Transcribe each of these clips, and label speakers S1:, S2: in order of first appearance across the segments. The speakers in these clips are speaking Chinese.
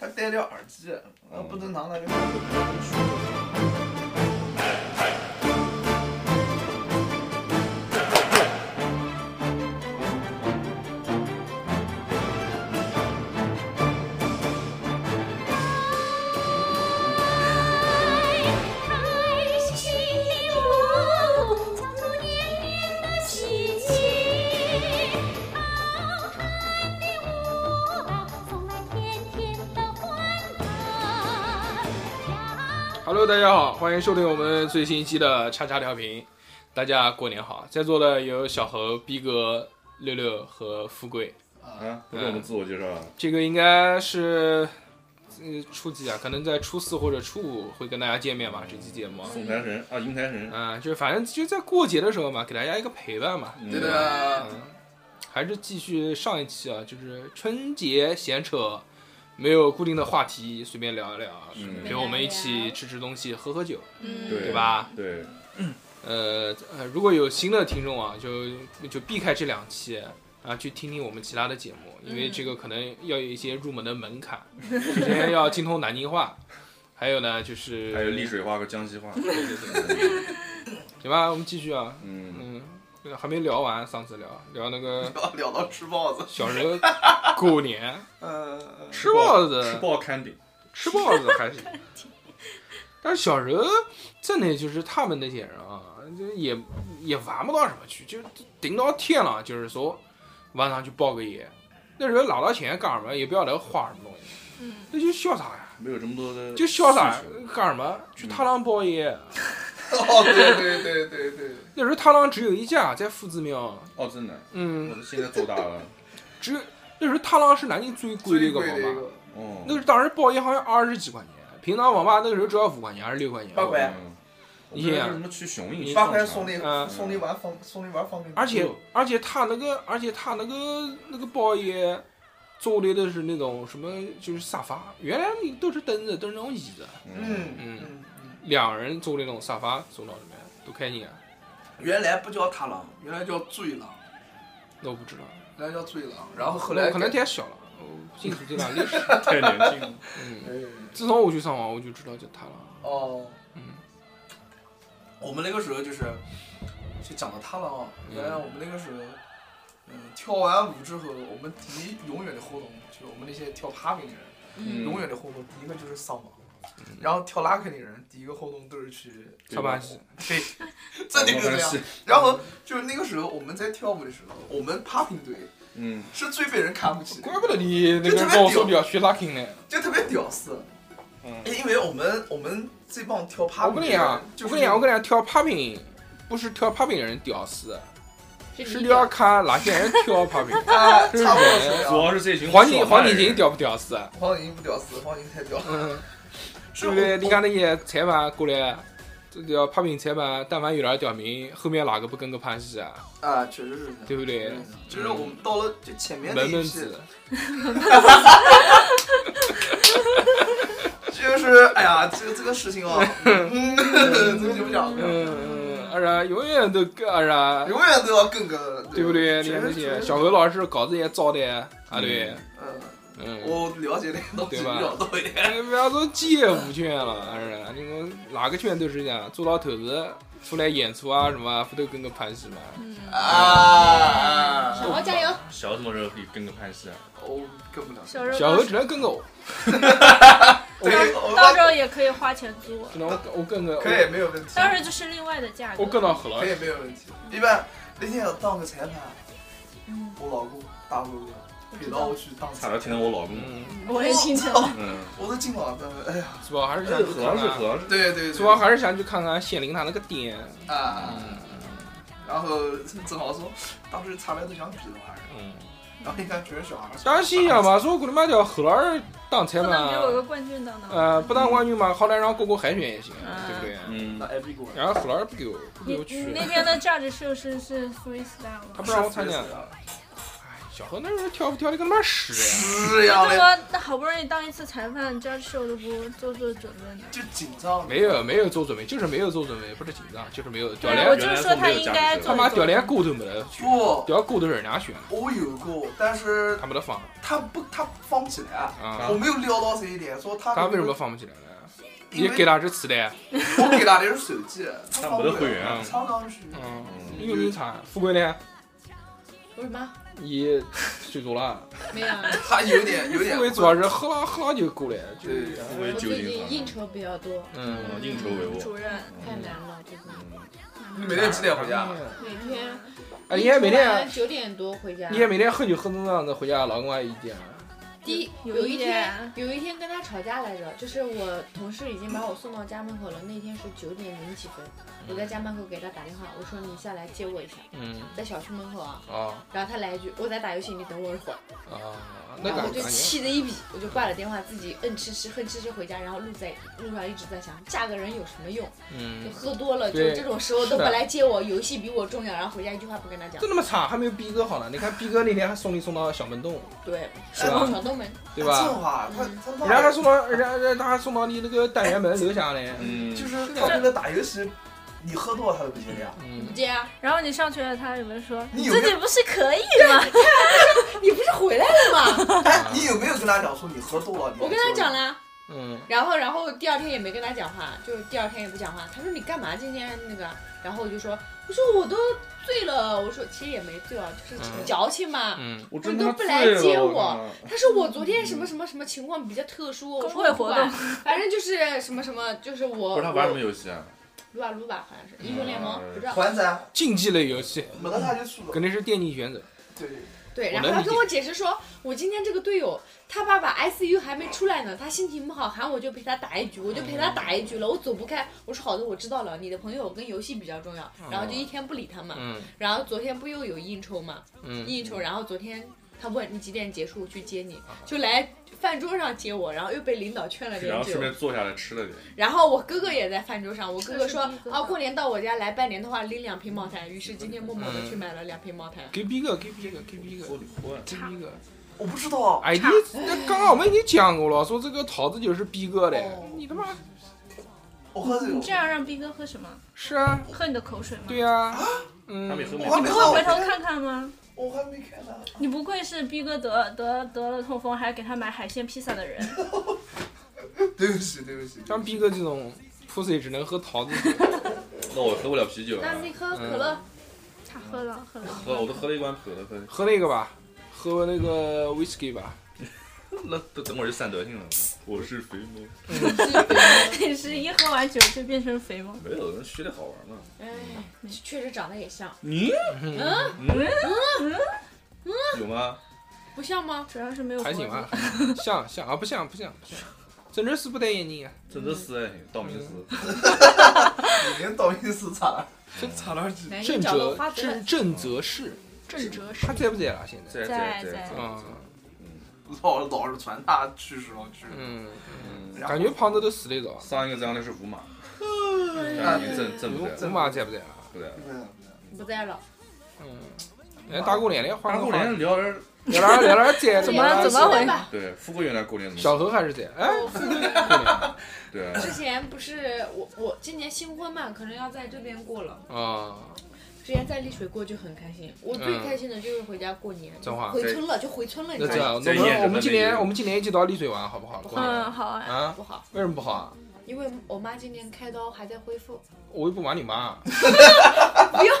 S1: 还戴着耳机，呃，
S2: 嗯
S1: 不正常的就说。
S3: 爱是心灵落雾，藏住年龄的心情。浩瀚的舞蹈，送来甜甜的欢乐。
S2: Hello，大家好，欢迎收听我们最新一期的叉叉调频。大家过年好，在座的有小猴、逼哥、六六和富贵。
S4: 啊，不跟我们自我介绍啊？
S2: 这个应该是，呃，初几啊？可能在初四或者初五会跟大家见面吧。这期节目，
S4: 送财神啊，迎财神，
S2: 啊，就是反正就在过节的时候嘛，给大家一个陪伴嘛。
S4: 嗯
S1: 对，的，
S2: 还是继续上一期啊，就是春节闲扯，没有固定的话题，随便聊一聊，
S4: 嗯
S2: 陪我们一起吃吃东西，喝喝酒，
S3: 嗯
S4: 对
S2: 对吧？
S4: 对，
S2: 呃呃，如果有新的听众啊，就就避开这两期，啊，去听听我们其他的节目，因为这个可能要有一些入门的门槛，首先要精通南京话，还有呢就是
S4: 还有丽，水话和江西话，
S2: 对对对，行吧，我们继续啊，
S4: 嗯，
S2: 嗯，还没聊完，上次聊聊那个
S1: 不要 聊到吃包子，
S2: 小时 候过年
S1: 呃，
S2: 吃包
S4: 吃
S2: 子，
S4: 爆看顶，
S2: 吃包子还是， 但是小时候真的就是他们那些人啊，就也也玩不到什么去，就顶到天了，就是说晚上去包个夜。那时候拿到钱干什么也不晓得花什么东西，
S3: 嗯，
S2: 那就潇洒呀，
S4: 没有这么多的，
S2: 就潇洒干什
S1: 嗯
S2: 么去踏浪包夜。
S1: 哦，对对对对对，
S2: 那时候踏浪只有一家，在夫子庙，
S4: 哦，真的，
S2: 嗯，
S4: 我现在做大了，
S2: 只有那时候踏浪是南京最贵的
S1: 最
S2: 一个
S1: 贵
S2: 网
S1: 的一
S2: 吧，
S1: 个，
S4: 哦，
S2: 那是当时包夜好像二十几块钱，平常网吧那个时候只要五块钱还是六块钱，
S1: 八块
S4: 嗯，我不知道为什么去雄
S2: 你
S4: 鹰，
S1: 八块送你
S2: 嗯
S1: 送你碗方送你碗方便面，
S2: 而且而且他那个，而且他那个那个包夜做的都是那种什么，就是沙发，原来你都是凳子，都是那种椅子，
S4: 嗯，
S1: 嗯
S2: 嗯
S1: 嗯，嗯
S2: 两人坐的那种沙发坐到里面都开心啊。
S1: 原来不叫踏浪，原来叫醉浪，
S2: 那我不知道，
S1: 原来叫醉浪，然后后来
S2: 我哦可能
S1: 改
S2: 太小了，我不清楚这段历 史。
S4: 太年轻了，
S2: 嗯，
S1: 嗯
S2: 自从我去上网，我就知道叫他了。
S1: 哦，
S2: 嗯，
S1: 我们那个时候就是，就讲到他了啊。原来我们那个时候，嗯，跳完舞之后，我们第一永远的活动就是我们那些跳 popping 的人，
S4: 嗯
S1: 永远的活动第一个就是上网，
S2: 嗯
S1: 然后跳拉 K 的人第一个活动都是去
S2: 跳巴西，
S1: 对，真的就
S2: 哦
S4: 我
S1: 这
S4: 们是
S1: 样。然后就是那个时候我们在跳舞的时候，我们 popping 队
S4: 嗯，
S1: 是最被人看不起的
S2: 怪，不得你那个
S1: 这他
S2: 人
S1: 妈
S2: 跟我
S1: 屌
S2: 说比较学 lucky 呢。
S1: 就特别屌丝。
S2: 嗯
S1: 因为我们我们这帮跳 popping，
S2: 我跟你讲，
S1: 就
S2: 我
S1: 是
S2: 跟你啊讲，我跟你讲，跳 popping 不是跳 popping 的人屌丝，
S3: 是
S2: 是
S3: 你
S2: 要看哪些人跳 popping。
S1: 啊，差不多是这
S4: 主
S1: 样。
S4: 要是这群
S2: 黄景
S4: 爽快
S2: 黄
S4: 的
S2: 景
S4: 人
S2: 行，屌不屌丝啊？
S1: 黄景不屌丝，黄景太屌了。
S2: 嗯，
S1: 是
S2: 对不
S1: 哦
S2: 对？你看那些裁判过来，这叫判评裁判，但凡有点屌名，后面哪个不跟个潘西啊？
S1: 啊，确实是这样。
S2: 对不对？
S1: 就是我们到了就前面那
S2: 门
S1: 一
S2: 门
S1: 批，
S2: 子，
S1: 就是哎呀，这个这个事情哦， 嗯，这个就不讲了，
S2: 嗯，二啊，永远都跟二啊，
S1: 永远都要跟个，
S2: 对不对？你
S1: 确
S2: 看
S1: 实
S2: 那
S1: 是
S2: 些，小何老师稿子也造的啊，对，
S1: 嗯，
S2: 嗯。
S1: 我了解那个东西
S2: 对
S1: 比
S2: 吧
S1: 较多一点。
S2: 哎，不要说街舞圈了，二啊，你们哪个圈都是这样，做老头子出来演出啊什么啊，不都跟个潘西吗？
S1: 啊，
S3: 小豪加油！
S4: 小什么时候可以跟个潘西啊？
S1: 我跟不了。
S5: 小时候
S2: 小
S5: 到
S2: 何只能跟个我，
S1: 对，我
S5: 到时候也可以花钱租我，
S2: 只能我我跟个，
S1: 可以没有问题，
S5: 当时就是另外的价格。
S2: 我跟到何老
S1: 可
S2: 师，
S1: 以没有问题。一般那天要当个裁判，我老公大陆的陪到我去当
S4: 差
S1: 裁
S4: 点听到
S1: 判，
S4: 我老公，
S2: 嗯，
S5: 我也听见了，
S4: 嗯，
S1: 我都进网站了，哎呀。
S2: 是吧？还是想去
S4: 好
S2: 看啊
S4: 像是
S2: 看
S4: 好。像是，
S1: 对对，对
S2: 主要还是想去看看县令他那个店。
S1: 啊。然后正好说，当时查来都想比的玩意儿，
S2: 嗯，
S1: 然后一看全是小孩儿。
S2: 当时心想嘛，说我他妈叫何老二当裁
S5: 不能给我
S2: 判，
S5: 个冠军当当。
S2: 呃，不当冠军嘛，好歹让过过海选也行，
S5: 嗯
S2: 对不对？
S4: 嗯
S1: 那，挨逼过来，
S2: 然后何老二不给我，不
S5: 你
S2: 给我
S5: 你
S2: 去，
S5: 那天的价值秀是是 freestyle
S2: 他
S5: 吗？
S2: 不让我参加。
S1: 是
S2: 哎小何那时候跳舞跳的跟他妈屎一样。
S1: 是啊呀
S5: 他
S1: 嘞，
S5: 说那好不容易当一次裁判，这秀都不做做准备呢。
S1: 就紧张了。
S2: 没有没有做准备，就是没有做准备，不是紧张，就是没有屌
S5: 对，啊我
S2: 连
S5: 就
S4: 原来
S5: 是
S4: 是
S5: 说
S4: 没
S5: 他
S4: 有
S5: 应
S4: 价
S5: 该
S4: 值
S5: 做
S2: 他
S5: 一
S2: 妈
S5: 做
S2: 屌连歌都没得选，
S1: 不，
S2: 屌歌都是人家选的，
S1: 我有过，但是
S2: 他没得放
S1: 他不，他放不起来。
S2: 啊
S1: 我。没有料到这一点，说他
S2: 他为什么？放不起来呢？
S1: 因
S2: 你
S1: 为
S2: 给他只磁带，
S1: 我给他的是手机，
S4: 他
S1: 放不
S4: 没得
S1: 了
S4: 会员啊
S1: 唱上去。
S2: 嗯，
S4: 嗯
S2: 有你惨。富贵呢？
S5: 为什么？
S2: 你睡着了。
S6: 没有啊，
S1: 他有点有
S2: 富
S1: 点
S2: 贵主要是喝了喝了就过来，就
S1: 对
S4: 因为
S6: 我
S4: 酒
S6: 最
S4: 精
S6: 近
S4: 上
S2: 啊
S6: 应酬比较多，
S2: 嗯，
S4: 嗯应酬为
S5: 主
S4: 伍。
S5: 任，
S6: 太难了，最
S4: 嗯
S6: 近
S1: 你每天几点回家？
S6: 每天。
S2: 哎，你也每天，
S6: 九点多回家。
S2: 你也每天喝酒喝成这样子，回家老跟我一啊点。
S6: 第一
S5: 有
S6: 有
S5: 一
S6: 一
S5: 天
S6: 天有一天跟他吵架来着，就是我同事已经把我送到家门口了，那天是九点零几分，我在家门口给他打电话，我说你下来接我一下，
S2: 嗯，
S6: 在小区门口啊。
S2: 啊
S6: 然后他来一句我在打游戏，你等我一会儿，
S2: 啊，那
S6: 然后
S2: 感
S6: 我就
S2: 觉
S6: 气得一笔，我就挂了电话，自己嗯吃吃哼吃吃回家，然后路在路上一直在想嫁个人有什么用，就
S2: 嗯，
S6: 喝多了，就
S2: 对
S6: 这种时候
S2: 是
S6: 都
S2: 的
S6: 不来接我，游戏比我重要，然后回家一句话不跟他讲
S2: 这，他妈惨，还没有逼哥好呢。你看逼哥那天还送你送到小门洞，
S6: 对，呃
S2: 是吧
S6: 闯东门，
S2: 对
S1: 这
S2: 吧？
S1: 种话，啊他
S6: 嗯
S1: 他
S2: 人家
S1: 妈
S2: 还
S1: 的
S2: 送到，人家人家还送到你那个单元门楼下呢。
S4: 嗯，
S1: 就是他为了打游戏，你喝多了他都不接的 呀。
S6: 你不
S2: 嗯，
S6: 接啊？
S5: 然后你上去了，他有没有说
S1: 你
S5: 你
S1: 有
S5: 自
S1: 没
S5: 己
S1: 有
S5: 不是可以吗？
S6: 你不是回来了吗？
S1: 哎，你有没有跟他讲说你喝多了？你
S6: 我跟他讲
S1: 了，
S6: 了，
S2: 嗯，
S6: 然后然后第二天也没跟他讲话，就是第二天也不讲话。他说你干嘛今天那个？然后我就说，我说我都醉了，我说其实也没醉啊，就是
S2: 嗯
S6: 矫情嘛。
S2: 嗯，
S4: 我
S6: 真
S4: 真
S6: 他
S4: 他
S6: 妈
S4: 妈
S6: 醉了
S4: 醉了，
S6: 我他
S4: 我
S6: 他说我昨天什么什么什么情况比较特殊，我
S5: 工
S6: 说
S5: 会
S6: 我不
S5: 活动，
S6: 管反正就是什么什么，就是我
S4: 不是他玩什么游戏啊？
S6: 撸啊撸吧，好像是英雄联盟，
S4: 嗯
S6: 不知道。
S1: 还债，啊
S2: 竞技类游戏
S1: 没得他就输了。
S2: 肯定是电竞选手。
S1: 对，
S6: 对，
S2: 我
S6: 然
S2: 能
S6: 后他
S2: 理
S6: 跟
S2: 解
S6: 我解释说，我今天这个队友，他爸爸 ICU 还没出来呢，他心情不好，喊我就陪他打一局，我就陪他打一局了，我走不开。我说好的，我知道了，你的朋友跟游戏比较重要，然后就一天不理他嘛。
S2: 嗯
S6: 然后昨天不又有应酬嘛，
S2: 嗯，
S6: 应酬，然后昨天他问你几点结束，我去接你，
S2: 啊
S6: 就来饭桌上接我，然后又被领导劝了
S4: 然
S2: 啊
S6: 点
S4: 后顺
S6: 酒。
S4: 便坐下来吃了点。
S6: 然后我哥哥也在饭桌上，我哥哥说
S5: 这是第一个
S6: 啊，过年到我家来拜年的话拎两瓶茅台，于是今天默默的
S2: 嗯
S6: 去买了两瓶茅台。
S2: 给逼哥，给逼哥，给逼哥，
S4: 我的天！
S2: 给逼哥。
S1: 我不知道，啊
S2: 哎，你那刚刚我们已经讲过了，说这个桃子酒是逼哥的
S6: 哦，
S2: 你他妈
S1: 我喝这
S5: 你这
S1: 个，
S5: 样让斌哥喝什么？
S2: 是啊，
S5: 喝你的口水吗？
S2: 对呀，嗯
S4: 他，们以后每
S1: 我
S4: 天
S1: 还没
S5: 不会回头
S1: 看，
S5: 看看吗？
S1: 我还没看呢。
S5: 你不愧是逼哥得得得了痛风还给他买海鲜披萨的人，
S1: 对不起，对不起，
S2: 像逼哥这种 pussy 只能喝桃子 酒，
S4: 那我喝不了啤酒啊
S6: 那，你喝可乐，
S5: 他喝了喝了。
S4: 喝我都喝了一罐可乐，喝
S2: 喝那个吧，喝那个 whisky 吧，
S4: 那都等会儿就散德性了。我是肥猫，
S2: 嗯
S5: 你是一喝完酒就变成肥猫，
S4: 没有，那学的好玩嘛。
S6: 哎，确实长得也像，
S4: 你
S6: 嗯，
S4: 有吗？
S6: 不像吗？
S5: 主要是没有脖
S2: 还行吧
S5: 子。，
S2: 像像啊，不像不像不像，郑州市不戴眼镜啊，
S4: 郑州市哎，道明寺。
S1: 你连道明寺差了，这差了几？
S6: 男一
S2: 郑
S6: 角都
S2: 州
S6: 花
S5: 嗯
S6: 泽
S2: 郑郑泽市，
S5: 正哲是
S2: 他在不在了现在？
S4: 在
S5: 在
S4: 在
S5: 在
S2: 啊，
S1: 老老是传他去世了，去世。
S2: 嗯，
S4: 嗯
S1: 然后
S2: 感觉胖子都死得早，
S4: 上一个这样的是五马，但是你正正不在
S2: 五
S4: 了，
S2: 马在不在了？
S4: 不在了。
S6: 不在 了，
S2: 嗯，哎，大过年的换
S4: 大
S2: 个
S4: 过
S2: 话
S4: 年
S2: 题
S4: 聊点儿
S2: 聊点聊点在
S5: 怎
S6: 哎
S5: 么怎么回？
S4: 对，富贵原来过年怎么
S2: 小何还是在，哎，
S6: 我父亲
S2: 过年啊
S4: 对啊，
S6: 之前不是我我今年新婚嘛，可能要在这边过了。
S2: 啊，
S6: 之前在丽水过就很开心，我最
S2: 嗯
S6: 开心的就是回家过年，
S2: 真话
S6: 回村了就回村了，你
S2: 那
S6: 知
S2: 这
S6: 道吗？
S2: 样，我
S4: 在
S2: 们
S4: 演
S2: 我们今年
S4: 着呢
S2: 我们今年一起到丽水玩好不好？过年
S5: 嗯，好啊。
S2: 啊，
S6: 不好，
S2: 为什么不好啊？
S6: 因为我妈今年开刀还在恢复，
S2: 我又不玩你妈，
S6: 不要，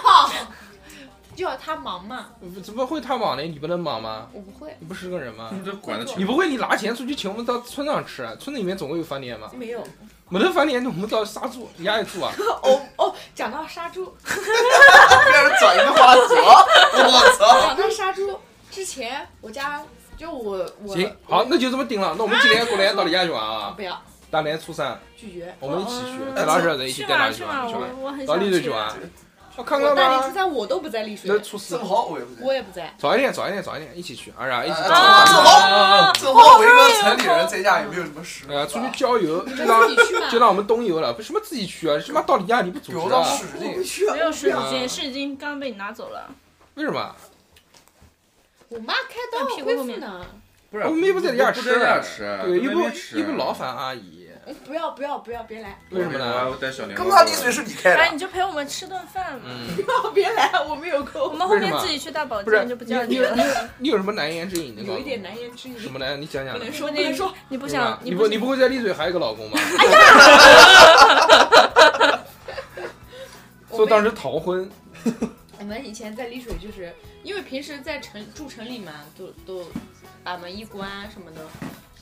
S6: 就要她忙嘛，
S2: 怎么会他忙呢？你不能忙吗？
S6: 我不会，
S2: 你不是个人吗
S4: 他？们这管得
S2: 你
S4: 全。
S2: 不会，你拿钱出去请我们到村上吃，啊？村子里面总会有饭店吧？
S6: 没有。
S2: 没得饭店，我们到沙住，你家也住啊？
S6: 哦哦，讲到杀猪，
S1: 开始转移话题了，我 操！
S6: 讲到杀猪之前，我家就我我
S2: 行，好，那就这么定了。那我们今年过来到你家去玩啊？
S6: 不要
S2: 大年初三，
S6: 拒绝。
S2: 我们一起去
S5: 哦，
S2: 带他去，咱一
S5: 去
S2: 起带他
S5: 嘛
S2: 去
S5: 去嘛，
S2: 玩，去
S5: 我
S2: 玩，
S5: 我很
S2: 到
S5: 想去。啊
S2: 丽水去玩。我看
S6: 我
S2: 看
S6: 大年初
S2: 吧，
S6: 三我都不在丽水
S2: 那，初四
S1: 正好我也不在。
S6: 我也不在。
S2: 早一点，早一点，早一点，一起去，哎呀，一起
S1: 哎
S2: 早
S1: 啊
S2: 早
S1: 正
S2: 早
S1: 好正好我一个城里人在家也没有什么事。
S2: 哎呀，出去郊游，
S6: 你
S2: 就
S6: 们
S2: 让
S6: 自己去
S2: 就
S6: 嘛。
S2: 让我们东游了，不什么自己去啊？什么到你家你不组
S1: 给我
S2: 织
S1: 到
S2: 啊？
S1: 市里，
S5: 没有水
S2: 啊
S5: 晶，水晶刚被你拿走了。
S2: 为什么？
S6: 我妈开刀
S5: 屁股
S6: 恢
S5: 后
S6: 复
S5: 面
S6: 呢。
S4: 不是
S2: 我啊哦们又不在你家
S4: 不
S2: 吃，
S4: 在家吃，啊
S2: 对，
S4: 在
S2: 又
S4: 那边吃
S2: 不又不劳烦阿姨，
S6: 哎不要不要不要，别来，
S2: 为什么呢？？
S4: 我带小年糕啊
S1: 干嘛滴水是你开
S5: 哎，
S1: 的？
S5: 你就陪我们吃顿饭嘛。
S2: 嗯，
S6: 不要别来，我没有
S5: 我
S6: 空。
S5: 们后
S2: 为什
S5: 面
S2: 么
S5: 自己去大保
S2: 不是
S5: 健就不叫
S2: 你
S5: 你
S2: 有
S5: 了。
S2: 你有什么难言之隐的？
S6: 有一点难言之
S2: 什
S6: 隐，
S2: 么来？你讲讲
S6: 不。能
S5: 说
S6: 说不
S5: 那
S6: 能说。
S5: 你不
S2: 对吧
S5: 想
S2: 你
S5: 不
S2: 你不会在丽水还有一个老 公吧？
S6: 我
S2: 说
S6: 们
S2: 当时逃婚，
S6: 我们以前在丽水，就是因为平时在城住城里嘛，都都把门一关啊什么的，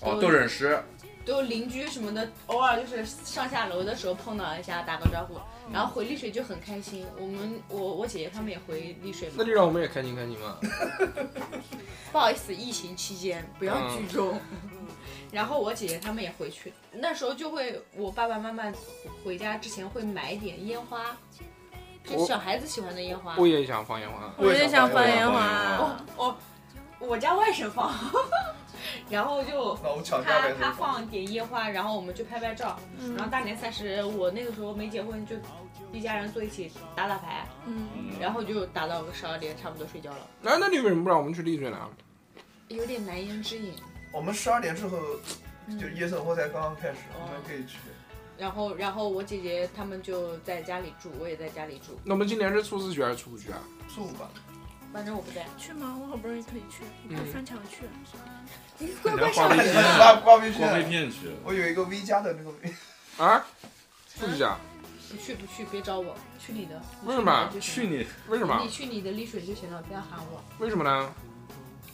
S4: 哦，都认识，
S6: 都邻居什么的，偶尔就是上下楼的时候碰到一下，打个招呼，然后回丽水就很开心。我们我我姐姐她们也回丽水
S2: 那
S6: 嘛
S2: 就，让我们也开心开心嘛。
S6: 嗯不好意思，疫情期间不要
S2: 嗯
S6: 聚众。 然后我姐姐她们也回去，那时候就会我爸爸妈妈回家之前会买一点烟花，就
S2: 我
S6: 小孩子喜欢的烟花。
S2: 我也想放烟花，啊
S5: 我也想放烟
S4: 我
S5: 花，啊
S6: 我我家外甥放， 然后就
S1: 那我们抢一下
S6: 他
S1: 呗。
S6: 他放点烟花，然后我们就拍拍照。
S5: 嗯
S6: 然后大年三十，我那个时候没结婚，就一家人坐一起打打牌，
S5: 嗯，
S6: 然后就打到十二点，差不多睡觉了。
S2: 那那你为什么不让我们去丽水呢？
S6: 有点难言之隐。
S1: 我们十二点之后，
S6: 嗯
S1: 就夜生活才刚刚开始，
S6: 哦
S1: 我们可以去。
S6: 然后，然后我姐姐他们就在家里住，我也在家里住，
S2: 那我们今年是初四去还是初五去啊？
S1: 住吧，
S6: 反正我不在。
S5: 去吗？我好不容易可以去，你
S2: 嗯
S5: 快翻墙去。
S6: 你
S4: 人
S6: 乖
S4: 家
S6: 乖
S4: 花
S6: 上
S4: 呗
S6: 来
S4: 骗
S6: 吧
S1: 挂挂哦嗯微
S4: 光被
S1: 信。
S4: 骗去，
S1: 我有一个 V 加的那个，
S2: 啊？不去啊？
S6: 不去不去，别找我，去你的。
S2: 为什么
S6: 你
S4: 去
S6: 你
S4: 你
S2: 为什
S6: 的就行了
S2: 么
S6: 你？去你的丽水就行了，不要喊我，
S2: 为什么呢？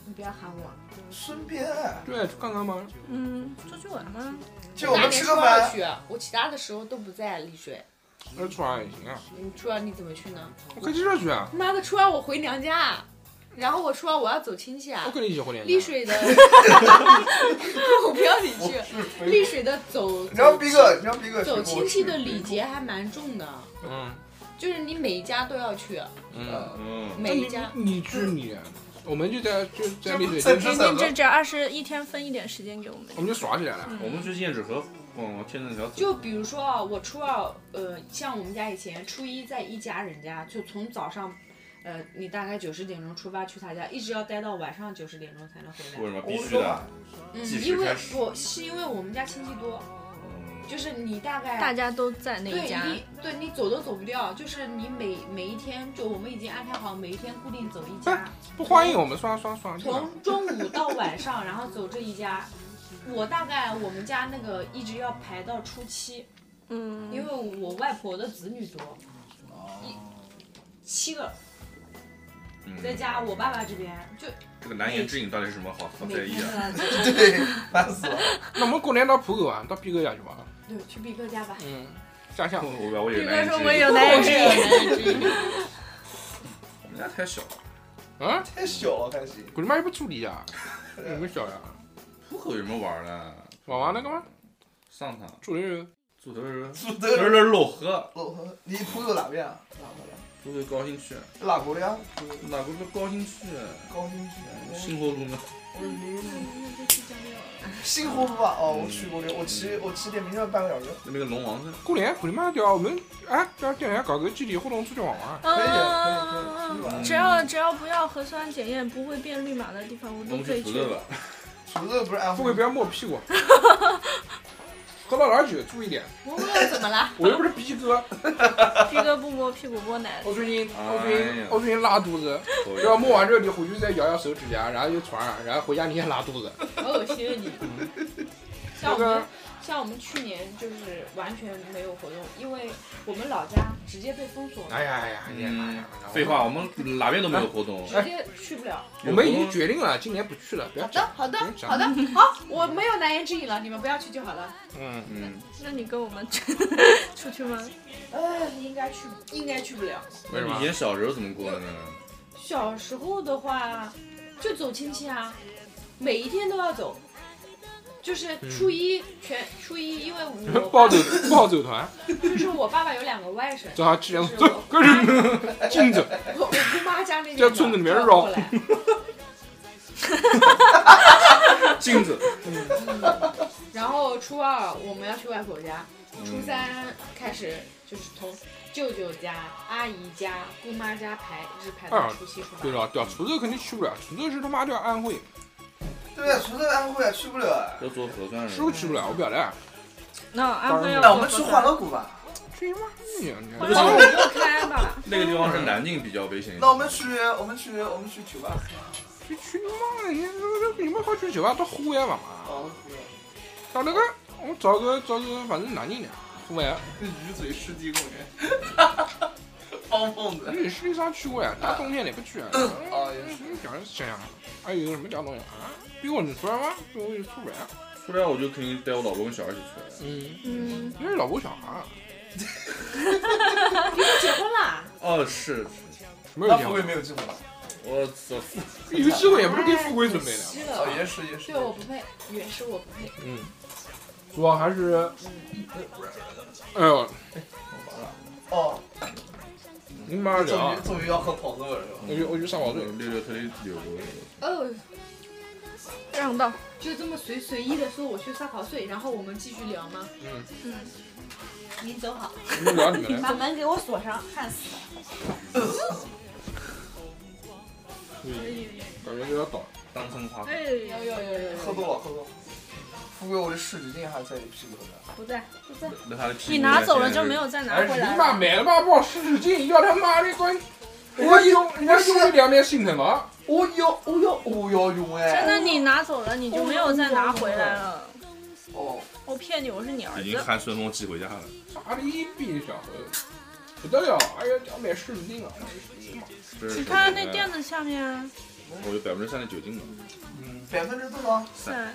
S6: 你不要喊我。
S1: 顺便
S2: 对，去看看嘛。
S5: 嗯，出去玩吗？
S1: 就我
S6: 大
S1: 们
S6: 年
S1: 吃
S6: 初
S1: 个
S6: 二
S1: 饭。
S6: 去，啊我其他的时候都不在丽水。
S2: 那初二也行啊，
S6: 你初二你怎么去呢？
S2: 我开汽车去啊，
S6: 妈的，初二我回娘家，然后我初二我要走亲戚
S2: 我
S6: 啊。
S2: 跟你一起回娘家。
S6: 丽水的， 我不要你去。丽水的走，
S1: 你让逼哥，你让逼哥去
S6: 走
S1: 跟我
S6: 亲戚
S1: 去
S6: 的礼节还蛮重的，
S2: 嗯
S6: 就是你每一家都要去，
S2: 嗯，
S1: 呃
S4: 嗯，
S6: 每一家。
S2: 你你去你，我们就在就在丽水
S1: 这
S2: 就
S1: 不
S5: 你
S1: 是
S5: 你这只要二十一天分一点时间给我们
S2: 我。们就耍起来了。
S5: 嗯
S4: 我们去燕子河逛逛天正小子，
S6: 就比如说啊，我初二，呃，像我们家以前初一在一家人家，就从早上，呃，你大概九十点钟出发去他家，一直要待到晚上九十点钟才能回
S4: 为什
S6: 来。
S4: 么必
S1: 我
S4: 须
S1: 说
S4: 的？
S1: 嘛，
S6: 嗯，
S4: 计时
S6: 因为
S4: 开始
S6: 我是因为我们家亲戚多，
S4: 嗯
S6: 就是你大概
S5: 大家都在那
S6: 对
S5: 一家，
S6: 你，对你走都走不掉，就是你每每一天，就我们已经安排好，每一天固定走 一家，
S2: 不欢迎我们刷刷刷这个。
S6: 从中午到晚上，然后走这一家。我大概我们家那个一直要排到初七，
S5: 嗯，
S6: 因为我外婆的子女多，一七个，
S4: 嗯
S6: 再加我爸爸这边，就
S4: 这个难言之隐到底是什么好好在
S6: 每
S4: 意
S6: 天
S4: 啊
S6: 都？在 走。
S1: 对，烦死了。
S2: 那我们过年到浦口啊，到毕哥家去玩。
S6: 对，去毕哥家吧。
S2: 嗯，家乡。
S4: 我我我有
S5: 比哥
S4: 难言
S5: 说
S4: 之
S5: 我
S4: 隐，
S5: 有男人之
S6: 有
S5: 隐，
S6: 男人之隐
S4: 我们家太小了，
S2: 啊，
S1: 太小了，还行。
S2: 我他妈又不住你家，你们小呀？
S4: 浦口有什么玩的？
S2: 玩玩那个嘛，
S4: 上趟
S2: 住的人。
S4: 猪头人，
S1: 苏
S4: 猪
S1: 州
S4: 头
S1: 人，
S4: 人老河，
S1: 我你朋友哪边啊？哪国的？
S4: 猪头高新区，
S1: 哪国的呀？
S4: 哪个是高新区？
S1: 高新区。
S4: 新河路呢？
S1: 新湖泊吧？哦，我去过的，我骑我骑电瓶车半个小时。
S4: 那边个龙王镇，
S2: 过年回妈叫我们哎，叫叫人家搞个集体活动，出去玩玩。
S1: 可以，可以，可以，出去
S5: 嗯，
S1: 玩。
S5: 只要只要不要核酸检验不会变绿码的地方，我
S4: 我
S5: 都
S4: 们
S5: 可
S4: 去
S5: 以
S4: 福
S5: 去。
S4: 州吧。
S1: 福州不是安
S2: 富贵
S1: 徽
S2: 不？要摸我屁股。喝到哪儿酒，注意点，
S6: 我问我 怎么了？
S2: 我又不是逼哥。
S5: 逼哥不摸屁股摸奶。
S2: 我最近，
S4: 哎呀
S2: 我最近，我最近拉肚子，
S4: 口
S2: 只 要摸完之后，你回去再咬咬手指甲，然后就传染，然后回家你也拉肚子。
S6: 好恶心啊你！像
S2: 那
S6: 我们
S2: 个，
S6: 像我们去年就是完全没有活动，因为我们老家直接被封锁了。
S2: 哎呀哎呀，哎呀哎
S4: 嗯
S2: 呀，哎呀
S4: 废，话，我们哪边都没有活动。
S6: 直接去不了。
S2: 我们已经决定了，今年不去了，不要
S6: 好的
S2: 讲。，
S6: 好的
S2: 不要，讲
S6: 好的，好，我没有难言之隐了，你们不要去就好了。
S2: 嗯，
S4: 嗯，
S5: 那你跟我们出去吗？
S6: 呃，应该去，应该去不了。
S2: 为
S4: 那
S2: 什
S4: 你以
S2: 么？
S4: 前小时候怎 么过的呢？
S6: 小时候的话，就走亲戚啊，每一天都要走，就是初一全初一，因为 我
S2: 嗯暴走暴走团，
S6: 就是我爸爸有两个外甥，
S2: 正好去 两
S6: 是
S2: 走
S6: 我，
S2: 快 点，进走。
S6: 我我姑妈家那边
S2: 叫
S6: 的
S2: 村子里面
S6: 叫
S2: 绕
S6: 过来，
S4: 镜子，
S6: 然后我初二我们要去外婆家，
S2: 嗯
S6: 初三开始就是从舅舅家、阿姨家、姑妈家排，一直排到
S2: 啊
S6: 除夕初
S2: 对
S6: 八。
S2: 了，屌滁州肯定去不了，滁州是他妈叫安徽，
S1: 对不对？除了安徽也去不了啊。
S4: 要做核酸
S2: 是不是去不了？我不晓得。
S5: 那安徽要
S1: 那
S5: 做
S1: 我们去
S5: 核
S1: 欢
S5: 酸
S1: 乐谷吧。
S2: 去妈呀！
S5: 欢
S2: 你
S6: 哦
S2: 看
S5: 乐谷不开吧？
S4: 那个地方是南京比较危险。
S1: 那我们去，我们去，我们去酒吧。
S2: 去去妈的，你你们好去酒吧到户外玩嘛？
S1: 哦，
S2: 到那个我找个找个，反正南京的啊户外，
S1: 鱼嘴湿地公园，包蹦子。
S2: 你实际上去过呀，大冬天的不去 啊。
S1: 哦，也是。
S2: 你讲想想，还有什么讲东西啊？逼我你出来吗？逼我就出来。啊
S4: 出来我就肯定带我老婆跟小孩一起出来。
S2: 嗯，
S5: 嗯，
S2: 因为老婆小啊孩
S6: 结婚啦，
S4: 哦，是，
S2: 没有
S1: 那
S2: 结
S1: 富贵
S2: 婚，
S1: 没有进门 吧？
S4: 我操，
S2: 有机 会也不是给富贵准备
S6: 哎
S2: 的。
S6: 是
S1: 哦，
S6: 的，
S1: 也是也是
S6: 对，。我不配，也是我不配。
S2: 嗯，主要还是，哎呦，
S1: 哦，
S2: 你妈的
S1: 终
S2: 啊嗯
S1: 于！终于要喝跑哥了是吧？
S2: 我就我就上保
S4: 六
S2: 证，
S4: 六特地溜了。
S6: 哦，
S5: 哎让道。
S6: 就这么随随意的说我去撒跑睡，然后我们继续聊吗？
S2: 嗯，
S5: 嗯，
S7: 你走好，
S2: 你们聊你们的。
S7: 把门给我锁上，焊死。
S2: 感觉有点倒。
S4: 当葱花，
S5: 哎，
S6: 有有有有
S1: 喝多了，喝多了。富贵，我的湿纸巾还在你屁股上。
S5: 不在，不在。
S4: 那他的屁股
S5: 你拿走了就没有再拿
S2: 哎，
S5: 回
S2: 你
S5: 来
S2: 妈
S5: 了。
S2: 买了嘛包湿纸巾，要他妈的关！我用我用了两年心疼了。
S1: 我要，我要，我要用
S5: 真
S1: 哎！
S5: 的，你拿走了，你就没有再拿回来了。
S1: 哦，
S5: 我骗你，我是你儿
S4: 已经
S5: 子。
S4: 喊顺丰寄回家了。
S2: 傻逼逼小猴，不得了！哎呀，要买湿纸巾了。
S5: 你看那垫，子下面啊，
S4: 我有百分之三的酒精了。
S2: 嗯，
S1: 百分之多少？
S5: 三，
S6: 哎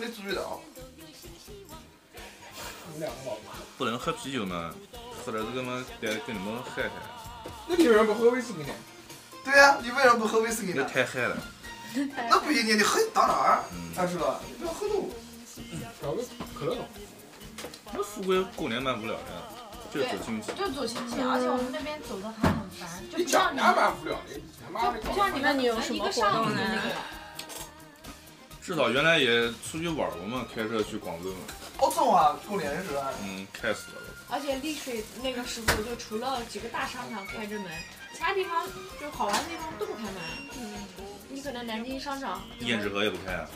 S1: 那你注意的啊。
S2: 你们两个老婆。
S4: 不能喝啤酒嘛，喝了这个嘛，得跟你们嗨嗨，
S2: 那你为什么不喝威士忌呢？
S1: 对呀、你为什么不喝威士忌
S4: 那
S1: 呢？
S4: 太嗨了。
S1: 那不一定，你喝打哪儿？
S4: 嗯，
S1: 二师哥，你不要喝多。
S2: 搞个可乐桶。
S4: 那富贵过年蛮无聊的，就走亲戚。
S7: 就走亲戚，而且我们那边走的还很烦，就
S2: 你
S7: 不像
S2: 讲
S7: 你
S2: 他
S7: 们，
S2: 蛮无聊的，他妈的
S7: 就不像你们
S5: 那你有什么活
S7: 一个
S5: 动呢
S7: 上午就那个了
S4: 至少原来也出去玩过嘛，开车去广州嘛，
S1: 哦，这啊，过年的时候啊，
S4: 嗯，开死了。
S6: 而且丽水那个时候，就除了几个大商场开着门，其他地方就好玩的地方都不开门。你可能南京商场，
S4: 胭脂河也不开啊，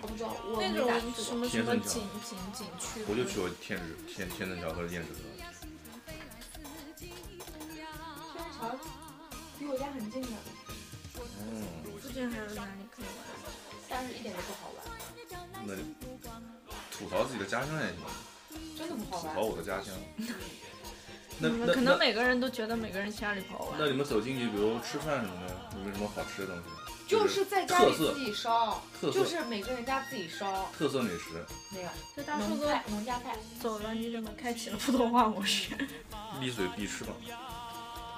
S6: 我不知道，我
S5: 哎那
S6: 没
S5: 种
S6: 咋去
S5: 什
S6: 过。
S5: 么什么景景景区，
S4: 我就去过天日天天正桥和胭脂河。
S6: 天安桥离我家很近的，
S4: 嗯，
S5: 附近还有哪里可以玩？
S6: 但是一点都不好玩，
S4: 那吐槽自己的家乡也行，
S6: 真的不好
S4: 吐槽
S6: 玩。
S4: 我的家乡。那
S5: 你
S4: 那
S5: 嗯们可能
S4: 那
S5: 每个人都觉得每个人家里不好
S4: 那
S5: 玩。
S4: 你们走进去，比如吃饭什么的，有没有什么好吃的东西？
S6: 就是在家里自己烧，
S4: 特色
S6: 就是每个人家自己烧
S4: 特色美食，
S6: 那个
S5: 这大叔
S6: 农
S5: 哥
S6: 菜、农家菜，
S5: 走了，你怎么开启了普通话模式？
S4: 丽水必吃吧。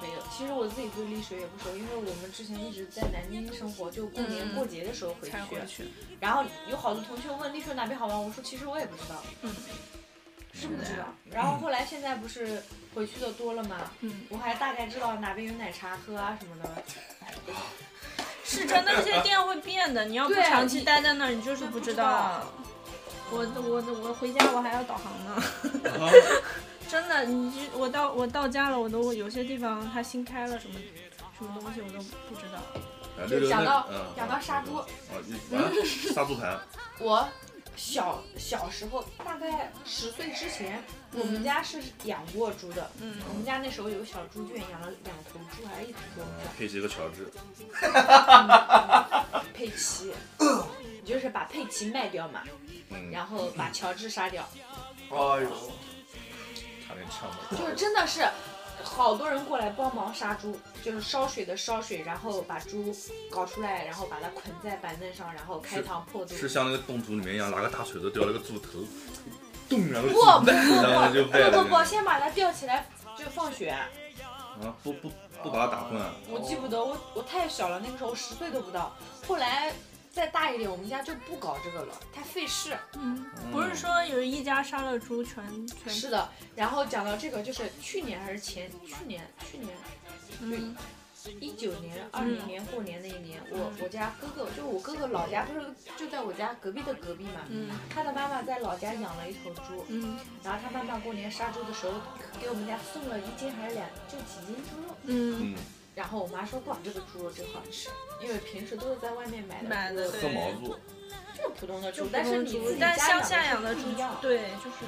S6: 没有。其实我自己对丽水也不熟，因为我们之前一直在南京生活，就过年
S5: 嗯
S6: 过节的时候
S4: 啊
S6: 回去。
S5: 才回去。
S6: 然后有好多同学问丽水哪边好玩，我说其实我也不知道，
S5: 嗯
S6: 是不
S4: 啊
S6: 知
S5: 啊
S6: 道。然
S4: 嗯
S6: 后后来现在不是回去的多了嘛，
S5: 嗯，
S6: 我还大概知道哪边有奶茶喝啊什么的，
S5: 是真的，那些店会变的。你要不
S6: 对
S5: 长期待在那儿，你就是
S6: 不
S5: 不
S6: 知
S5: 知
S6: 道
S5: 道。我我我回家我还要导航呢，
S4: 啊，
S5: 真的，你就我到我到家了，我都有些地方它新开了什么什么东西我都不知道。
S4: 六六
S6: 讲到
S4: 嗯，
S6: 讲到杀猪
S4: 啊，一 啊，杀猪盘，
S6: 我小小时候大概十岁之前，我
S4: 嗯
S6: 们家是养过猪的，
S5: 嗯，
S6: 我们家那时候有个小猪圈，养了两头猪还是一头猪，
S4: 嗯，配几个乔治，
S6: 佩奇，你就是把佩奇卖掉嘛，
S4: 嗯，
S6: 然后把乔治杀掉，
S1: 哎呦，
S4: 差点呛啊到。
S6: 就是真的是。好多人过来帮忙杀猪，就是烧水的烧水，然后把猪搞出来，然后把它捆在板凳上，然后开
S4: 是
S6: 膛破肚。
S4: 是像那个侗族里面一样，拿个大锤子叼了个猪头，咚，然后
S6: 不不不
S4: 然后就掰
S6: 不
S4: 了
S6: 不。不，先把它吊起来就放血。
S4: 啊，不不不把它打昏啊！
S6: 我记不得，我我太小了，那个时候十岁都不到。后来再大一点，我们家就不搞这个了，太费事。
S5: 嗯，不是说有一家杀了猪全全
S6: 是的，然后讲到这个，就是去年还是前去年，去年
S5: 嗯
S6: 一九年、二零年过年那一年，我我家哥哥就是我哥哥老家不是就在我家隔壁的隔壁嘛，
S5: 嗯
S6: 他的妈妈在老家养了一头猪，
S5: 嗯
S6: 然后他妈妈过年杀猪的时候给我们家送了一斤还是两就几斤猪肉，
S5: 嗯，
S4: 嗯，
S6: 然后我妈说哇这个猪肉真好吃，因为平时都是在外面买的
S5: 买的
S6: 猪肉
S5: 对
S4: 喝毛肚。
S6: 就是普通的猪
S5: 就，
S6: 但是你嗯自己
S5: 但
S6: 家
S5: 乡下养
S6: 的
S5: 的
S6: 猪
S5: 猪
S6: 不一样，
S5: 对，就是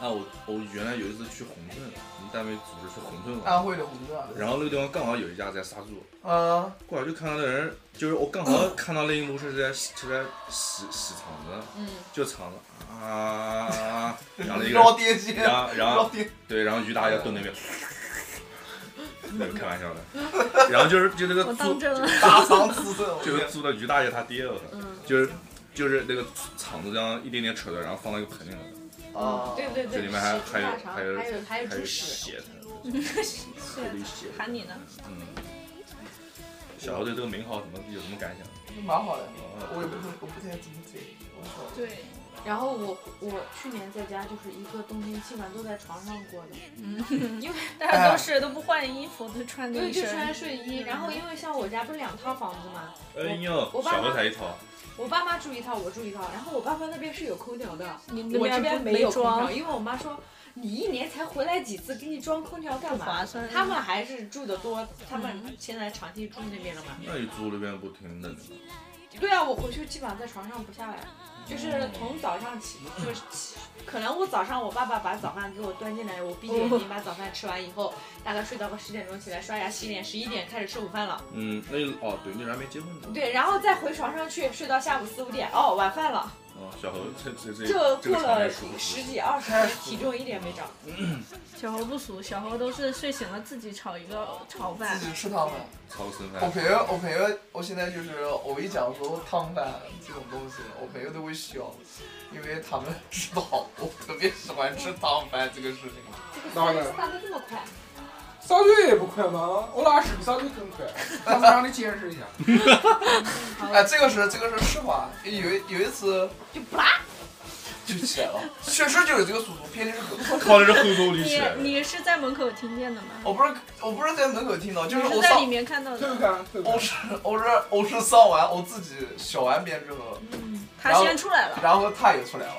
S4: 啊，我我原来有一次去宏镇，我们单位组织去宏镇
S1: 安
S4: 玩，
S1: 徽的红钻，
S4: 然后那个地方刚好有一家在杀猪，
S1: 啊，
S4: 过来就看到那人，就是我刚好看到那一幕是在是在洗洗肠子，
S6: 嗯，
S4: 就肠子啊，然后一个
S1: 绕
S4: 人，
S1: 电线，
S4: 然后啊然
S1: 绕
S4: 后
S1: 电，
S4: 对，然后于大爷蹲那边，没有开玩笑的，然后就是就那
S5: 我
S4: 个猪
S5: 当真了，
S1: 大肠刺身，我
S4: 就是
S1: 天
S4: 租的于大爷他爹了，
S5: 嗯
S4: 就是就是那个肠子这样一点点扯的，然后放到一个盆里头，
S1: 啊，
S6: 对对
S4: 哦这
S6: 对，
S4: 里面还
S6: 猪
S4: 还有
S6: 大肠
S4: 还有
S6: 还有还
S4: 还
S6: 有猪
S4: 有
S6: 屎，
S4: 血的， 还
S5: 是
S4: 有血的。
S5: 喊你呢，
S4: 嗯，小猴对这个名号怎么有什么感想？
S1: 蛮好的，我也不我不太怎么嘴，我说
S5: 对，
S6: 然后我我去年在家就是一个冬天气晚都在床上过的，
S5: 因为大家都是都不换衣服，都穿那
S6: 嗯对，
S5: 一
S6: 就
S5: 身，
S6: 穿睡衣。嗯然后因为像我家不是两套房子嘛，
S4: 哎呦，小猴才一套，啊
S6: 我爸妈住一套，我住一套。然后我爸妈那边是有空调的，
S5: 你那
S6: 我这边
S5: 边
S6: 没有空调，
S5: 装，
S6: 因为我妈说你一年才回来几次，给你装空调干
S5: 不划
S6: 嘛？
S5: 算。
S6: 他们还是住的多，他们现在长期住那边了嘛。
S4: 那你租那边不挺冷的吗？
S6: 对啊，我回去基本上在床上不下来，就是从早上起，就是起，可能我早上我爸爸把早饭给我端进来，我闭着眼睛把早饭吃完以后，大概睡到个十点钟起来刷牙洗脸，十一点开始吃午饭了。
S4: 嗯，那就哦，对，那人还没结婚呢。
S6: 对，然后再回床上去睡到下午四五点，哦，晚饭了，
S4: 哦，小猴这这这
S6: 这
S4: 这个
S6: 过
S4: 场
S6: 了
S4: 面舒不舒
S6: 十
S4: 服？
S6: 几二十年，体重一点没长。
S5: 小猴不俗，小猴都是睡醒了自己炒一 个炒饭
S1: 自，己吃汤饭。
S4: 超生
S1: 我
S4: 饭。
S1: 朋友，我朋友，我现在就是我一讲说汤饭这种东西，我朋友都会笑，因为他们 知道我特别喜欢吃汤饭这个事情。
S2: 哪个？
S6: 大的这么快，
S2: 撒腿也不快吗？我拉屎比撒腿更 快，但是让你见识一下。
S1: 哎，这个是这个是实话，有一有一次
S6: 就不啦，
S1: 就起来了，确实就是这个速度，偏离是狗。
S4: 靠的是后沟里
S5: 你
S4: 起来的。
S5: 你是在门口听见的
S1: 我
S5: 吗？
S6: 哦
S1: 不是我不是在门口听到，就是
S5: 你是
S1: 我
S5: 在里
S1: 上
S5: 面看到
S2: 偷
S5: 的。
S2: 看，
S1: 我
S2: 偷看。
S1: 是我是我是上完我自己小完便之后，
S5: 他先出来 了，
S1: 然后他也出来了，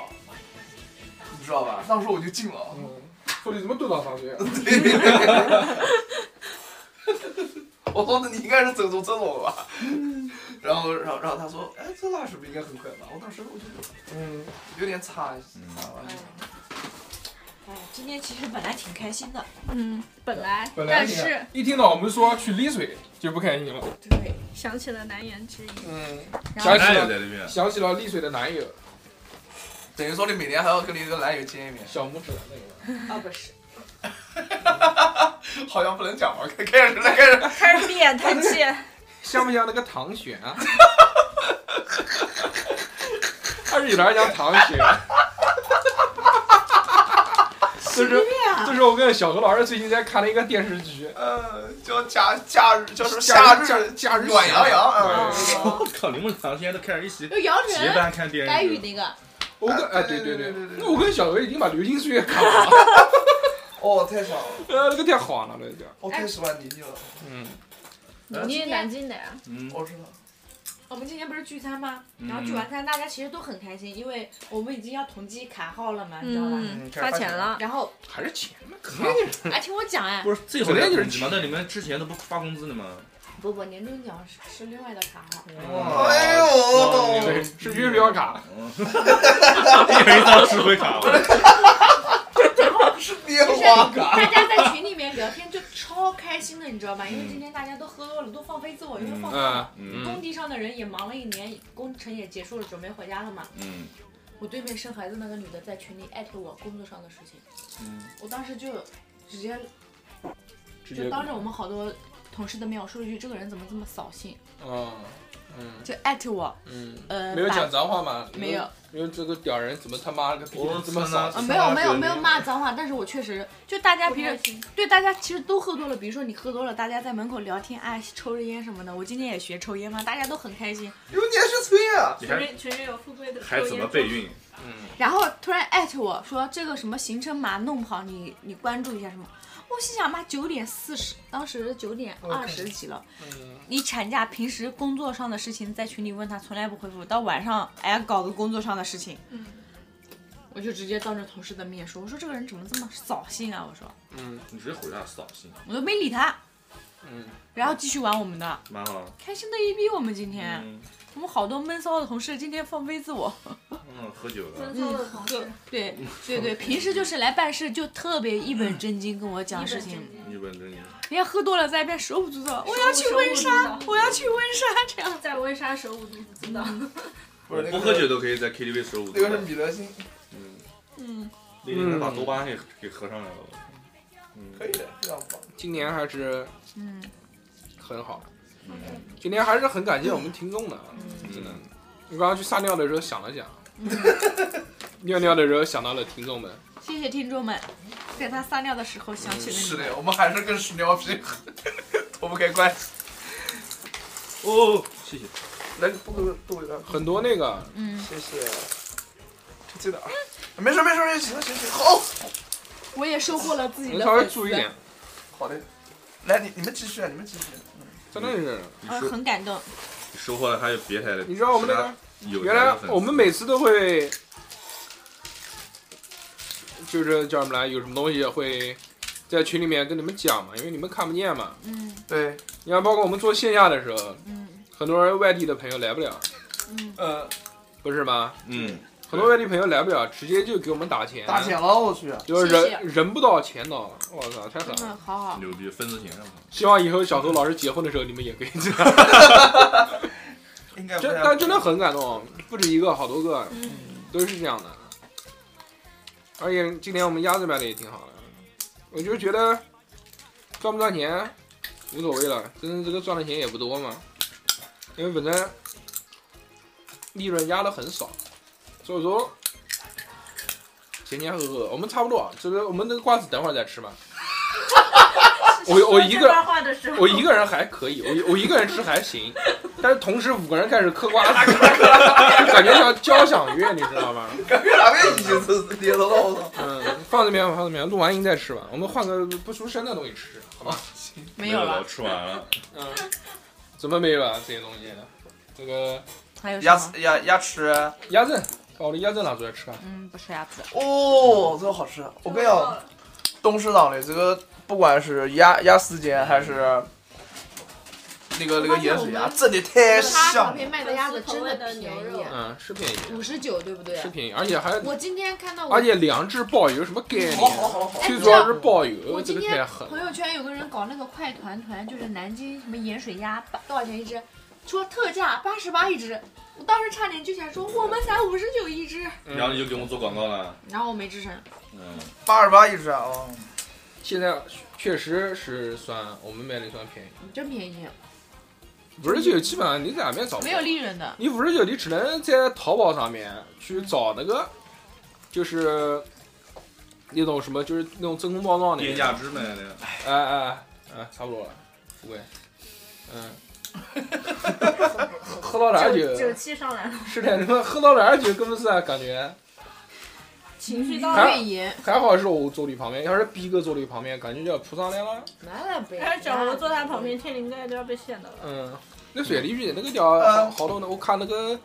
S1: 你知道吧？当时我就惊了，
S2: 嗯，说你怎么都到撒腿啊？
S1: 我说你应该是走出这种吧，然后然后然后他说，哎，这拉屎不应该很快吗？我当时我就
S2: 嗯，
S1: 有点差，
S4: 嗯
S1: 差完就
S6: 哎，今天其实本来挺开心的，
S5: 嗯，本来，
S2: 本来
S5: 但
S2: 你看
S5: 是
S2: 一听到我们说去丽水就不开心了。
S6: 对，
S5: 想起了难言之隐，
S2: 嗯，
S4: 奶
S2: 想起
S4: 奶也
S2: 了
S4: 在啊那边，
S2: 想起了丽水的男友
S1: 等于说你每年还要跟你一个男友见一面，
S2: 小拇指的那个，
S6: 啊不是，
S1: 好像不能讲 了，开开始了，开始了，
S5: 开始闭眼 叹气。
S2: 像不像那个唐璇啊？他是有点像唐啊璇。 这是这是我跟小何老师最近在看的一个电视剧，
S1: 呃，叫假假日，叫什么
S2: 夏
S1: 夏
S2: 日
S1: 日
S2: 夏日
S1: 暖洋洋啊，
S6: 哦
S4: 我靠，你们俩现在都开始一起
S6: 有姚
S4: 结
S6: 晨，
S4: 伴看电
S6: 该
S4: 视
S6: 语
S4: 剧。
S6: 那个，
S2: 我跟哎
S1: 哎
S2: 对
S1: 对
S2: 对
S1: 对
S2: 对
S1: 对对，对
S2: 那我跟小何已经把《流星岁月》看完了，
S1: 哦，太爽了，
S2: 呃，那个太好了，那个，
S1: 我太喜欢妮妮了，
S2: 嗯，
S4: 嗯
S5: 你南京的呀？
S4: 嗯，
S1: 我知道，
S6: 我们今天不是聚餐吗？
S4: 嗯
S6: 然后聚完餐，大家其实都很开心，因为我们已经要统计卡号了嘛，你知道吧？
S5: 嗯，
S1: 开始
S5: 发
S1: 发钱
S5: 钱了，
S6: 然后，
S2: 还是钱嘛，肯定
S4: 定
S6: 哎，听我讲哎，
S4: 不是这回来就是吗？那你们之前都不发工资的 吗？
S6: 不不，年终奖是是另外的卡号。
S1: 哎呦
S4: 哦
S2: 嗯对，是月票卡，
S4: 嗯，有一张智慧卡吧。
S1: 是电
S6: 就是
S1: 话卡，
S6: 大家在群里面聊天就超开心的，你知道吧？因为今天大家都喝多了，都放飞自我，因为放松
S2: 嗯
S6: 了。工
S2: 嗯，
S6: 地上的人也忙了一年，工程也结束了，准备回家了嘛。
S4: 嗯
S6: 我对面生孩子那个女的在群里艾特我工作上的事情，
S4: 嗯，
S6: 我当时就直接
S2: 直
S6: 就
S2: 接
S6: 当着我们好多同事的面，我说了一句：“这个人怎么这么扫兴
S2: 啊，嗯？”
S6: 就艾特我，
S2: 嗯，
S6: 呃，
S2: 没有
S6: 打
S2: 讲脏话吗？
S6: 没有，
S2: 因为这个屌人怎么他妈了个逼
S4: 我
S2: 这么骚
S4: 操呢
S6: 啊，没有没有没有骂脏话，但是我确实就大家平时对大家其实都喝多了，比如说你喝多了，大家在门口聊天，哎，抽着烟什么的。我今天也学抽烟嘛，大家都很开心。
S1: 有点是吹啊，
S4: 你
S5: 群
S4: 还
S5: 里群里有富贵的
S4: 还怎么备孕？
S2: 嗯，
S6: 然后突然艾特我说这个什么行程码弄不好，你你关注一下什么。我心想妈九点四十，当时九点二十几了。
S2: 嗯，
S7: 你产假平时工作上的事情在群里问他，从来不回复，到晚上哎呀搞个工作上的事情，
S6: 我就直接当着同事的面说：“我说这个人怎么这么扫兴啊！”我说
S2: 嗯
S4: 你直接回他扫兴，
S6: 我都没理他，
S2: 嗯，
S6: 然后继续玩我们的，
S4: 蛮好。
S6: 开心的一逼。我们今天、
S4: 嗯
S6: 我们好多闷骚的同事今天放飞自我，
S4: 嗯，喝酒了，
S7: 工作的同
S5: 嗯
S7: 事，
S6: 对对对，平时就是来办事就特别一本正经跟我讲事
S7: 一
S6: 情，
S7: 本正
S4: 一本正经。
S6: 人家喝多了在一边手舞足蹈，我要去
S5: 手舞足
S6: 温莎
S5: 蹈，
S6: 我要去温莎这样。
S5: 在温莎手舞足蹈，
S1: 不
S4: 我
S1: 是那个
S4: 不喝酒都可以在 KTV 十五
S1: 那个是米德星，
S4: 嗯，
S5: 嗯，
S4: 那天把多巴胺给给喝上来了。
S1: 可
S4: 嗯，
S1: 以的，非常棒。
S2: 今年还是
S6: 嗯，
S2: 很好，今年还是很感谢我们听众的，真的。我刚刚去撒尿的时候想了 想，尿尿的时候想到了听众们，
S6: 谢谢听众们，在他撒尿的时候想起了
S1: 嗯是
S6: 你。
S1: 的，我们还是跟屎尿屁脱不开关系。
S4: 哦，谢谢。
S1: 来，不给我多给他，
S2: 很多那个
S6: 嗯，
S1: 谢谢。这记得啊，没事没事没事，行行行，好
S6: 我也收获了自己
S2: 能
S6: 的
S2: 稍微
S6: 粉
S2: 注
S6: 丝
S2: 意。点，
S1: 好的。来，你你们继续啊，你们继续。
S2: 真的是。
S4: 你
S7: 呃，
S4: 收
S7: 很感动。
S4: 你收获了还有别台的，
S2: 你知道我们那个
S4: 有
S2: 原
S4: 台
S2: 来
S4: 的粉丝
S2: 我们每次都会，就是叫什么来，有什么东西会在群里面跟你们讲嘛，因为你们看不见嘛。
S7: 嗯
S1: 对，
S2: 你看，包括我们做线下的时候，
S7: 嗯
S2: 很多人外地的朋友来不了，
S7: 嗯，
S1: 呃，
S2: 不是吗？
S4: 嗯，
S2: 很多外地朋友来不了，直接就给我们打钱，
S1: 打钱，了，我去。
S2: 就是
S6: 谢
S2: 人
S6: 谢嗯
S2: 人不到钱到，我操，太狠
S6: 真
S2: 了！
S6: 的好好，
S4: 牛逼，分子钱上
S2: 希望以后小何老师结婚的时候，你们也可以 这样。
S1: 应该不
S2: 真
S1: 太
S2: 但真的很感动，不止一个，好多个，
S6: 嗯
S2: 都是这样的。而且今年我们鸭子卖的也挺好的，我就觉得赚不赚钱无所谓了，真正这个赚的钱也不多嘛，因为本身利润压的很少，所以说前前后后我们差不多，啊这个我们这个瓜子等会儿再吃嘛。我我一个
S7: 话的 时
S2: 我一个人还可以，我我一个人吃还行，但是同时五个人开始嗑瓜子，感觉像交响乐，你知道吗？
S1: 感觉哪个已经是跌了，我操！
S2: 嗯，放这边，放这边，录完音再吃吧。我们换个不出声的东西吃，好吧？
S6: 没有了，，
S4: 吃完了，
S2: 嗯，怎么没有啊？这些东西，这个
S7: 还有什
S1: 鸭
S7: 么？
S1: 子鸭鸭翅，
S2: 鸭胗，把我的鸭胗拿出来吃吧。
S7: 嗯，不是鸭子，
S1: 哦，这个好吃。我跟你讲，东市场的这个，不管是鸭鸭丝煎还是那个那个盐水鸭，真的太
S6: 他
S1: 香
S6: 小
S1: 了。
S6: 平卖的鸭子真的便宜，啊
S2: 嗯，是便宜，
S6: 五十九对不对
S2: 是？便宜，而且还
S6: 我今天看到我
S2: 而且两只鲍鱼什么概念
S1: 好？好好好，
S2: 最主要是鲍鱼，
S6: 我
S2: 这
S6: 今
S2: 个
S6: 天
S2: 太狠
S6: 朋
S2: 了。
S6: 友圈有个人搞那个快团团，就是南京什么盐水鸭，八多少钱一只？说特价八十八一只，我当时差点就想说我们才五十九一只，
S2: 嗯
S4: 然后你就给我们做广告了。
S6: 然后我没吱声。
S4: 嗯，
S1: 八十八一只啊！哦
S2: 现在确实是算我们卖的算便宜。
S6: 真便宜，
S2: 五十九基本上你在哪边找不到
S7: 没有利润的。
S2: 你五十九，你只能在淘宝上面去找那个，就是那种什么，就是那种真空包装的。
S4: 店价。之买的，
S2: 哎哎哎，差不多了，不贵。嗯。 喝到哪儿酒？
S5: 酒气上来了，
S2: 是的，他妈喝到哪儿酒，根本是啊，感觉
S6: 情绪
S2: 还
S6: 越严，
S2: 还好是我坐你旁边，要是逼哥坐你旁边，感觉就要扑上来了。
S6: 来了呗。
S5: 但是小猴坐他旁边，天灵盖都要被陷到了。
S2: 嗯，那水利剧那个叫好好多呢，我看那个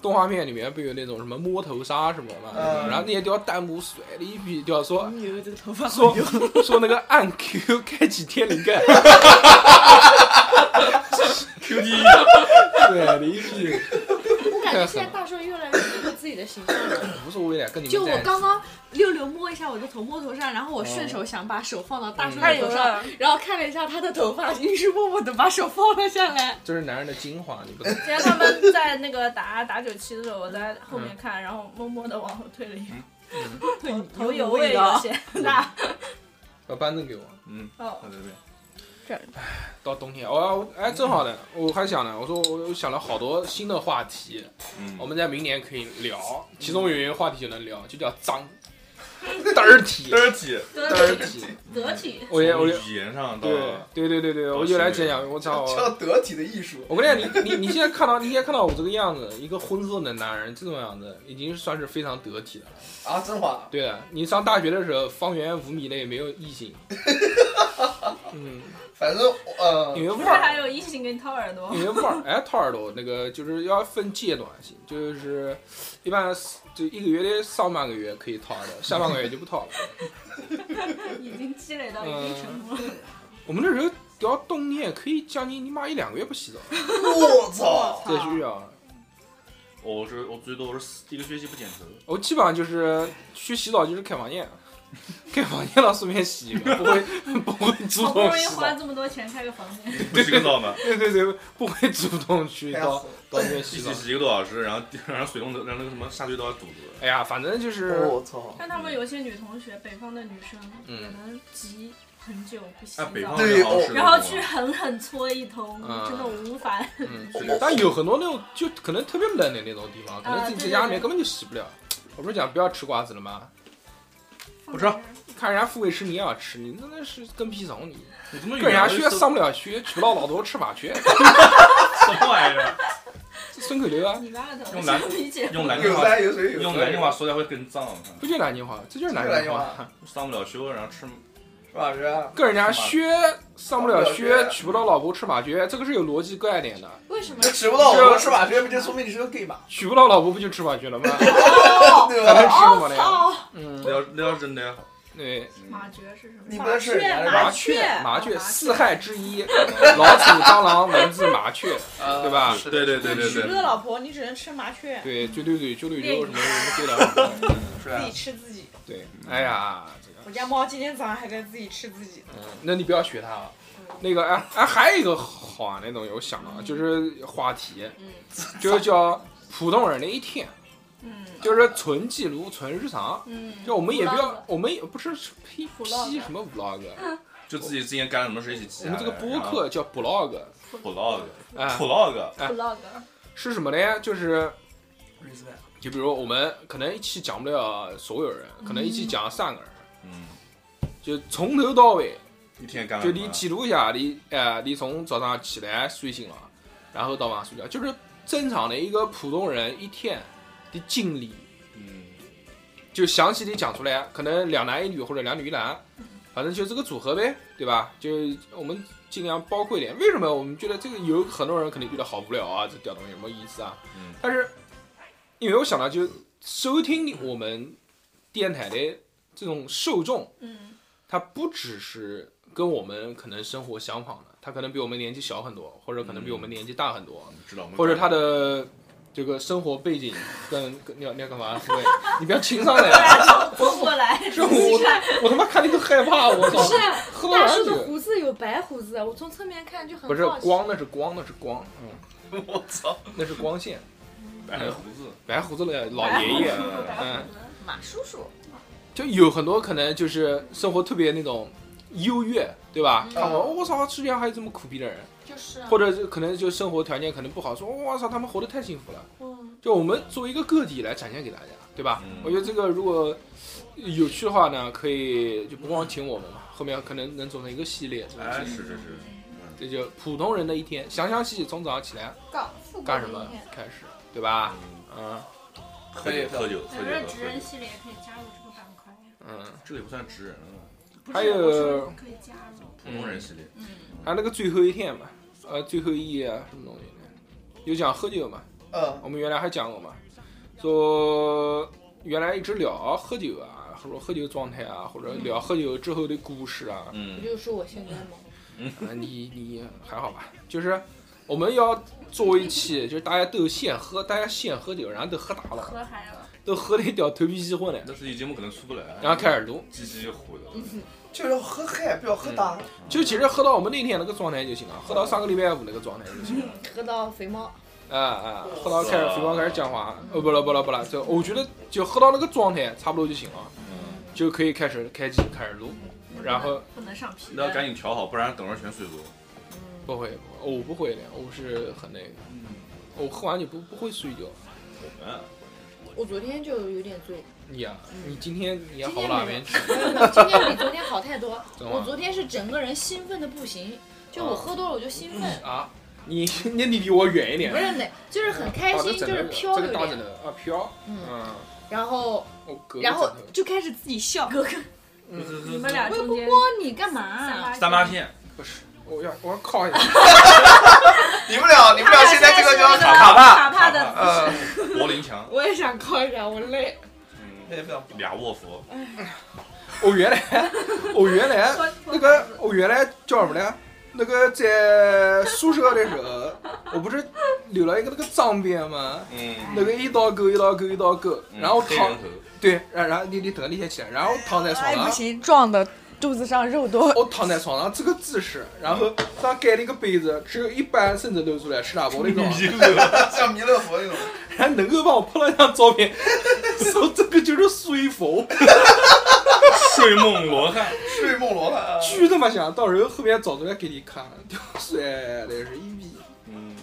S2: 动画片里面不有那种什么摸头杀什么嘛，
S1: 嗯
S2: 然后那些叫弹幕甩了一笔，叫说
S6: 牛，这个头发
S2: 说说那 个按 Q 开启天灵盖，Q D 对离屁
S6: 我感觉 现在大帅越来越有自己的形象了。
S2: 无所谓的，跟你们
S6: 就
S2: 在
S6: 我
S2: 一起
S6: 刚刚溜溜摸一下我的头摸头上，然后我顺手想把手放到大帅的头上，
S5: 了，
S6: 然后看了一下他的头发，于是默默的把手放了下来。
S2: 这是男人的精华，你不懂。
S5: 今天他们在那个打打九七的时候，我在后
S2: 嗯
S5: 面看，然后默默的往后退了一步， 头有味有
S6: 道。
S5: 些 大。
S2: 把扳正给我，
S4: 嗯，
S5: 哦，
S4: 对对，
S2: 到冬天，哦哎，正好呢，我还想呢，我说我想了好多新的话题，
S4: 嗯，
S2: 我们在明年可以聊，其中有一个话题就能聊，就叫脏。 dirty
S4: dirty，
S2: dirty。
S5: 得体，
S2: 我也我也
S4: 从语言上到
S2: 对对对对对，我就来讲讲， 我操！
S1: 叫得体的艺术。
S2: 我跟你讲，你你你现在看到你现在看到我这个样子，一个婚后的男人这种样子，已经算是非常得体的了。
S1: 啊，真话，
S2: 对的，你上大学的时候，方圆五米内没有异性。嗯，
S1: 反正呃
S2: 因，为
S5: 不
S2: 腕
S5: 是还
S2: 儿，
S5: 有异性给你掏耳朵？
S2: 因为腕儿，哎，掏耳朵那个就是要分阶段性，就是一般就一个月的上半个月可以掏耳朵，下半个月就不掏了。
S5: 已经积累到一定程度了。
S2: 我们那时候聊冬天可以将近你妈一两个月不洗澡，
S1: 我操，
S2: 在学校，啊
S4: 我是我最多我是一个学期不剪头，
S2: 我基本上就是去洗澡就是开房间， 开房间了顺便洗一个，不会不会主
S5: 好不
S2: 动
S5: 容易
S2: 洗
S5: 花
S2: 澡，
S5: 这么多钱开个房间，
S4: 不洗个澡吗？
S2: 对对对，不会主动去
S1: 太
S2: 到
S1: 狠
S2: 到那边洗
S4: 洗
S2: 澡
S4: 洗。洗一个多小时，然后然后水龙头让那个什么下水道堵住，
S2: 哎呀，反正就是
S1: 我操，
S5: 但他们有些女同学，北方的女生
S2: 嗯
S5: 可能急很久不洗
S4: 哎，
S5: 澡，
S4: 北方
S1: 对
S4: 人好像是
S5: 然后去狠狠搓一通，
S2: 嗯
S5: 真的无法。
S2: 嗯
S4: 是的，
S2: 但有很多那种就可能特别冷的那种地方，可能
S5: 啊
S2: 自己
S5: 对对
S2: 在家里面
S5: 对
S2: 根本就洗不了。我不是讲不要吃瓜子了吗？
S5: 不
S4: 知道
S2: 看人家富贵吃，你也要吃，你那那是跟屁虫，你
S4: 你怎么
S2: 跟人家学
S4: 什
S2: 上不了学，娶不到老头吃法学，
S4: 么玩意儿？
S2: 这顺口溜啊，
S5: 你妈的，
S4: 用
S5: 我
S4: 蓝
S5: 想理解。
S4: 用南京
S1: 有
S4: 话，
S1: 山有水有山，
S4: 用南京话说起来会更脏，啊
S2: 不就南京话，这就是
S1: 这个
S2: 南
S1: 来
S2: 京
S1: 用
S2: 话。
S1: 啊，
S4: 上不了修，然后吃
S1: 是吧？是吧？
S2: 跟人家学上不了
S1: 上不了
S2: 学，
S1: 学
S2: 娶不到老婆吃马爵，这个是有逻辑概念 的。
S6: 为什么
S1: 你吃不到我吃马靴，不就说明你是个 gay 嘛？
S2: 娶不到老婆不就吃马 爵了吗？
S1: 对
S2: 咱能吃
S1: 吧？
S2: 什么呢？嗯，
S4: 那要那要真的，
S2: 对，
S5: 哦马爵是什么？
S1: 你不能吃人家的
S2: 麻
S1: 吧？
S2: 雀，哦麻雀
S5: 麻雀
S2: 四害之一， 老鼠、蟑螂、蚊子、麻雀，对吧？
S4: 对对对对
S7: 娶不
S4: 对，
S7: 到老婆，你只能吃麻雀，
S2: 对，啊九六九九六九什么什么对的，
S1: 是
S7: 自
S1: 啊吧
S7: 己？吃自己。
S2: 对，哎呀，这个，
S7: 我家猫今天早上还在自己吃自己。
S2: 嗯那你不要学他啊。
S5: 嗯
S2: 那个哎哎，还有一个好玩的东西，我想了，就是话题，
S7: 嗯
S2: 就是叫普通人的一天，
S5: 嗯
S2: 就是纯记录、纯日常。
S5: 嗯，
S2: 就我们也不
S5: vlog
S2: 要，我们也不是是 P
S5: Vlog
S2: P 什么 vlog，
S4: 就自己之前干了什么事一起
S2: 我
S4: 记下来。
S2: 们这个播客叫 blog，
S4: vlog
S2: 哎，
S4: vlog，
S2: 哎
S5: vlog，
S2: 是什么呢？就是
S1: ，respect
S2: 就比如我们可能一期讲不了所有人，可能一期讲三个人，
S4: 嗯，
S2: 就从头到尾，
S4: 一天干了
S2: 就
S4: 什么
S2: 你记录一下，你哎，你从早上起来睡醒了，然后到晚上睡觉，就是正常的一个普通人一天的经历，
S4: 嗯，
S2: 就详细的讲出来，可能两男一女或者两女一男，反正就这个组合呗，对吧？就我们尽量包括一点。为什么我们觉得这个有很多人可能觉得好无聊啊，这屌东西有没有意思啊？
S4: 嗯
S2: 但是因为我想到，就收听我们电台的这种受众，
S5: 嗯，
S2: 他不只是跟我们可能生活相仿的，他可能比我们年纪小很多，或者可能嗯比我们年纪大很多，
S4: 知道吗？
S2: 或者他 的这个生活背景跟跟你要你要干嘛？各位你不要情商来啊。
S5: 拨 过来，
S2: 这我我他妈看你都害怕，我操！
S6: 不是啊
S2: 喝
S6: 大
S2: 完
S6: 叔
S2: 酒
S6: 的胡子有白胡子，啊我从侧面看就很
S2: 不是
S6: 好奇
S2: 光，那是光，那是光，嗯，
S4: 我操，
S2: 那是光线，
S4: 白胡子，哎
S2: 白胡子的老爷爷，嗯，
S6: 马叔叔，
S2: 就有很多可能就是生活特别那种优越，对吧？
S6: 嗯
S2: 看我，我操，世界上还有这么苦逼的人，
S6: 就是啊
S2: 或者就可能就生活条件可能不好，说我操，他们活得太幸福了。
S6: 嗯
S2: 就我们作为一个个体来展现给大家，对吧？
S4: 嗯
S2: 我觉得这个如果有趣的话呢，可以就不光请我们嘛，后面可能能做成一个系列，这种系
S4: 哎，
S2: 列
S4: 是是是，
S2: 这就普通人的一天，详详细细从早上起来
S6: 搞复古
S2: 干什么
S6: 的一天
S2: 开始，对吧？
S4: 嗯，
S2: 嗯
S4: 喝酒喝酒喝
S5: 整个职
S4: 酒喝
S5: 人
S4: 酒，
S5: 系列也可以加入这个板块呀，
S2: 嗯，
S4: 这个也不算职人了，
S5: 不
S2: 还
S5: 是
S2: 有
S5: 我说可以加入，
S4: 普通人系列，
S2: 还有啊那个最后一天嘛，呃，最后一夜啊，什么东西的，有讲喝酒嘛，
S1: 嗯，
S2: 我们原来还讲过嘛，说原来一直聊喝酒啊，或者喝酒状态啊，或者聊喝酒之后的故事啊，
S6: 不
S4: 嗯，
S6: 就是说我现在吗？
S2: 啊你你还好吧？就是我们要做一期，就是大家都现喝，大家现喝酒，然后都喝大了，
S5: 喝嗨了，
S2: 都喝的屌头皮吸昏了，
S4: 那自己节目可能出不来，啊
S2: 然后开始录。
S4: 唧唧虎的，
S1: 就是要喝嗨，不要喝大。
S2: 就其实喝到我们那天那个状态就行了，喝到上个礼拜五那个状态就行了。
S6: 喝到肥猫，
S2: 啊啊，喝到开始肥猫开始讲话，哦不了不了不了，就我觉得就喝到那个状态差不多就行了，
S4: 嗯，
S2: 就可以开始开机开始录，
S6: 嗯
S2: 然后
S5: 不能上皮
S4: 那要赶
S5: 的，
S4: 紧调好，不然等会儿全睡着。
S2: 不会，我不嗯
S4: 嗯
S2: 会的，我是很那个，我喝完酒不不会睡觉，
S4: 我们，
S6: 我昨天就有点醉，
S2: 你呀，
S6: 嗯
S2: 你今天你也
S6: 今
S2: 好
S6: 天
S2: 不到哪
S6: 没有
S2: 边去？
S6: 没有没有今天比昨天 好太多。
S2: 怎么
S6: 我昨天是整个人兴奋的不行，就
S2: 哦
S6: 我喝多了我就兴奋，
S2: 啊，你那你离我远一点。
S6: 不是那，就是很开
S2: 哦
S6: 心，
S2: 这
S6: 就
S2: 枕头
S6: 是飘
S2: 这
S6: 有
S2: 个大枕
S6: 点，
S2: 头啊飘，
S6: 嗯，
S2: 嗯，
S6: 然后
S2: 我隔个
S6: 然后
S2: 枕头
S6: 就开始自己笑。哥哥，
S5: 你们俩中间
S6: 你干嘛啊？
S4: 嗯三八线，
S2: 不是，我要我要靠一下。
S1: 你们俩，你们俩现在这个叫
S5: 卡
S1: 卡
S5: 帕
S1: 帕，
S5: 卡帕的，
S1: 呃，
S4: 柏林墙，
S6: 我也想啊靠一下，我累。
S1: 那
S4: 嗯，
S1: 也非常棒。
S4: 俩卧佛，
S2: 我原来，我原来那个，我原来叫什么呢？那个在宿舍的时候，我不是留了一个那个脏辫吗？
S4: 嗯，
S2: 那个一刀割，一刀割，一刀割，
S4: 嗯
S2: 然后
S4: 黑
S2: 躺
S4: 人头，
S2: 对，然然后你你等你先起来，然后躺在床
S7: 哎，不
S2: 上，
S7: 行，撞的肚子上肉多。
S6: 哦
S2: 我躺在床上这个姿势，然后上盖了一个被子，只有一半身子露出来，吃大包的那种，
S1: 像弥勒佛那种，
S2: 还能够帮我拍了一张照片， 说这个就是睡佛，
S4: 睡梦罗汉，
S1: 睡梦罗汉。
S2: 巨他妈想，到时候后面找出来给你看，屌帅的是一逼。
S4: 嗯，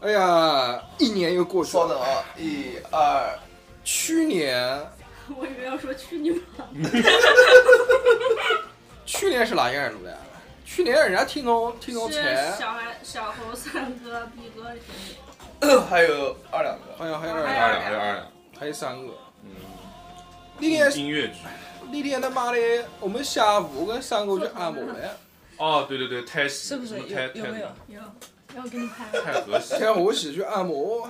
S2: 哎呀，一年又过去
S1: 稍
S2: 了。
S1: 等啊，一二，
S2: 去年，
S5: 我以为要说去你妈！
S2: 去年是哪一个人录的？去年人家听众听众
S5: 是
S2: 才，
S5: 小孩小猴三哥、逼哥的兄弟，
S1: 还有二两个。
S2: 好像还有二
S4: 嗯二
S2: 两，
S4: 两还有二两，
S2: 还有三个。
S4: 嗯，
S2: 那天
S4: 音乐剧，
S2: 那天他妈的，我们下午跟三哥去按摩了，
S4: 哦，对对对，太是
S7: 不是有
S4: 太
S7: 有没有
S4: 太
S5: 有，要给你拍。
S4: 太和谐，
S2: 带我一起去按摩。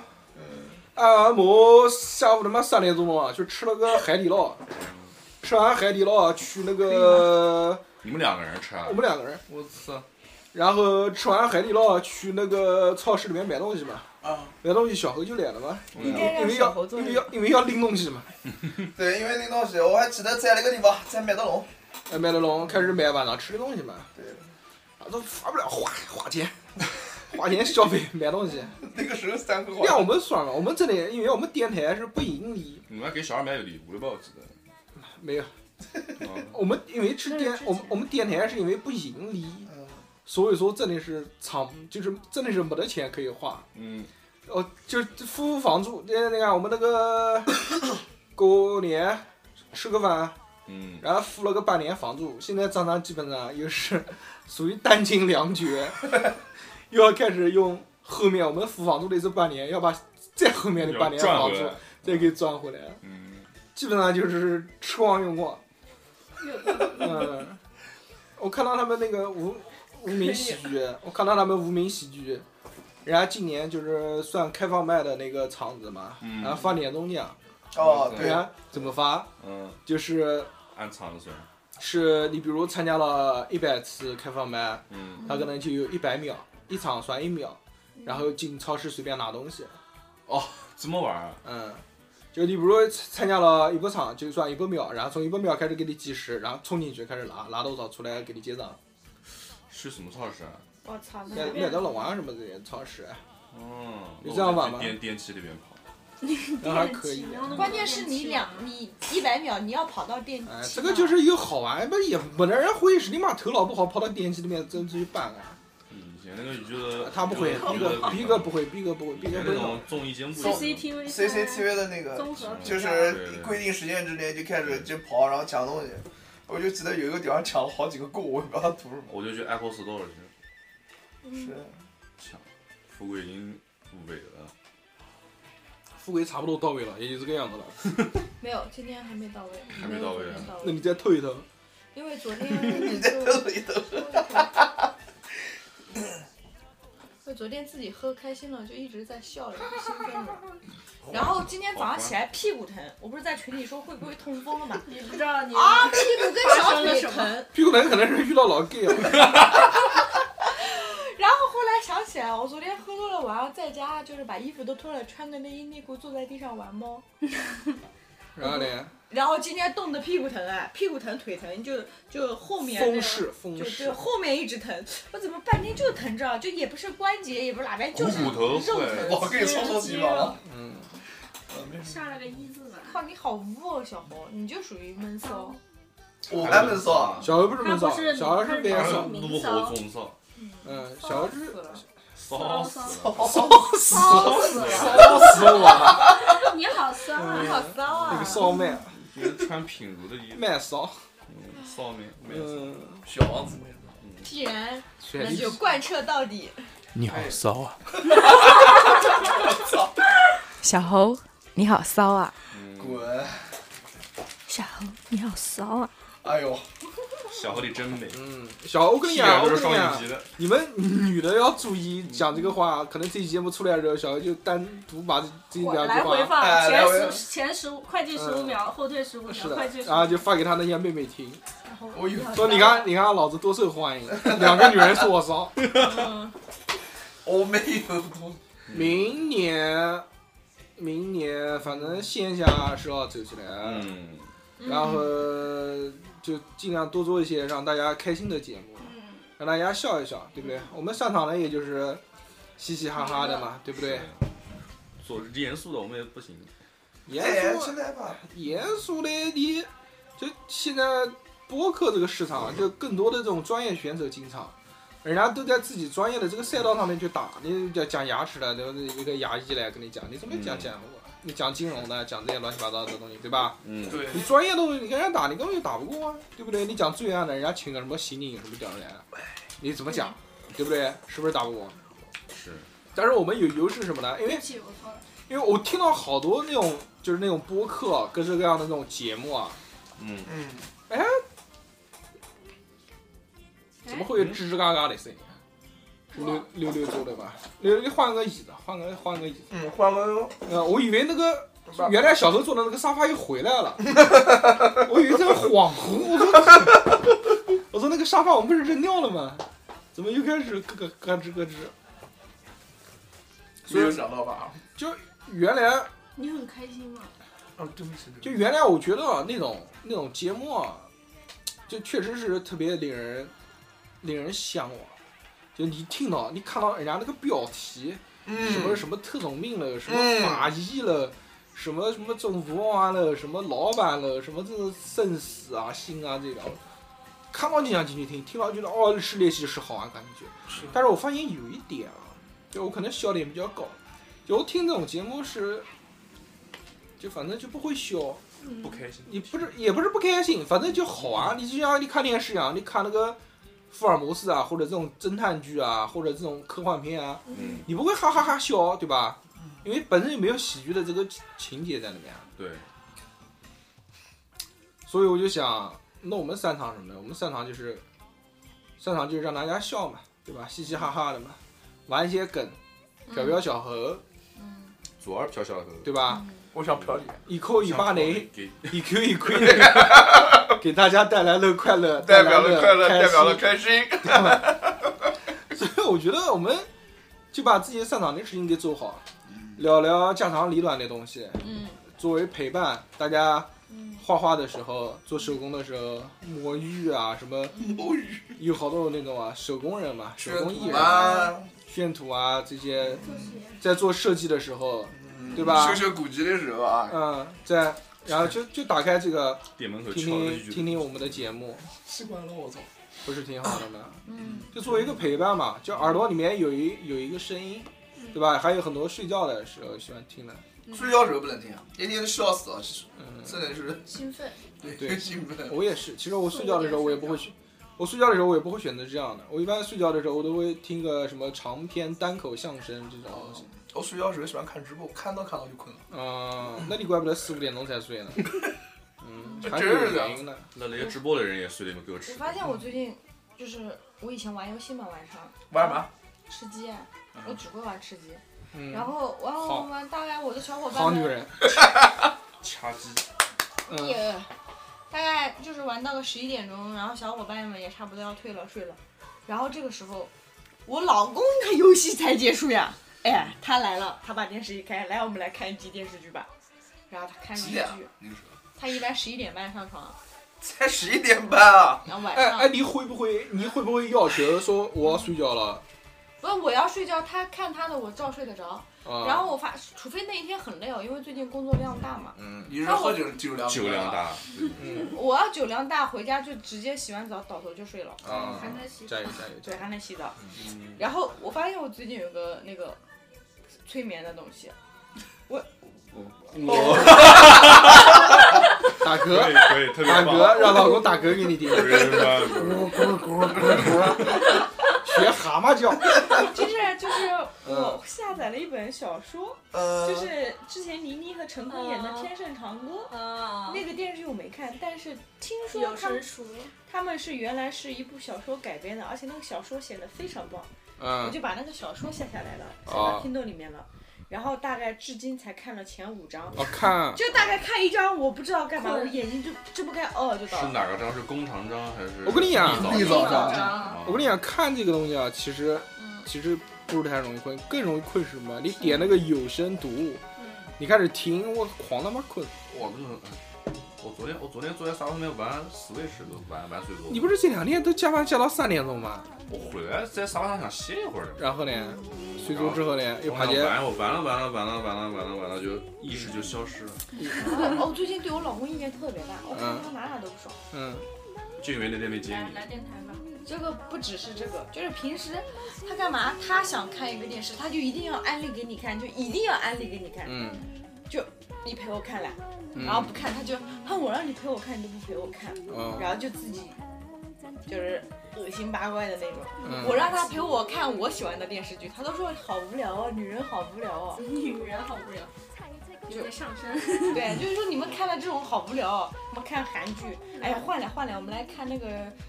S2: 按摩下午他妈三点钟啊，去吃了个海底捞，吃完海底捞啊去那个
S4: 你们两个人吃啊
S2: 我？们两个人，
S1: 我操！
S2: 然后吃完海底捞啊去那个超市里面买东西嘛，
S1: 啊，
S2: 买东西小何就来了嘛，
S4: 嗯
S7: 该
S2: 因
S7: 让
S2: 为
S7: 小
S2: 要
S7: 猴做
S2: 因为要因为要拎东西嘛，
S1: 对，因为那东西我还记得在那个地方，在麦德龙。
S2: 哎，麦德龙开始买晚上吃的东西嘛，
S1: 对，
S2: 啊，都发不了花花钱， 花钱消费买东西。
S1: 那个时候三个好
S2: 像
S1: 像。
S2: 我们算了，我们这里因为我们电台是不盈利，
S4: 你们还给小孩买礼物了吧？我记得，
S2: 没有，
S4: 嗯
S2: 我们因为吃
S5: 那
S2: 电
S5: 是之，前
S2: 我们我们电台是因为不盈利，
S1: 嗯
S2: 所以说真的是厂就是真的是没得钱可以花，
S4: 嗯，
S2: 哦，就是付房租，那那个我们那个 过年吃个饭，
S4: 嗯，
S2: 然后付了个半年房租，现在张张基本上又是属于弹尽粮绝， 又要开始用后面我们付房租的这半年，要把再后面的半年
S4: 赚
S2: 房
S4: 回
S2: 租
S4: 来，
S2: 再给赚回来，
S4: 嗯，
S2: 基本上就是吃光用光。嗯，我看到他们那个无无名喜剧，我看到他们无名喜剧，人家今年就是算开放麦的那个场子嘛，
S4: 嗯
S2: 然后发年终奖，
S1: 哦，
S2: 人
S1: 对，
S2: 家啊哎怎么发？
S4: 嗯，
S2: 就是
S4: 按场子算，
S2: 是你比如参加了一百次开放麦，
S4: 嗯，
S2: 他可能就有一百秒，一场算一秒，然后进超市随便拿东西，哦
S4: 哦怎么玩啊？
S2: 嗯，就你比如说参加了一百场，就算一百秒，然后从一百秒开始给你计时，然后冲进去开始拿，拿多少出来给你结账，
S4: 去什么超市啊？
S5: 我操，
S6: 嗯
S2: 麦麦当劳啊什么这些超市，
S4: 嗯，
S2: 你这样玩吗
S4: 我在电电器里面跑，
S2: 然后还可以。
S6: 嗯
S7: 关键是你两你一百秒你要跑到电梯
S2: 哎
S7: 那，，
S2: 这个就是又好玩，不也没得人会，是你妈头脑不好跑到电器里面真去办啊？
S4: 以前嗯那个娱乐，
S2: 他不会，逼哥逼哥不会，逼哥不会，
S4: 以
S2: 逼哥
S4: 前
S2: 不
S4: 那
S2: 会
S4: 种
S2: 弄。
S4: 综艺节目
S5: CCTV
S1: CCTV 的那个
S5: 综合比较
S1: 就是规定时间之内就开始就跑，然后抢东西。我就记得有一个地方抢了好几个够，我也不知道他图什么。
S4: 我就哎去 Apple Store 去
S1: 是，
S4: 抢，富贵已经尾了，
S2: 富贵差不多到位了，也就这个样子了。
S6: 没有，今天还没到位，
S4: 还没到位啊
S6: 没有昨天到
S2: 那
S6: 位
S2: 你再透一透。
S6: 因为昨天
S1: 你在
S6: 就
S1: 偷一偷。
S6: 我昨天自己喝开心了，就一直在笑着，就兴奋着。然后今天早上起来屁股疼，我不是在群里说会不会痛风 了嘛？
S5: 你不知道你
S6: 啊，屁股跟
S5: 发
S6: 小
S5: 生了
S6: 腿
S5: 什么
S6: 疼。
S2: 屁股疼可能是遇到老 gay 了，
S6: 然后后来想起来，我昨天喝多了，晚上在家就是把衣服都脱了，穿个内衣内裤坐在地上玩猫。
S2: 然后呢，
S6: 然后今天冻得屁股疼哎，屁股疼腿疼，就就后面那个
S2: 风湿风
S6: 就
S2: 湿
S6: 就，后面一直疼，我怎么半天就疼着，就也不是关节，也不是哪边，就是
S4: 股头
S6: 肉疼。
S1: 我给你搓搓皮毛。
S2: 嗯，
S1: 嗯，没事。
S5: 下了个一字吧，
S6: 靠，你好污哦，小猴，你就属于闷骚。
S1: 我还没说，啊
S2: 小孩不是闷
S5: 他
S2: 骚
S5: 不是，
S2: 小孩
S5: 他
S2: 是
S5: 是
S4: 啊
S2: 被
S5: 男
S2: 骚
S5: 的，
S4: 怒火中烧，
S2: 嗯，小孩是
S6: 死了。
S4: 骚死了。
S3: 骚死了！
S2: 骚死我了！
S3: 你好骚啊！
S7: 好骚
S2: 那个
S7: 啊！
S2: 骚妹，
S4: 就是穿品如的衣服，
S2: 卖骚，
S4: 骚妹妹骚。
S2: 嗯，
S1: 小王子那种。
S6: 既然
S2: 全
S7: 贯彻到底。
S2: 你好骚啊！
S6: 小猴你好骚啊，
S4: 嗯，
S1: 滚！
S7: 小猴，你好骚啊！
S1: 哎呦，
S4: 小何你真美，
S2: 嗯，小欧跟你
S4: 屁
S2: 讲，
S4: 眼
S2: 我
S4: 都
S2: 跟
S4: 是
S2: 你
S4: 双眼
S2: 讲
S4: 皮，的。
S2: 你们女的要注意讲这个话，可能这期节目出来之后，小欧就单独把这这
S5: 我
S2: 嗯两句
S5: 来回
S2: 话，
S5: 放
S1: 哎来
S5: 前
S1: 回
S5: 十前十五，快进十五秒，后退十五秒
S2: 是，
S5: 快
S2: 的啊
S5: 进，十五
S2: 然后
S5: 秒。
S2: 就发给他那些妹妹听，
S1: 我有
S2: 说你看，你看老子多受欢迎，两个女人说我骚。
S1: 我没有。
S2: 明年，明年反正线下是要走起来，
S4: 嗯，
S2: 然后就尽量多做一些让大家开心的节目，让大家笑一笑，对不对？我们上场呢，也就是嘻嘻哈哈的嘛，对不对？
S4: 做严肃的我们也不行。
S1: 哎
S2: 严肃
S1: 来吧。
S2: 严肃的你，就现在播客这个市场，就更多的这种专业选手进场，人家都在自己专业的这个赛道上面去打。你讲讲牙齿的，就是一个牙医来跟你讲，你怎么讲
S4: 嗯
S2: 讲你讲金融的，讲这些乱七八糟的东西，对吧？
S4: 嗯，
S1: 对，
S2: 你专业的东西，你跟人家打，你根本就打不过啊，对不对？你讲罪案的，人家请个什么刑警什么屌人来了，你怎么讲，对不对？是不是打不过？
S4: 是。
S2: 但是我们有优势什么呢？因为
S3: 对不起，我错了。
S2: 因为我听到好多那种就是那种播客啊各式各样的那种节目啊，
S4: 嗯，
S1: 嗯，
S2: 怎么会有吱吱嘎嘎的声音？六六六周的吧，六六换个椅子，换个换个椅子。
S1: 嗯，换个
S2: 呃，我以为那个原来小时候坐的那个沙发又回来 了，我以为在恍惚。我说，我说那 个沙发我们不是扔掉了吗？怎么又开始咯咯咯吱咯吱？
S1: 没有想到吧？
S2: 原来
S5: 你很开心吗？
S1: 啊，对不起，
S2: 就原来我觉得啊那种那种节目啊，就确实是特别令人令人向往。就你听到你看到人家那个标题，
S1: 嗯
S2: 什么什么特种兵了，什么法医了，什么什么政府保安了，什么老板了，什么这个生死啊、心啊这个，看到就想进去听，听到觉得哦是练习是好玩感觉。
S1: 是
S2: 但是我发现有一点啊，就我可能笑点比较高，就我听这种节目是，就反正就不会笑，
S1: 不开心。
S2: 你不是也不是不开心，反正就好玩。你就像你看电视一样，你看那个福尔摩斯啊，或者这种侦探剧啊，或者这种科幻片啊，
S4: 嗯，
S2: 你不会哈哈哈笑，啊对吧？
S1: 嗯
S2: 因为本身也没有喜剧的这个情情节在里面，啊
S4: 对，
S2: 所以我就想，那我们擅长什么呢？我们擅长就是，擅长就是让大家笑嘛，对吧？嘻嘻哈哈的嘛，玩一些梗，瞟瞟小猴，
S4: 左耳飘小何，
S2: 对吧？
S1: 我想瞟你，
S2: 一扣一巴雷，
S4: 给
S2: 一 Q 一亏的，给大家带来了快乐，
S1: 代表了快乐，
S2: 带来
S1: 代表了开
S2: 开
S1: 心。
S2: 心。 所以我觉得我们就把自己擅长的事情给做好，聊聊家长里短的东西，
S7: 嗯，
S2: 作为陪伴，大家画画的时候、做手工的时候、魔芋啊什么，有好多那种啊手工人嘛，手工艺人啊、
S1: 啊，
S2: 炫土啊这些，在做设计的时候，对吧
S1: 修修嗯古籍的时候啊，
S2: 嗯，在然后就就打开这个
S4: 店门口
S2: 听
S4: 敲了
S2: 听
S4: 一句，
S2: 听听我们的节目，
S1: 习惯了我操。
S2: 不是挺好的吗？嗯，就作为一个陪伴嘛，就耳朵里面有一有一个声音，对吧？还有很多睡觉的时候喜欢听的，
S1: 睡觉时候不能听，啊天天都笑死了，
S2: 嗯，
S1: 真的是
S3: 兴奋，
S1: 对兴奋。
S2: 我也是，其实我睡觉的时候我也不会选，我睡觉的时候我也不会选择这样的。我一般睡觉的时候我都会听个什么长篇单口相声这种东西。
S1: 我睡觉时候喜欢看直播，看到看到就困了。
S2: 啊、那你怪不得四五点钟才睡呢。嗯，还
S1: 真
S2: 有
S1: 是的
S2: 原因的。
S4: 那那些直播的人也睡得没给我吃
S7: 我。发现我最近就是我以前玩游戏嘛，晚上
S1: 玩什么？
S7: 吃鸡啊，我只会玩吃鸡，
S2: 嗯，
S7: 然后玩玩玩玩，大概我的小伙
S2: 好
S7: 伴
S2: 女
S7: 们
S2: 人。
S4: 掐鸡，
S2: 嗯，
S7: 也大概就是玩到个十一点钟，然后小伙伴们也差不多要退了睡了，然后这个时候我老公的游戏才结束呀，哎，他来了，他把电视一开，来我们来看一集电视剧吧，然后他看了
S1: 几
S7: 一
S1: 点啊
S7: 剧，？
S1: 那个时候
S7: 他一般十一点半上床，
S1: 才十一点半啊！
S7: 然后晚
S2: 哎
S7: 上
S2: 哎，你会不会你会不会要求说我要睡觉了？
S7: 不，我要睡觉，他看他的，我照睡得着。
S1: 嗯
S2: 啊
S6: 然后我发，除非那一天很累哦，因为最近工作量大嘛，
S4: 嗯，
S1: 你是喝酒酒量
S4: 酒量
S1: 大
S4: 大，
S6: 我要酒量大，回家就直接洗完澡倒头就睡了，
S2: 嗯
S4: 啊，
S5: 还在洗。
S2: 加油加油加
S6: 对，
S2: 油！
S6: 还能洗澡。然后我发现我最近有个那个催眠的东西，
S4: 我
S2: 打
S4: 可
S2: 嗝
S4: 以可以，特别
S2: 打
S4: 棒，
S2: 嗝，让老公打嗝给你听，
S4: 特别棒，
S2: 咕咕咕咕咕， 学蛤蟆叫。
S6: 就是就是我
S5: 嗯
S6: 下载了一本小说，
S1: 呃，
S6: 就是之前倪妮和陈坤演的
S5: 嗯
S6: 《天盛长歌》。
S5: 啊，
S6: 那个电视剧我没看，但是听说
S5: 有
S6: 他
S5: 声
S6: 们
S5: 书，
S6: 他们是原来是一部小说改编的，而且那个小说写的非常棒，我
S2: 嗯
S6: 就把那个小说下下来了，
S5: 哦
S6: 下
S2: 啊
S6: 到拼豆里面了，然后大概至今才看了前五章，
S2: 我看
S6: 就大概看一章，我不知道干嘛，
S5: 哦困
S6: 我眼睛就睁不开，哦就到
S4: 是
S6: 了。
S4: 哪个章？是弓长章还是？
S2: 我跟你讲
S1: 立早
S5: 上
S1: 上，
S4: 啊
S2: 我跟你讲，看这个东西啊，其实
S5: 嗯
S2: 其实不是太容易困，更容易困是什么？你点那个有声读物，
S5: 嗯，
S2: 你开始听，我狂他妈困。
S4: 我跟我昨天我昨天坐在沙发上面玩 Switch 都玩玩最多。
S2: 你不是这两天都加班加到三点钟吗？
S4: 我回来在沙发上想歇一会儿的，
S2: 然后呢，随足之后呢，又
S4: 我
S2: 爬
S4: 想
S2: 街，
S4: 玩，我玩了玩了玩了玩了玩了玩了，就意识就消失了，
S6: 哦，我最近对我老公意见特别大，我
S2: 嗯
S6: 看他哪哪都不爽。
S2: 嗯，
S4: 就因为那天没接
S5: 来
S4: 你。
S5: 来电台吧，
S6: 这个不只是这个，就是平时他干嘛，他想看一个电视，他就一定要安利给你看，就一定要安利给你看，
S2: 嗯
S6: 你陪我看啦。
S2: 嗯，
S6: 然后不看，他就他我让你陪我看，你都不陪我看，
S2: 嗯
S6: 然后就自己就是恶心八怪的那种。我
S2: 嗯，
S6: 让他陪我看我喜欢的电视剧，他都说好无聊哦，女人好无聊哦。
S5: 女人好无聊，有点上升，
S6: 对，就是说你们看了这种好无聊哦，我们看韩剧，哎呀换了换了，我们来看那个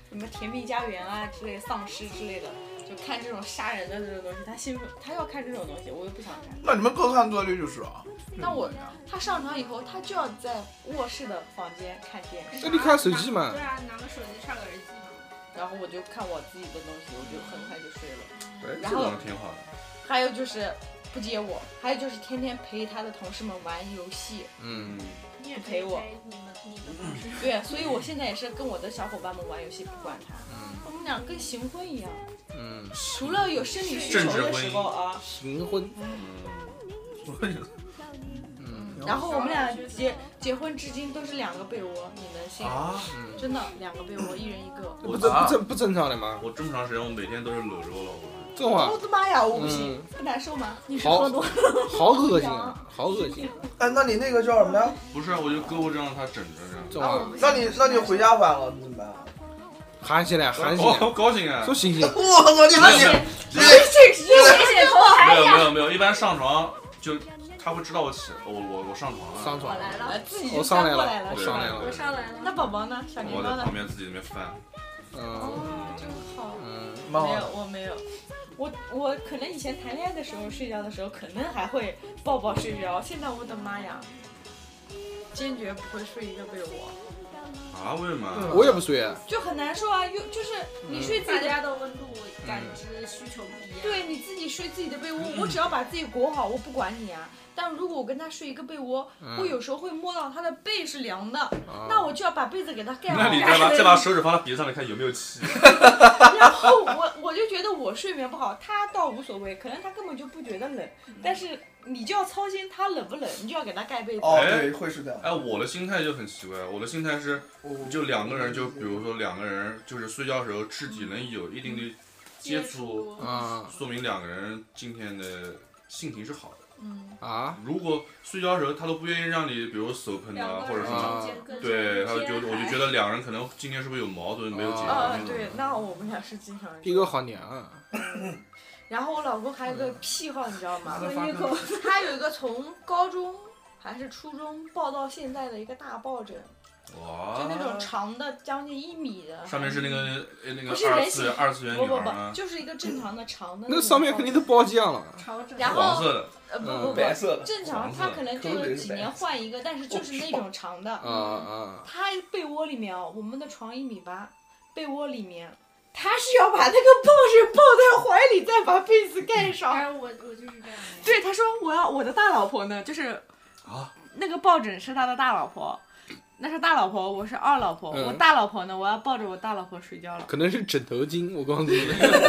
S6: 什么《甜蜜家园》啊之类、丧尸之类的，就看这种杀人的这种东西。他兴奋，他要看这种东西，我又不想看。
S1: 那你们各看各的就是啊。
S6: 那我他上床以后，他就要在卧室的房间看电视，
S2: 那你看手机嘛
S5: 对啊，拿个手机插个耳机嘛，
S6: 然后我就看我自己的东西，我就很快就睡了。
S4: 哎，这
S6: 然
S4: 个
S6: 后
S4: 东西挺好的。
S6: 还有就是不接我，还有就是天天陪他的同事们玩游戏。
S2: 嗯，
S5: 你也
S6: 陪我，
S5: 你们你的同事，
S6: 对，所以我现在也是跟我的小伙伴们玩游戏，不管他。
S2: 嗯
S6: 我们俩跟行婚一样，
S2: 嗯，
S6: 除了有生理需求的时候啊，
S2: 行婚，嗯
S1: 姻
S6: 然后我们俩结结婚至今都是两个被窝，你能信？
S1: 啊，
S2: 嗯，
S6: 真的，两个被窝，一人一个。
S2: 这不正不正不正常的吗？
S4: 我这么长时间，我每天都是搂着我老婆。
S2: 这话
S6: 我的哦妈呀，我不行，
S2: 嗯，
S6: 不难受吗？
S5: 你是
S2: 好
S5: 喝多了，
S2: 好恶 心啊，好恶心！
S1: 哎，那你那个叫什么呀？
S4: 不是，啊我就胳膊这样，她枕着这样。
S2: 这
S6: 啊，我
S2: 话
S6: 不行。
S1: 那你那你回家晚了你怎么办？啊
S2: 喊起来，喊起
S4: 哦，
S2: 来，
S4: 好高兴啊
S2: 说！醒醒，
S1: 我操，你
S4: 没有
S1: 你
S2: 哎
S5: 血头还
S4: 没有没有没有，一般上床就她会知道我起，我我我上床了，
S2: 上床
S5: 我，来了，
S6: 自己
S2: 我
S6: 就
S2: 上
S6: 翻
S2: 来
S6: 过来
S2: 了，
S6: 了
S2: 我
S4: 对
S6: 是
S2: 上来
S6: 吧？
S2: 了
S5: 我，上来
S6: 那
S5: 了，
S6: 宝宝呢？小
S4: 我
S6: 年糕
S4: 在
S6: 呢
S4: 旁？边自己在那边翻。
S2: 嗯
S6: 哦，真好。
S2: 嗯，
S1: 妈
S6: 没有，我没有。我我可能以前谈恋爱的时候，睡觉的时候可能还会抱抱睡着，现在我的妈呀，坚决不会睡一个被窝，
S4: 啊？为什么？
S2: 我也不睡，
S6: 就很难受啊。又就是你睡自
S5: 大
S6: 己的，
S5: 家的温度感知需求不一样，
S6: 对你自己睡自己的被窝，
S4: 嗯
S6: 我只要把自己裹好，我不管你啊。但如果我跟他睡一个被窝，
S2: 嗯
S4: 嗯
S6: 我有时候会摸到他的背是凉的，
S2: 啊
S6: 那我就要把被子给他盖好。
S4: 那你再把再把手指放到鼻子上面看有没有气？
S6: 然后我我就觉得我睡眠不好，他倒无所谓，可能他根本就不觉得冷，
S4: 嗯
S6: 但是你就要操心他冷不冷，你就要给他盖被子。
S1: 哦，对，会是这样。
S4: 哎，我的心态就很奇怪，我的心态是，
S1: 我
S4: 就两个人，就比如说两个人就是睡觉的时候肢体能有一定的接触，
S2: 啊
S4: 说明两个人今天的心情是好的。
S6: 嗯，
S2: 啊，
S4: 如果睡觉的时候他都不愿意让你，比如手碰
S5: 两个
S4: 他或者
S5: 人
S4: 什
S2: 啊
S4: 么，
S5: 之间更
S4: 对，他就
S5: 偏
S4: 我就觉
S5: 寒
S4: 得两人可能今天是不是有矛盾没有解决？
S6: 啊
S2: 啊
S6: 对，那我们俩是经常
S2: 逼哥好娘啊，
S6: 然后我老公还有个
S4: 嗯
S6: 癖好，你知道吗？
S1: 的发
S5: 一口
S1: 哥，
S6: 他有一个从高中还是初中抱到现在的一个大抱枕，
S2: 啊
S6: 就那种
S4: 哇，
S6: 长哦的将近一米的，
S4: 上面是那个呃那个
S6: 不是
S4: 二
S6: 人
S4: 次
S6: 形
S4: 二次元
S6: 不
S4: 女
S6: 不
S4: 孩
S6: 不，
S4: 啊，
S6: 就是一个正常的长的种抱枕。
S2: 那上面肯定都嗯包浆了，
S5: 调整，
S6: 然后
S4: 黄色 的，
S6: 呃不不不，
S1: 白色的，
S6: 正常
S4: 黄色
S6: 他
S4: 的
S6: 可能
S1: 可
S6: 就
S1: 能
S6: 有
S1: 得
S6: 几
S1: 是白
S6: 年换一个，但是就是那种长的。
S2: 啊啊，
S6: 他被窝里面哦，我们的床一米八，被窝里面，他是要把那个抱枕抱在怀里，再把被子盖上。
S2: 嗯
S5: 哎，我我就是这样的，
S6: 对，他说我要我的大老婆呢，就是
S4: 啊，
S6: 那个抱枕是他的大老婆，那是大老婆，我是二老婆，
S2: 嗯
S6: 我大老婆呢，我要抱着我大老婆睡觉了。
S2: 可能是枕头巾，我告诉你，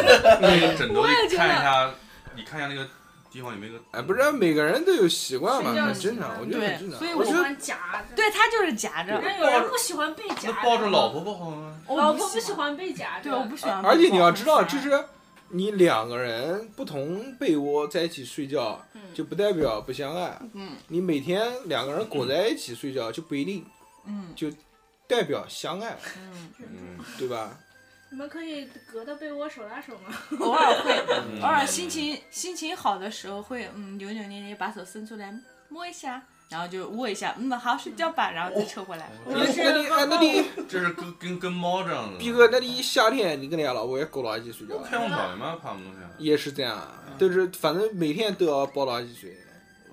S4: 枕头
S6: 我也
S4: 你
S6: 觉
S4: 看一
S6: 得
S4: 下，你看一下那个地方有没有一个？
S2: 哎，不是每个人都有习惯嘛，
S5: 睡觉
S2: 很
S5: 习
S2: 正常，
S5: 惯
S2: 我觉得
S6: 对
S2: 很正常。
S5: 所以
S2: 我
S5: 我
S2: 觉
S5: 喜
S2: 得
S5: 欢夹着。
S6: 对他就是夹着，
S5: 但有人不喜欢被夹着，
S4: 那抱着老婆不好吗？
S6: 我
S5: 老婆不喜，欢被夹着。
S6: 对，我不喜欢。
S2: 而且你要知道，
S6: 啊
S2: 就是你两个人不同被窝在一起睡觉，
S5: 嗯
S2: 就不代表不相爱。
S6: 嗯
S2: 你每天两个人裹在一起睡觉就不一定
S6: 嗯
S2: 代表相爱，
S6: 嗯，
S4: 嗯，
S2: 对吧？
S5: 你们可以隔着被窝手拉手吗？
S6: 偶尔会，
S4: 嗯
S6: 偶尔心情心情好的时候会，嗯，扭扭捏捏把手伸出来摸一下，然后就握一下，嗯，好睡觉吧，然后再撤回来。
S2: 那你那你哎，那你
S4: 这是跟跟跟猫这样的。
S2: 逼哥，那你夏天你跟人家老婆也裹到一起睡觉啊，
S4: 开放草原吗？怕什么东西啊？
S2: 也是这样啊，都是反正每天都要抱到一起睡。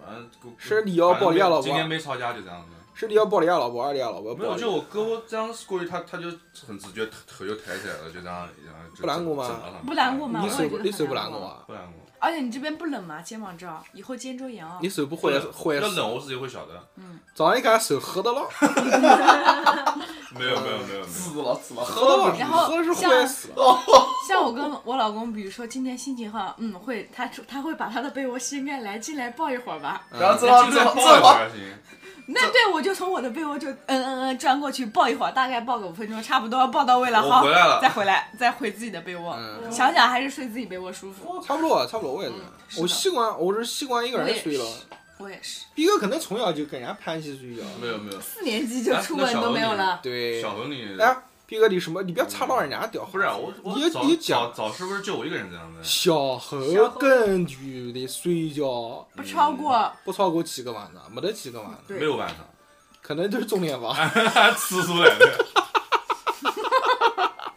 S4: 完了，给我
S2: 是你要抱一下老婆
S4: 今天没吵架就这样子。
S2: 是你要抱人家老婆，还是人家老婆
S4: 没
S2: 抱
S4: 有，
S2: 你
S4: 就我胳膊这样过去，他他就很直觉，头头就抬起来了，就这样，然后就
S2: 不难过吗
S4: 整了他
S6: 不难过吗
S2: 你手
S6: 我也觉得
S2: 你手
S6: 很
S2: 不
S6: 难
S2: 难过
S6: 过
S2: 啊？
S4: 不难过。
S6: 而且你这边不冷吗？肩膀这儿，以后肩周炎啊。
S2: 你手不坏坏
S4: 要
S2: 死？
S4: 冷我自己会晓得。
S2: 早上一看手黑的了，
S4: 没有没有没有没有。
S1: 死了死了，喝了不
S2: 黑的了，
S1: 是
S6: 然后
S2: 黑的是
S6: 像
S2: 坏死了。
S6: 像我跟我老公，比如说今天心情好，嗯，会他出他会把他的被窝掀开来进来抱一会儿吧。
S2: 嗯
S1: 然后最后
S4: 就
S1: 最
S4: 再
S1: 后
S4: 抱
S1: 最
S4: 一
S1: 后
S4: 下行。
S6: 那对我就从我的被窝就嗯嗯嗯转过去抱一会儿，大概抱个五分钟，差不多抱到位了，
S4: 我
S6: 好
S4: 回，来了。
S6: 再回来再回自己的被窝。
S2: 嗯，
S6: 想想还是睡自己被窝舒服。
S2: 差不多，差不多，我也是
S6: 嗯。是的
S2: 我习惯，我是习惯一个人睡了
S6: 我也。我也是，
S2: 逼哥可能从小就跟人家攀起睡觉。
S4: 没有没有。
S6: 四年级
S2: 啊
S6: 就初吻都没有了。
S2: 对，
S4: 小何你
S2: 哎，逼哥，你什么？你不要插到人家屌。
S4: 不是我我
S2: 你
S4: 早
S2: 你
S4: 早
S2: 讲
S4: 早是不是就我一个人这样子？
S2: 小
S5: 小
S2: 猴
S5: 猴
S2: 跟女的睡觉
S6: 不超过，
S2: 不超过几个晚嗯上，没得几个晚上，
S6: 对
S4: 没有晚上，
S2: 可能都是重点吧。
S4: 吃出来的。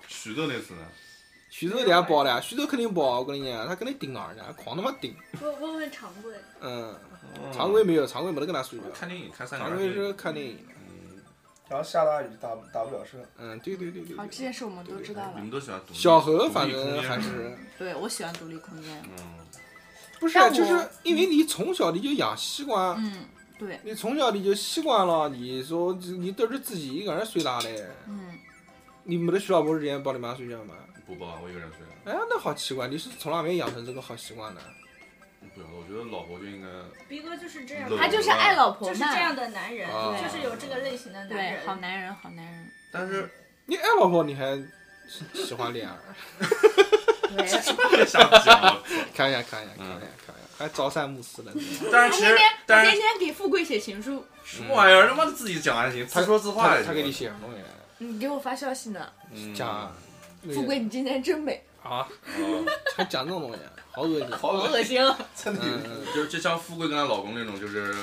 S4: 徐州那次呢？
S2: 徐州人家包了，徐州肯定包，我跟你讲，他肯定盯到人家，狂他妈盯。
S5: 问问问常贵，
S2: 嗯，常规没有，常规没得跟他睡觉，
S4: 看电影看三个
S2: 常
S4: 人
S2: 规
S4: 电
S2: 是
S4: 影。
S2: 看电影的。
S1: 然后下大雨打打不了车，
S2: 嗯，对对对对
S6: 好，这
S2: 对。
S6: 件事我们都知道
S4: 你
S6: 了
S2: 嗯
S4: 们。都喜欢独立
S2: 小何反
S4: 独立空
S2: 正
S4: 间
S2: 还是
S6: 对，我喜欢独立空间。
S4: 嗯，
S2: 不是啊，
S6: 但我
S2: 就是因为你从小你就养习惯，
S6: 嗯，对，
S2: 你从小你就习惯了，你说你都是自己一个人睡大嘞，
S6: 嗯，
S2: 你没得徐老婆之前帮你妈睡觉吗？
S4: 不包，我一个人睡。
S2: 哎，那好奇怪，你是从哪边养成这个好习惯的？
S4: 不晓得，我觉得老婆就应该
S5: 逼哥就是这样，
S2: 嗯
S4: 对
S8: 他就是爱老婆
S5: 就
S8: 嘛，
S5: 是这样的男人，
S2: 啊
S5: 就是有这个类型的男
S6: 对，好
S5: 人。
S6: 男人，好男人。
S4: 但是
S2: 你爱老婆你还喜喜欢脸儿？
S4: 瞎讲。
S2: 看一下，看一下，看一下，看一下，还朝三暮四的。
S4: 但是其实，
S6: 他
S4: 但
S6: 天
S4: 是
S6: 天给富贵写情书，
S4: 什么玩意儿？他妈的自己讲还行，
S2: 他
S4: 自说自 话也行
S2: 他给你写什么东西来
S6: 你给我发消息呢。
S4: 嗯
S2: 讲啊那个
S8: 富贵，你今天真 美，
S2: 啊，
S4: 哦
S2: 还讲这种东西，好恶心。
S1: 好
S8: 好
S1: 恶
S8: 恶心啊！
S1: 真的有点
S2: 嗯，
S4: 就是就像富贵跟她老公那种，就是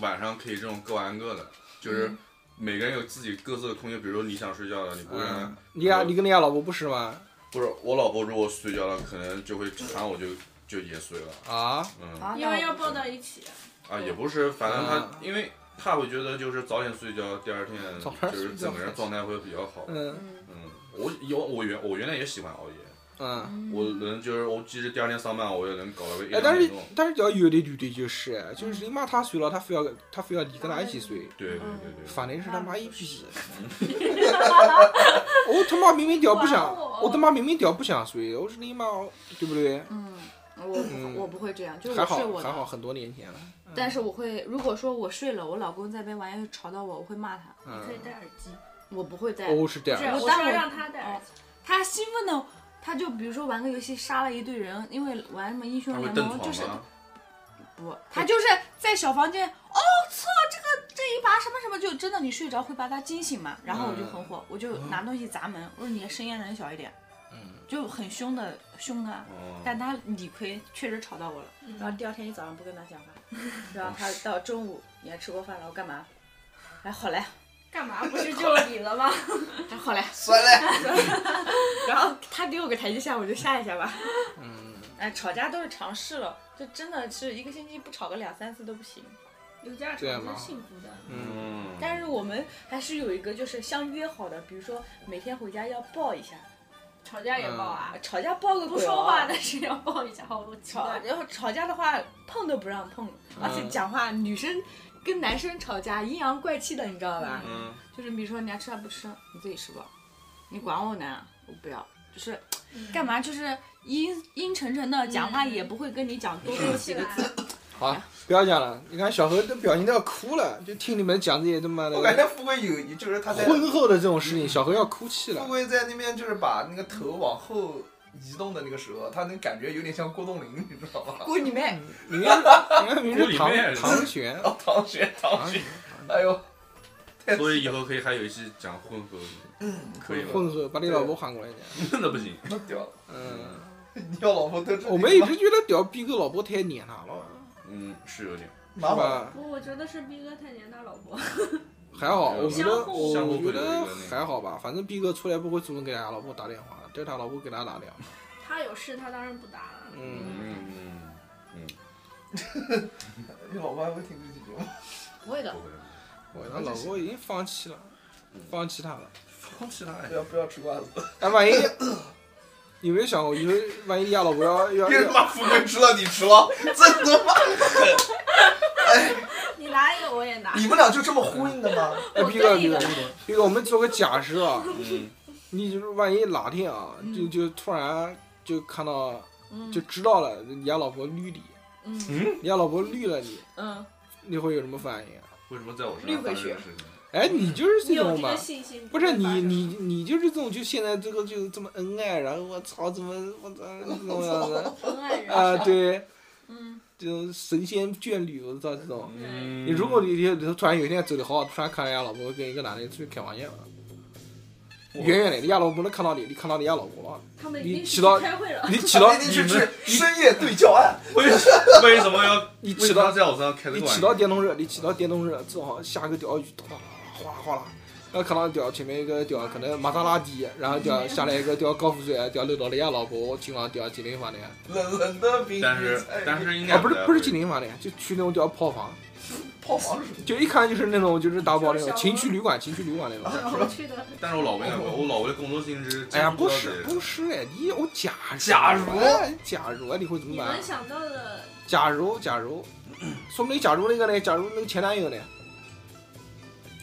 S4: 晚上可以这种各玩各的，就是每个人有自己各自的空间。比如说你想睡觉了，你不会让她
S2: 嗯，你俩你跟你俩老婆不是吗？
S4: 不是我老婆，如果睡觉了，可能就会喊我就就也睡了。
S2: 啊，
S4: 嗯
S6: 啊，
S5: 因为要抱到一起，
S4: 啊，也不是，反正
S2: 啊
S4: 她因为她会觉得就是早点睡觉，第二天
S2: 早点
S4: 就是
S2: 睡觉
S4: 整个人状态会比较好。
S2: 嗯
S4: 嗯，我有我原我原来也喜欢熬夜，
S2: 嗯，
S4: 我能就是我即使第二天上班，我也能搞到个一
S2: 哎
S4: 两，
S2: 但是
S4: 点钟。
S2: 但是要有的女的就是，就是你妈她睡了，她非要她非要你跟她一起睡，
S4: 对对对对，
S2: 反正是他妈一逼。我他妈明明屌不想，我他妈明明屌不想睡，我是你妈，对不对？
S6: 嗯，
S2: 嗯
S6: 我我不会这样，就是
S2: 还
S6: 我
S2: 好
S6: 睡我
S2: 还好，
S6: 的，
S2: 很多年前了。
S6: 但是我会，如果说我睡了，我老公在那边玩游戏吵到我，我会骂他，
S5: 你可以
S2: 嗯，
S5: 戴耳机。
S6: 我不会再。
S2: 哦是这
S4: 嗯
S5: 不是，啊
S2: 样，
S5: 我哦
S6: 当
S5: 说
S6: 然
S5: 让他戴耳机。
S6: 他兴奋的，他就比如说玩个游戏杀了一堆人，因为玩什么英雄
S4: 他会
S6: 联
S4: 蹬
S6: 盟
S4: 床
S6: 就是
S4: 吗？
S6: 不，他就是在小房间，哦，操，这个这一把什么什么，就真的你睡着会把他惊醒嘛。然后我就很
S4: 嗯
S6: 火，我就拿东西砸门，我说你声音忍小一点，
S2: 嗯，
S6: 就很凶的凶他。
S4: 哦
S6: 但他理亏，确实吵到我了。然后第二天一早上不跟他 讲话，然后他到中午你还吃过饭了，我干嘛？哎，好嘞，
S5: 干嘛？不是就你了吗？
S6: 哎，好嘞。
S1: 酸嘞，
S6: 然后他给我个台阶下，我就下一下吧。嗯，哎，吵架都是尝试了，这真的是一个星期不吵个两三次都不行。
S5: 有家
S2: 这样吗
S5: 长是幸福的。
S2: 嗯，
S4: 嗯，
S6: 但是我们还是有一个就是相约好的，比如说每天回家要抱一下，
S5: 吵架
S4: 嗯
S5: 也抱啊
S6: 啊，吵架抱个
S5: 不
S6: 鬼哦
S5: 说话但是要抱一下，好我奇
S6: 吵
S5: 怪。
S6: 然后吵架的话碰都不让碰，而且讲话女生跟男生吵架阴阳怪气的，你知道吧？
S4: 嗯，
S6: 就是比如说你要吃饭不吃，你自己吃吧，你管我呢，我不要。就是
S5: 嗯
S6: 干嘛，就是阴阴沉沉的，讲话也不会跟你讲多说几个字。
S2: 好，不要讲了。你看小何的表情都要哭了，就听你们讲这些他妈
S1: 我感觉
S2: 的
S1: 富贵有，就是他在
S2: 婚后的这种事情，小何要哭泣
S1: 富
S2: 了。
S1: 贵在那边就是把那个头往后移动的那个时候，他那感觉有点像郭冬临，你知道吗？
S7: 滚你妹！
S2: 你看，你看，名
S4: 哭
S2: 是
S4: 里
S2: 唐
S4: 面
S2: 唐玄，啊
S1: 哦，唐玄，唐
S2: 唐
S1: 玄
S2: 玄，
S1: 哎呦，太
S4: 所以以后可以还有一期讲混合，嗯可以吧？
S2: 混合把你老婆喊过来讲。
S4: 那不行，
S1: 那屌了，
S2: 嗯，
S1: 你要老婆得志，
S2: 我们一直觉得屌逼哥老婆太黏他了，
S4: 嗯，是有点。
S1: 蛮
S2: 是
S1: 好的，
S2: 吧？
S5: 我我觉得是逼哥太黏他老婆，
S2: 还好，我觉得
S5: 相互
S4: 相互
S2: 我
S4: 会
S2: 觉
S4: 有一个
S2: 得
S4: 那个
S2: 还好吧，反正逼哥出来不会主动给他老婆打电话，这是他老婆给他打电话。
S5: 他有事他当然不打了。
S2: 嗯，
S4: 嗯
S1: 你老婆还会听这期节目？
S6: 不会的，
S4: 不会
S2: 我
S4: 的
S2: 他老婆已经放弃了，放弃他了。
S4: 放弃他
S1: 不要不要吃瓜子，
S2: 哎，万一 有没有想过以后，万一你家老婆要要
S1: 别
S2: 要
S1: 他妈富贵知道你吃了，真他妈，
S5: 你拿一个我也拿，
S1: 你们俩就这么呼应的吗？
S2: 哎，
S5: 我
S2: 逼哥，
S5: 对
S2: 逼
S5: 你
S2: 哥
S5: 的，
S2: 逼哥，我们做个假设啊，
S4: 嗯，
S2: 你就是万一哪天啊，就
S5: 嗯
S2: 就突然就看到，就知道了你家老婆绿你，
S4: 嗯，
S2: 你家老婆绿了你，
S6: 嗯，
S2: 你会有什么反应啊？
S4: 为什么在我身
S6: 绿
S4: 上
S6: 回
S4: 发生这
S6: 去
S4: 个事情？
S2: 哎，你就是
S5: 你
S2: 这
S5: 有
S2: 种
S5: 这
S2: 嘛
S5: 个，信心？
S2: 不是
S5: 会
S2: 你
S5: 发生
S2: 你你就是这种，就现在这个就是这么恩爱，然后我操，怎么我操这种 样子
S5: 恩爱人
S2: 啊？对，
S6: 嗯，
S2: 这种神仙眷侣，我操这种。
S4: 嗯，
S2: 你如果你你突然有一天走的好好，突然看到人家老婆跟一个男的出去开房间了，
S4: 我
S2: 远远的，人家老婆能看到你，你看到人家老婆了，
S5: 他们
S2: 你
S5: 一定是
S2: 起到
S5: 去开会了，
S2: 你起到
S1: 那天去
S4: 你
S1: 去
S4: 们
S1: 深夜对教案，
S4: 为为什么要
S2: 你
S4: 为
S2: 起
S4: 什么
S2: 到
S4: 要在我身上开这啊
S2: 你
S4: 个
S2: 骑
S4: 玩
S2: 到
S4: 笑？
S2: 电动车，你骑到电动车，正好下个钓鱼，哗啦哗啦哗啦，然后看到钓前面一个钓可能玛莎拉蒂，然后钓下来一个钓高富帅，钓漏到人家啊老婆，经常钓锦林房的，
S1: 冷冷的冰
S4: 但是但是应该
S2: 啊不是不是锦
S4: 林，
S2: 林房的，就去那种钓泡房，
S1: 泡房是什么？
S2: 就一看就是那种就是打包那
S5: 就是
S2: 种
S5: 小
S2: 情趣旅馆情趣旅馆那
S4: 啊
S2: 种。
S5: 然后去的
S4: 但是我老魏讲过，我老魏的工作性质，
S2: 哦哎呀，不
S4: 是
S2: 是 不是哎，你我假
S4: 假如
S2: 哎假如你会怎么
S5: 你
S2: 办啊
S5: 能？想到的，
S2: 假如假如，说不定假如那个呢，假如那个前男友呢，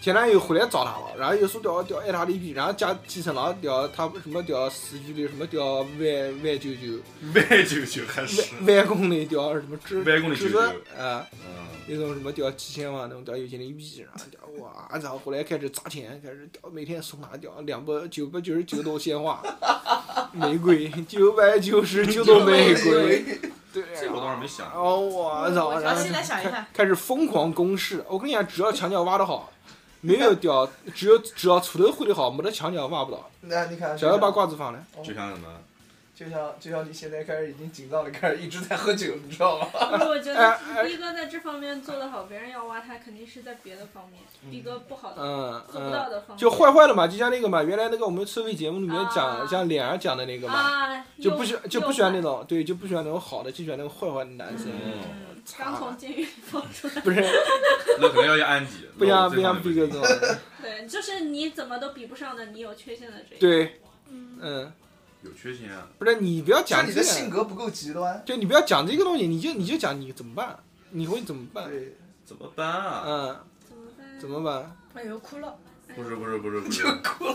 S2: 前男友回来找她了，然后又说屌屌爱她的一逼，然后加继承了屌他什么屌四居的什么屌歪歪九九
S4: 歪九九还是
S2: 歪歪公的屌什么知
S4: 歪公的
S2: 知
S4: 九
S2: 识
S4: 九，
S2: 啊
S4: 嗯，
S2: 那种什么屌几千万那种屌有钱的一逼，然后屌哇，然后后来开始砸钱，开始屌每天送她屌两百九百九十九朵鲜花， 玫瑰九百九十九朵玫瑰，对，啊
S4: 这个我倒是没想过。
S2: 哦，我操！然
S7: 我
S2: 后
S7: 现在
S5: 哎
S7: 想一
S2: 开
S7: 下，
S2: 开始疯狂攻势。我跟你讲，只要墙角挖得好，没有屌，只有只要锄头挥得好，没得墙角挖不到。
S1: 那你看，
S2: 小要把瓜子放了，
S4: 就像什么，
S1: 就像就像你现在开始已经紧张了，开始一直在喝酒，你知道吗？
S5: 不是我觉
S2: 哎
S5: 得逼哥在这方面做得好，别人要挖他肯定是在别的方面，逼哥不好的
S2: 嗯
S5: 做不到
S2: 嗯，
S5: 的方面，
S2: 就坏坏的嘛，就像那个嘛，原来那个我们收费节目里面讲，
S5: 啊
S2: 像脸儿讲的那个嘛，
S5: 啊，又
S2: 就不喜就不喜欢那种，对，就不喜欢那种好的，就喜欢那种坏坏的男生。
S4: 嗯，
S5: 嗯，刚从监狱
S2: 啊
S5: 里放 出来，
S2: 不是，
S4: 那可能要要安迪，
S2: 不像
S4: 那我
S2: 不
S4: 这方
S2: 像
S4: 面
S2: 逼哥这种，
S1: 嗯
S5: 对，就是你怎么都比不上的，你有缺陷的这一面，
S2: 对，嗯，
S4: 有缺陷啊，
S2: 不是你不要
S1: 就
S2: 讲
S1: 你
S2: 这
S1: 的性
S2: 个，
S1: 格不够极端。
S2: 就你不要讲这个东西，你就你就讲你怎么办，你会怎么办？
S1: 对，
S4: 怎么办啊？
S2: 嗯，
S5: 怎么办？
S2: 怎么办？
S7: 哎呦哭了，
S4: 不是不是不是不是，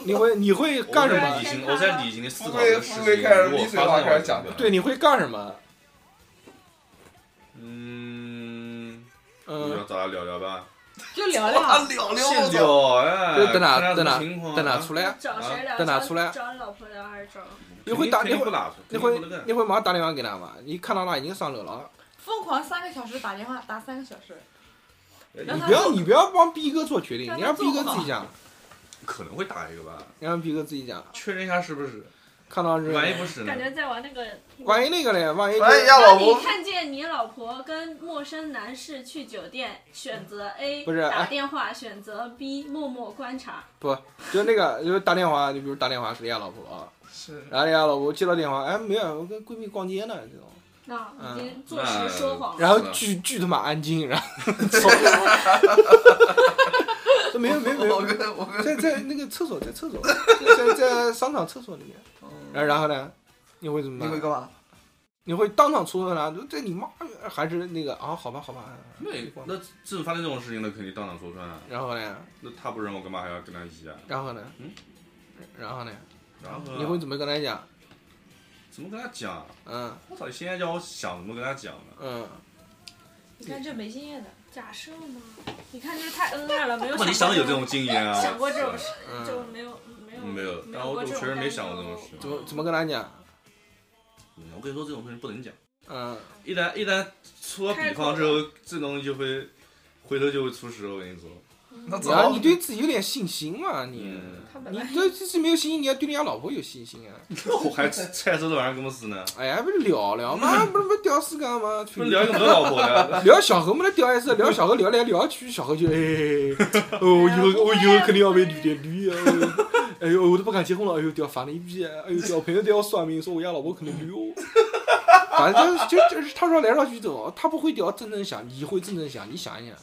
S2: 你会你会嗯干什
S4: 我在
S2: 么
S4: 理？性，我在理性的思考这个事情。
S1: 富贵富贵开始
S4: 如果
S1: 闭嘴了
S4: 发生
S1: 开始讲
S4: 了，
S2: 对，你会干什么？
S4: 嗯，我要
S2: 嗯，
S4: 找他聊聊吧。
S7: 就聊
S2: 啊
S7: 聊。
S1: 啊聊
S4: 先聊呀，
S2: 就等
S4: 看
S2: 哪
S4: 看
S2: 等
S4: 什么
S2: 哪
S4: 情况啊
S2: 等哪出来，
S5: 找谁聊？
S2: 在哪
S5: 找
S2: 出来
S5: 找你老婆聊还是找？
S2: 你会打
S4: 肯定
S2: 你会
S4: 不打
S2: 你会
S4: 肯定不能干
S2: 你会马上打电话给他吗？你看到他已经上楼了，啊
S7: 疯狂三个小时打电话，打三个小时。
S2: 你
S7: 让他
S2: 不要
S7: 做
S2: 你不要帮逼哥做决定，
S7: 让
S2: 你
S7: 他
S2: 让逼哥
S7: 做
S2: 自己讲，
S4: 可能会打一个吧，
S2: 你让逼哥自己讲。
S4: 确认一下是不是，
S2: 看到是，
S4: 万一不哎是呢
S5: 感？觉在玩那个。
S2: 万一那个嘞，万一就
S1: 万一要
S5: 当
S1: 老
S5: 你
S1: 婆
S5: 看见你老婆跟陌生男士去酒店，选择 A
S2: 不是哎
S5: 打电话，选择 B 默默观察。
S2: 不就那个就是打电话，就比如打电话给人家老婆啊，
S1: 是
S2: 然后人家老婆接到电话，哎没有，我跟闺蜜逛街呢这种，
S5: 那
S2: 嗯
S5: 已经坐实说谎了。
S2: 然后
S4: 哦是的
S2: 巨巨他妈安静， 然后操，这没有没有没有
S1: 我，跟我跟
S2: 在在那个厕所，在厕所，在在商场厕所里面。然后然后呢，你会怎么
S1: 你
S2: 办？
S1: 会干嘛？
S2: 你会当场出问他，就这你妈还是那个啊？好吧，好吧。
S4: 那也那这种发生这种事情，那肯定当场说穿啊。
S2: 然后呢，
S4: 那他不认，我干嘛还要跟他一起啊？
S2: 然后呢，
S4: 嗯，
S2: 然后呢，
S4: 然后
S2: 你会怎么跟他讲？
S4: 怎么跟他讲？
S2: 嗯
S4: 我操！现在叫我想怎么跟他讲呢？
S2: 嗯，
S7: 你看这没经验的，
S5: 假设嘛，你看就是太恩爱了，没 有
S4: 他妈你
S5: 想
S4: 想
S5: 过
S4: 的有这
S5: 种
S4: 种经验啊？
S5: 想过这种
S4: 是
S5: 事，
S2: 嗯
S5: 就没有没有
S4: 没有，但
S5: 有
S4: 我
S5: 过
S4: 我
S5: 这
S4: 确
S5: 种
S4: 实没
S5: 感
S4: 想过这
S5: 受
S4: 种事。
S2: 怎么怎么跟他讲？
S4: 嗯我跟你说，这种东西不能讲。
S2: 嗯，
S4: 一旦一旦出了
S5: 开
S4: 比
S5: 口
S4: 方之后，这东西就会回头就会出事。我跟你说，
S5: 嗯
S1: 那
S2: 然
S1: 早
S2: 后你对自己有点信心嘛，你
S4: 啊嗯
S5: 他本
S2: 你
S5: 来
S2: 对自己没有信心，你要对人家老婆有信心啊。
S4: 那我还猜这玩意儿怎么死呢？
S2: 哎呀，不是聊聊 嘛，不是不是屌丝干嘛？
S4: 不是聊一个没老婆的，
S2: 聊小何没得屌一次，聊小何聊来聊去，小何就哎，哦，我以后我以后肯定要被绿的绿啊，哎呦，我都不敢结婚了，哎呦，屌烦了一逼，哎呦，屌朋友都要算命，说我家老婆可能绿哦。反正就就就是他说来绕去走，他不会屌真正想，你会真正想，你想一想，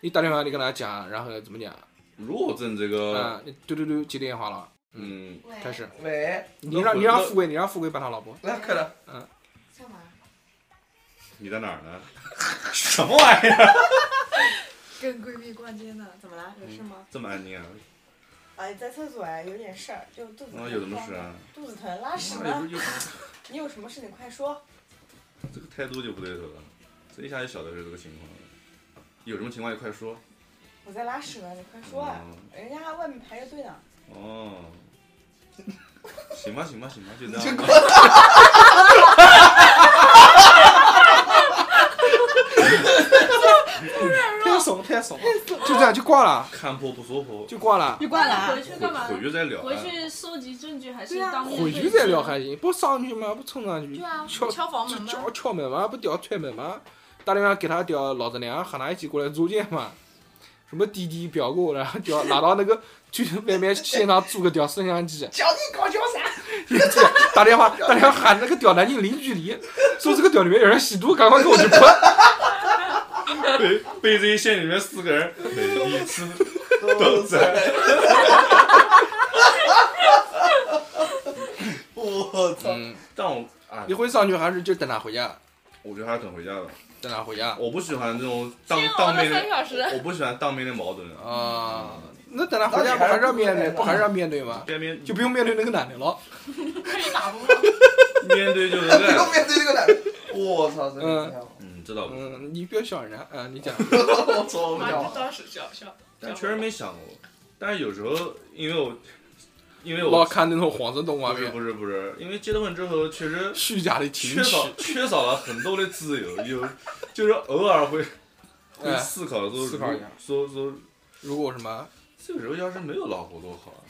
S2: 你打电话你跟他讲，然后怎么讲？
S4: 如果挣这个，
S2: 啊，嘟嘟嘟接电话了，
S4: 嗯，
S6: 哎
S2: 开始，
S1: 喂，
S2: 你让你让富贵，你让富贵扮他老婆，
S1: 来快点，
S7: 干嘛？
S4: 你在哪儿呢？ 什么玩意儿？
S7: 跟闺蜜逛街呢，怎么
S2: 嗯
S7: 了？有事吗？
S4: 这么安静啊？
S7: 哎，在厕所啊，有点事儿，就肚子
S2: 哦
S4: 啊，有什么事啊？
S7: 肚子疼，拉屎
S4: 妈有
S2: 哎
S7: 了。
S4: 时候
S7: 你有什么事你快说。
S4: 就这个态度就不对头了，这一下就晓得是这个情况了。有什么情况就快说。
S7: 我在拉屎呢，你快说啊！人家还外面排着队呢。
S4: 哦哦，行吧，行吧，行吧，就这
S1: 你
S4: 样
S1: 就
S4: 吧。
S2: 太怂太怂，就这样就挂了，
S4: 看破不说破，
S2: 就挂了。
S7: 你挂了啊
S5: 回去干嘛？
S4: 回去再聊啊。
S5: 回去搜集证据还是
S7: 对啊
S5: 当面
S2: 回去
S5: 对
S2: 再
S5: 质
S2: 聊还行，不上去吗？不冲上去，
S7: 对啊，
S2: 敲
S7: 敲房门吗？
S2: 敲敲门吗？不屌踹门吗？打电话给他屌老子娘，喊他一起过来组建嘛。什么弟弟表哥，然后屌拿到那个去外面现场租个屌摄像机，
S1: 讲你搞笑啥？
S2: 打电话打电话喊那个屌南京零距离，说这个屌里面有人吸毒，赶快给我去喷。
S4: 被被这一县里面四个人每啊一次都在，
S1: 我操！
S2: 嗯，
S4: 但我啊
S2: 你，会上去还是就等他回家？
S4: 我觉得还是等回家吧。
S2: 等他回家
S4: 我不喜欢这种当
S6: 煎熬
S4: 当
S6: 了
S4: 面
S6: 三
S4: 的，
S6: 小时，
S4: 我不喜欢当面的矛盾啊。
S2: 啊？那等他回家不还是要面对，不还是要面对吗？
S4: 该 面
S2: 就不用面对那个男的了。
S4: 面对就是
S1: 不用面
S4: 爱，
S1: 对这个男的，我操！真的不太好
S4: 嗯，知道不？
S2: 嗯，你不要想人家啊，你讲。
S1: 我操！我不讲了。
S7: 当时笑笑。
S4: 但确实没想过。但是有时候，因为我，因为
S2: 老
S4: 我
S2: 看那种黄色动画
S4: 不是
S2: 片，
S4: 不是不是，因为结了婚之后确实
S2: 虚假的
S4: 缺
S2: 情绪，
S4: 少缺少了很多的自由，有就是偶尔会会
S2: 哎
S4: 思考说
S2: 思考一下
S4: 说说
S2: 如果什么，
S4: 这个时候要是没有老婆多好啊！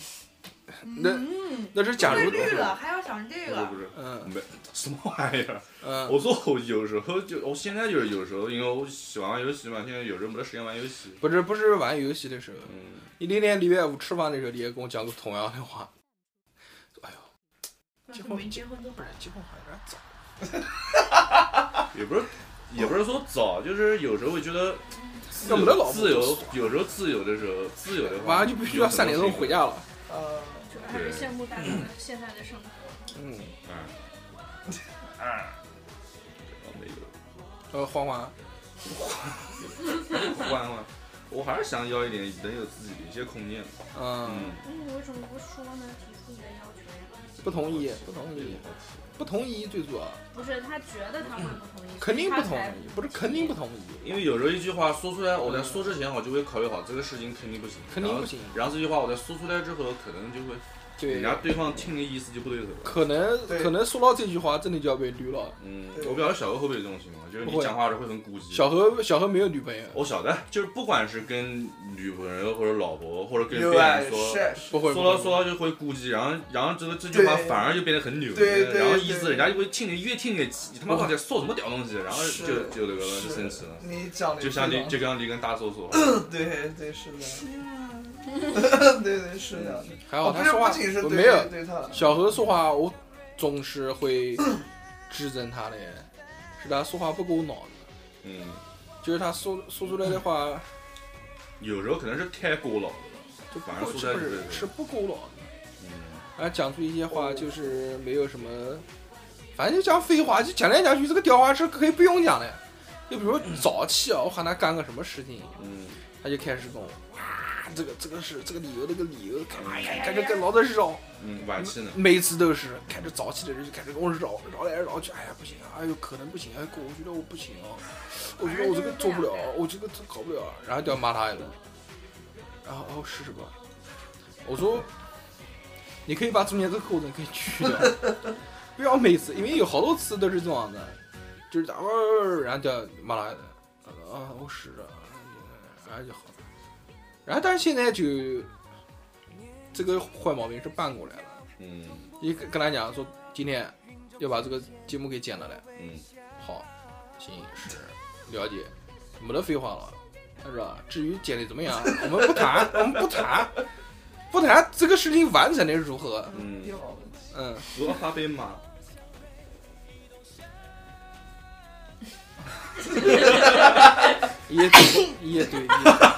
S2: 那
S7: 嗯，
S2: 那是假如
S7: 被，绿了，还要想这
S4: 不是
S7: 个
S4: 不？是，
S2: 嗯
S4: 没什么玩意儿。
S2: 嗯
S4: 我说我有时候就，我现在就是有时候，因为我喜欢玩游戏嘛，现在有时候没得时间玩游戏。
S2: 不是不是玩游戏的时候，
S4: 嗯，
S2: 你那天礼拜五吃饭的时候，你也跟我讲过同样的话。哎呦，结婚结婚都不是结婚好像有点早。
S4: 也不是，也不是说早，就是有时候会觉得自
S2: 要没得
S4: 由，
S2: 老婆
S4: 自
S2: 就
S4: 由
S2: 爽
S4: 有时候自由的时候，自由的话，
S2: 晚上就必须要三点钟回。家了。
S1: 呃，
S5: 主要还是羡慕大家的现在的生活。
S2: 嗯，
S4: 嗯，啊没有，
S2: 呃，欢欢，
S4: 换换，我还是想要一点能有自己的一些空间。
S2: 嗯
S4: 嗯，，
S5: 嗯，你为什么不说呢？提出你的要求呀？
S2: 不同意，不同
S4: 这个
S2: 意，不同意最主要，
S5: 不是他觉得他会不同意，
S2: 嗯肯定不同
S5: 所以他才
S2: 意，不是肯定不同意，
S4: 因为有时候一句话说出来，我在说之前我就会考虑好这个事情肯定不行，
S2: 肯定不行
S4: 然后。然后这句话我在说出来之后，可能就会
S2: 对，
S4: 人家对方听的意思就不对头了。
S2: 可能
S1: 对
S2: 可能说到这句话，真的就要被绿了。
S4: 嗯，
S1: 对
S4: 我不晓得小何会不会有这种情况，就是
S2: 不
S1: 啊
S4: 你
S2: 会
S4: 讲话时会很顾忌。
S2: 小何小何没有女朋友，
S4: 我晓得，就是不管是跟女朋友或者老婆或者跟
S1: 有
S4: 别
S1: 啊，
S4: 人说，
S1: 是，
S2: 不会，
S4: 说
S2: 不会
S4: 到说到就会顾忌，然后然后这个这句话
S1: 对
S4: 反而就变得很扭
S1: 对
S4: 曲，
S1: 对
S4: 然后意思
S1: 对
S4: 人家就会听你越听越气，你他妈到底说什么屌东西，然后
S1: 是
S4: 就就那个
S1: 是
S4: 就生气了，
S1: 你讲的
S4: 就像
S1: 这
S4: 离就像离根大搜索，
S1: 对对是 的，对对是的，
S2: 还
S1: 哦
S2: 好
S1: 不
S2: 他
S1: 是
S2: 说
S1: 不
S2: 话
S1: 仅是
S2: 我
S1: 对
S2: 没有
S1: 对对他，
S2: 小何说话，我总是会指正他的，是他说话不够脑子，
S4: 嗯，
S2: 就是他说说出来的话
S4: 有时候可能是太过脑了，
S2: 就不
S4: 反而
S2: 够，
S4: 说出来
S2: 是不
S4: 就是是
S2: 是不够脑子，
S4: 嗯，
S2: 而讲出一些话就是没有什么，反正就讲废话，就讲来讲去这个屌话是可以不用讲的。就比如说早期啊，我喊他干个什么事情，
S4: 嗯，
S2: 哎他就开始跟我，哇，这个这个是这个理由，那个理由，哎呀，感觉跟老子绕，
S4: 嗯，晚期呢？
S2: 每次都是开始早起的人就开始跟我绕绕来绕去，哎呀不行啊，哎呦可能不行，哎哥我觉得我不行啊，我觉得我这个做不了，啊我这个这搞不了，啊然后就要骂他一顿，然后哦是什么？我说你可以把中间这个过程可以去掉，不要每次，因为有好多次都是这样的，就是咋哦，然后就要骂他一顿，他说啊我是啊，然后就好了，然后但是现在就这个坏毛病是搬过来了。
S4: 嗯
S2: 你跟跟他讲说今天要把这个节目给剪了来，
S4: 嗯
S2: 好，行是了解，没得废话了，是吧？至于剪的怎么样，我们不谈，我们不谈，不谈这个事情完成的如何，
S4: 嗯，
S1: 好问题。
S2: 嗯，
S4: 不要哈被骂。
S2: 也对，也对，也对，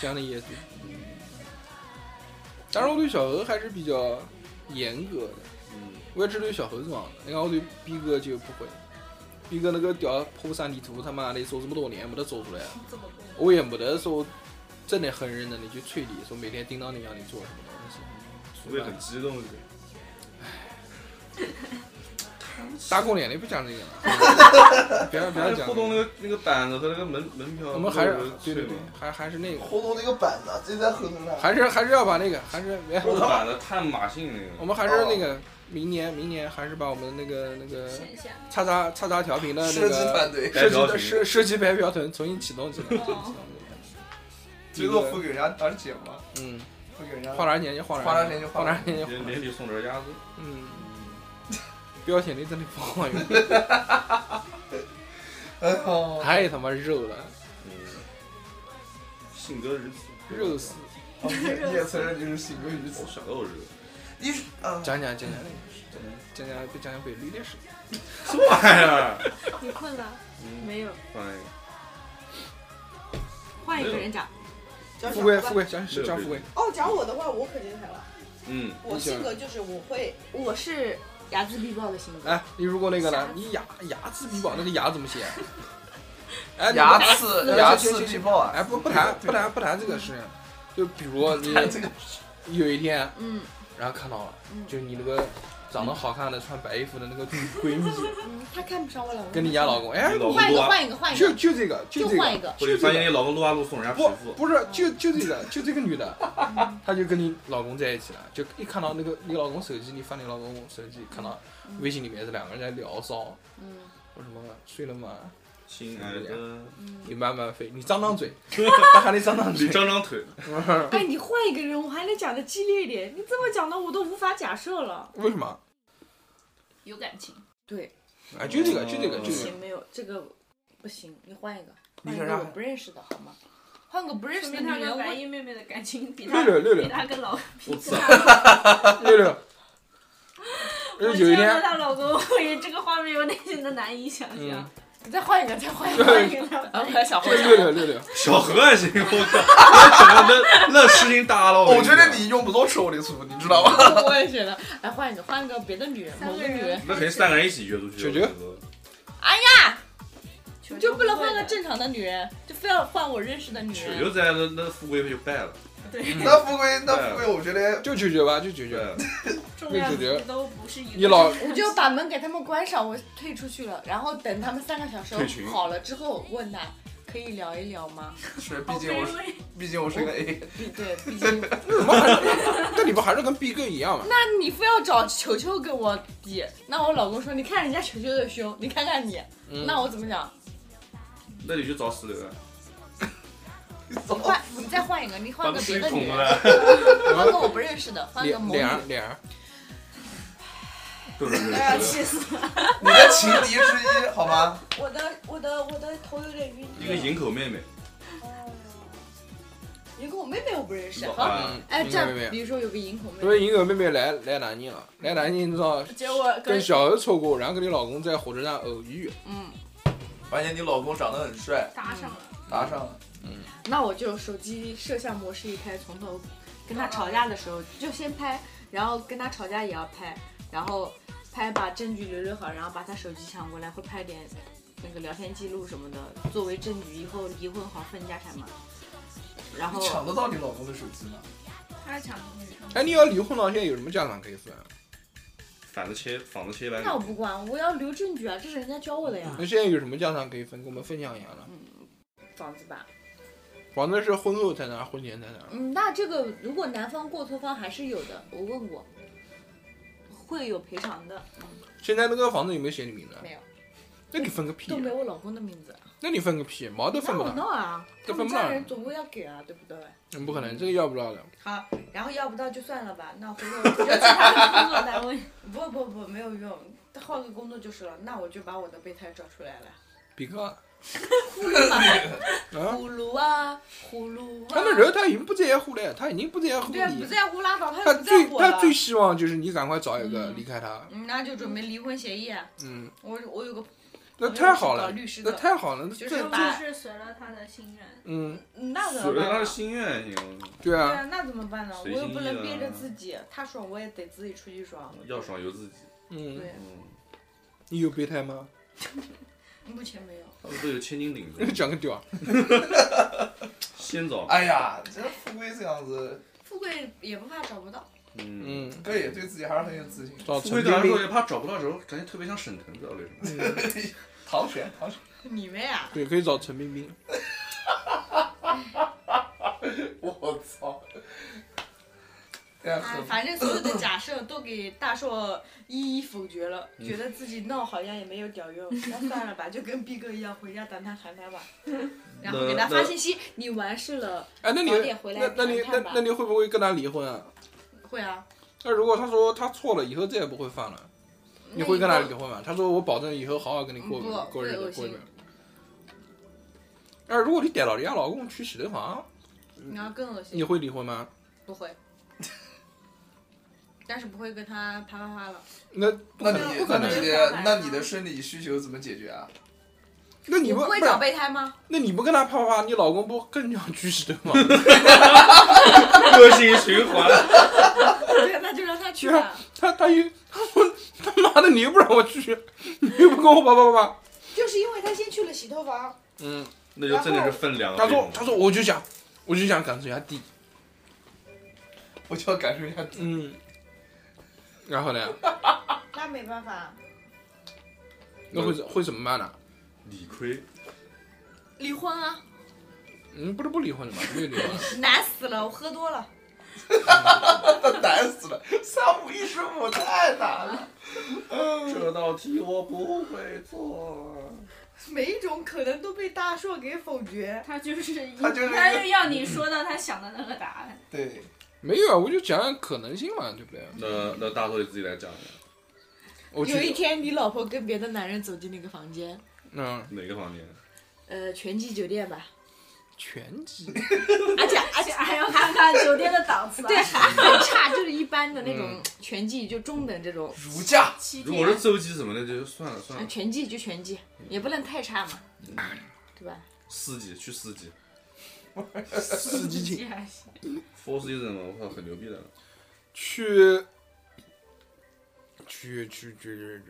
S2: 讲的也对。但是我对小何还是比较严格的，
S4: 嗯
S2: 我也只对小猴子样的，你看我对逼哥就不会，逼哥那个屌破三 D 图，他妈的做这么多年没得做出来，啊我也没得说真的很认真的去催你，说每天叮当你让你做什么东西。
S4: 除非很激动一点。
S2: 打狗脸的不讲这个了，不要不要
S4: 还是
S2: 讲
S4: 互
S2: 这
S4: 动
S2: 个。
S4: 那个那个板子和那个门门票，
S2: 我们还是对
S4: 对
S2: 对
S4: 对
S2: 对，还还是那个，
S1: 活动那个板子，这在合同上。
S2: 还是还是要把那个，还是别，
S4: 那个板子太马性那
S2: 我
S4: 个。
S2: 们还是那个，明年明年还是把我们那个那个
S3: 线下
S2: 叉叉叉叉调频的 那
S1: 设计
S2: 个
S1: 团队，
S2: 设计的设设计白嫖团重新启动起来，重新启动起来
S1: 最后付给人家当时剪嘛，
S2: 嗯。
S1: 付给人家。
S2: 花点钱就花
S1: 花
S2: 点
S1: 点钱就
S2: 花
S1: 花
S2: 点钱就花
S4: 年年底送点鸭子，
S2: 嗯，标签里真的不好用，
S1: 哎呦，
S2: 太他妈肉了，
S4: 嗯，性格如此，
S2: 肉死！
S1: 你也承认就是行为于此
S4: 我。想到热，
S1: 你是啊，
S2: 讲讲讲讲那个，讲讲不讲讲被绿的事。
S4: 什么玩意儿？
S5: 你困了？
S4: 嗯，
S5: 没有，
S4: 换一个，
S5: 换一个人讲。
S7: 讲
S2: 富
S7: 小
S2: 贵
S7: 伙伴
S2: 富贵讲讲富贵，
S7: 哦，讲我的话，我可精彩了。
S4: 嗯，
S7: 我性格就是我会，我是
S6: 睚眦必报的性格。
S2: 哎，你如果那个呢，你牙牙齿比宝那个牙怎么 写？哎，你
S1: 牙
S2: 不
S1: 齿
S2: 行
S1: 牙
S2: 行
S1: 齿
S2: 行
S1: 气泡啊，
S2: 哎不不谈不谈不谈这个事情，就比如你
S1: 看这个
S2: 有一天，
S6: 嗯，
S2: 然后看到了，
S6: 嗯
S2: 就你那个长得好看的穿白衣服的那个闺蜜，
S6: 嗯，他看不上我老公。
S2: 跟你家老公，哎
S4: 你，老公
S6: 换一
S4: 撸
S6: 个，
S4: 啊，
S6: 换一个，换一
S2: 就
S6: 个，
S2: 就这个
S6: 就
S2: 这个
S6: 换一个。
S4: 或者发现你老公撸啊撸送人家
S2: 不
S4: 媳妇，
S2: 不是，就就这个，就这个女的，她就跟你老公在一起了，就一看到那个你老公手机，你翻你老公手机，看到微信里面是两个人在聊骚，
S6: 嗯
S2: 说什么睡了吗？
S4: 亲爱的，
S2: 你慢慢飞，你张张 嘴，她喊你张张
S4: 你
S2: 嘴，
S4: 张 张腿，
S5: 哎，你换一个人，我还能讲的激烈一点。你这么讲的，我都无法假设了。
S2: 为什么？
S3: 有感情，
S2: 哎，就这个，就这个，
S4: 嗯
S2: 就这
S6: 不
S2: 个
S6: 行，，没有这个不行，你换一个，
S1: 你
S6: 换一
S1: 想
S6: 个
S1: 让
S6: 我不认识的好吗？换个不认
S3: 说
S6: 识的
S3: 明
S6: 女
S3: 他跟
S6: 人，
S3: 白
S6: 我
S3: 衣妹妹的感情比
S6: 哦
S3: 他
S2: 六六六
S3: 比
S2: 六
S3: 他跟老
S4: 我
S3: 比
S4: 操，
S2: 六六，
S3: 我
S2: 有一
S3: 见到
S2: 天，
S3: 她老公，我也这个画面我内心都难以想象。
S2: 嗯，
S6: 你再换一个，再换一
S2: 对
S6: 个，换一个。
S3: 我
S6: 然后小
S2: 这
S6: 红
S2: 个六六六六，
S4: 小何还行，我靠， 那怎么那那事情大了？
S1: 哎我
S4: 跟
S1: 觉得
S4: 讲
S1: 你用不着吃我的醋，你知道吗？
S6: 我也觉得，来换一个，换一个别的女人，
S5: 三
S6: 某
S5: 个
S6: 个女人
S5: 人，
S4: 那肯定三个人一起约出去，
S2: 九九
S4: 我觉得
S6: 你就不能换个正常的女人，就非要换我认识的女
S4: 九
S6: 人。
S4: 九在那那富贵就败了，
S1: 那富贵，那富贵，我觉得
S2: 就九九吧，就九九
S4: 对，，
S3: 重量级都不是一个
S2: 你老
S6: 我就把门给他们关上，我退出去了，然后等他们三个小
S4: 退群
S6: 时好了之后，问他可以聊一聊吗？
S1: 是，毕
S3: 好
S1: 竟我
S3: 卑
S1: 是，
S3: 微，
S1: 毕竟我是个 A，
S6: 毕对，毕竟
S2: 那怎么还是那你不还是跟逼哥一样嘛？
S6: 那你非要找球球跟我比，那我老公说你看人家球球的胸，你看看你，
S2: 嗯
S6: 那我怎么讲？
S4: 那你就找石榴了，
S6: 你换，你再换一个，你换个别
S4: 水
S6: 的
S4: 桶
S6: 女人，
S4: 了，
S6: 换个我不认识的，换个
S2: 嗯脸
S6: 某女
S2: 脸
S6: 人
S2: 儿。脸儿，
S4: 都是
S5: 哎呀，
S4: 认识
S5: 气死了！
S1: 你的情敌之一，好吗？
S5: 我的我的我的头有点晕。
S4: 的 一个营口妹妹，
S6: 哦你跟我妹妹我不认识，
S4: 老
S6: 好。
S4: 啊
S2: 嗯，
S6: 哎，
S2: 明
S6: 这
S2: 白
S6: 样
S2: 明白
S6: 比如说有个营口妹
S2: 所
S6: 妹，
S2: 以银河妹妹来来南京了，来南京你知道
S6: 嗯结果
S2: 跟
S6: 跟
S2: 小何错过，然后跟你老公在火车站偶遇，
S6: 嗯，
S1: 发现你老公长得很帅，
S3: 搭上
S2: 嗯
S3: 了，
S1: 搭上了，
S6: 那我就手机摄像模式一开，从头跟他吵架的时候就先拍，然后跟他吵架也要拍，然后拍把证据留留好，然后把他手机抢过来，会拍点那个聊天记录什么的作为证据，以后离婚好分家产嘛。然后
S1: 你抢得到你老公的手机吗？
S5: 他抢不女生。
S2: 哎，你要离婚了，现在有什么家产可以分啊？
S4: 反正切，房子切完
S6: 那我不管，我要留证据啊，这是人家教我的呀。
S2: 那现在有什么家产可以分？跟我们分享一下
S6: 嗯
S2: 了。
S6: 房子吧，
S2: 房子是婚后才拿，婚前才拿。
S6: 嗯，那这个如果男方过错方还是有的，我问过，会有赔偿的，
S2: 现在那个房子有没有写你名字？
S6: 没有。
S2: 那你分个嗯屁
S6: 都
S2: 啊！
S6: 没我老公的名字，
S2: 那你分个屁，毛都分
S6: 那
S2: 不
S6: 我闹
S2: 到，
S6: 啊，
S2: 这
S6: 他
S2: 分
S6: 们
S2: 不嗯到
S6: 家人总归要给啊，对不对？
S2: 嗯不可能，这个要不到的。
S7: 好，然后要不到就算了吧，那回头我就去他的
S2: 啊
S7: 工作 单位。不不不，没有用，换个工作就是了。那我就把我的备胎找出来了。
S2: 比克 啊，
S6: 葫芦啊，葫芦
S2: 嗯
S6: 啊。
S2: 他那人他已经不在乎了，他已经不在乎
S7: 对啊，不
S2: 你。
S7: 在乎拉倒，他
S2: 他
S7: 就不在
S2: 最
S7: 乎我
S2: 他
S7: 了。
S2: 最希望就是你赶快找一个离开他，
S7: 嗯那就准备离婚协议啊。
S2: 嗯，
S7: 我我有个
S2: 那太好
S7: 搞
S2: 了
S7: 律，师
S2: 那
S7: 的
S2: 太好了，
S7: 就是
S2: 这
S7: 把
S5: 就是随了他的心愿，
S2: 嗯，
S7: 那怎
S4: 随
S7: 么
S4: 着
S7: 办
S4: 他的
S7: 呢？
S4: 心愿行，
S2: 对
S7: 对
S2: 啊，
S7: 啊，那怎么办呢？我
S4: 随心
S7: 又不
S4: 意
S7: 能
S4: 啊
S7: 憋着自己，他爽我也得自己出去爽。
S4: 要爽由自己。
S2: 嗯，
S7: 对，
S4: 嗯，
S2: 你有备胎吗？，
S7: 目前没有。
S4: 他们都有千斤顶 子
S2: 讲个屌，
S4: 先找。
S1: 哎呀，这富贵这样子，
S7: 富贵也不怕找不到，
S4: 嗯，
S2: 嗯，
S1: 哥也对自己还是很有自信。
S2: 找
S4: 富贵
S2: 陈
S4: 对他
S2: 冰
S4: 说
S2: 冰，
S4: 也怕找不到时候，感觉特别像沈腾，不知道为什么。
S1: 唐玄，唐玄，
S7: 你们 呀，
S2: 对，可以找陈冰冰，
S1: 我操！对啊，
S7: 哎
S1: 很
S7: 反正所 有的假设都给大硕一一否决了，
S4: 嗯
S7: 觉得自己闹好像也没有屌用，那算了吧，就跟逼哥一样，回家等他谈 谈吧。然后给他发信息，
S6: 你完事了，
S2: 哎，那你
S6: 早点回来
S2: 那那你
S6: 看
S2: 那
S6: 看吧
S2: 那你会不会跟他离婚啊？
S7: 会啊，
S2: 那如果他说他错了，以后再也不会犯了，你会跟他离婚吗？他说我保证以后好好跟你过
S7: 不
S2: 过
S7: 会
S2: 日子
S7: 恶
S2: 过
S7: 心
S2: 日子。哎，如果你逮到人家老公去洗头房，
S7: 你要更恶
S2: 你
S7: 心，
S2: 会离婚吗？
S7: 不 会。但是不会跟他啪啪啪了，
S2: 那
S1: 那你
S7: 不可
S1: 那
S7: 能
S1: 你的那你的生理需求怎么解决啊？
S2: 那你
S7: 我
S2: 不
S7: 不会
S2: 不
S7: 找
S2: 是
S7: 备胎吗？
S2: 那你不跟他啪啪啪，你老公不更想去洗头房？
S4: 恶性循环。
S7: 对，那就让他去 吧。
S2: 他他又他说他妈的你又不让我去， 你又不跟我啪啪啪啪。
S7: 就是因为他先去了洗头房，
S2: 嗯，
S4: 那就真的是分两个
S2: 他
S4: 费
S2: 说
S4: 用。
S2: 他说我就想我就想感受一下地，
S1: 我就要感受一下
S2: 嗯，然后呢？
S7: 那没办法，
S2: 那会会怎么办呢？
S4: 理亏，
S6: 离婚 啊，
S2: 嗯，不是不离婚了吗？没有离婚。
S7: 难死了，我喝多了。
S1: 难死了，三五一十五太难了。
S4: 这道题我不会做。
S7: 每一种可能都被大硕给否决。
S5: 他就是
S1: 他就是
S5: 他就要你说到他想的那个答案。
S1: 对，
S2: 没有啊，我就讲讲可能性嘛，对不对？
S4: 那那大头你自己来讲一下，
S2: 我去
S6: 有一天你老婆跟别的男人走进那个房间，
S2: 嗯，
S4: 哪个房间？
S6: 呃，全季酒店 吧，啊
S2: 全集
S6: 而且而且
S5: 还要哎看看酒店的档次、啊。
S6: 对，还很差，就是一般的那
S2: 嗯
S6: 种拳击，就中等这种。
S1: 如驾
S5: 七
S4: 如果是
S5: 天。
S4: 周记什么的，就算了
S2: 嗯
S4: 算
S6: 啊，
S4: 了。
S6: 拳击就拳击，也不能太差嘛，对吧？
S4: 四级去四级
S2: 四季情
S5: 还行
S4: ，Four Season 嘛，我靠，很牛逼的。
S2: 去去去去去去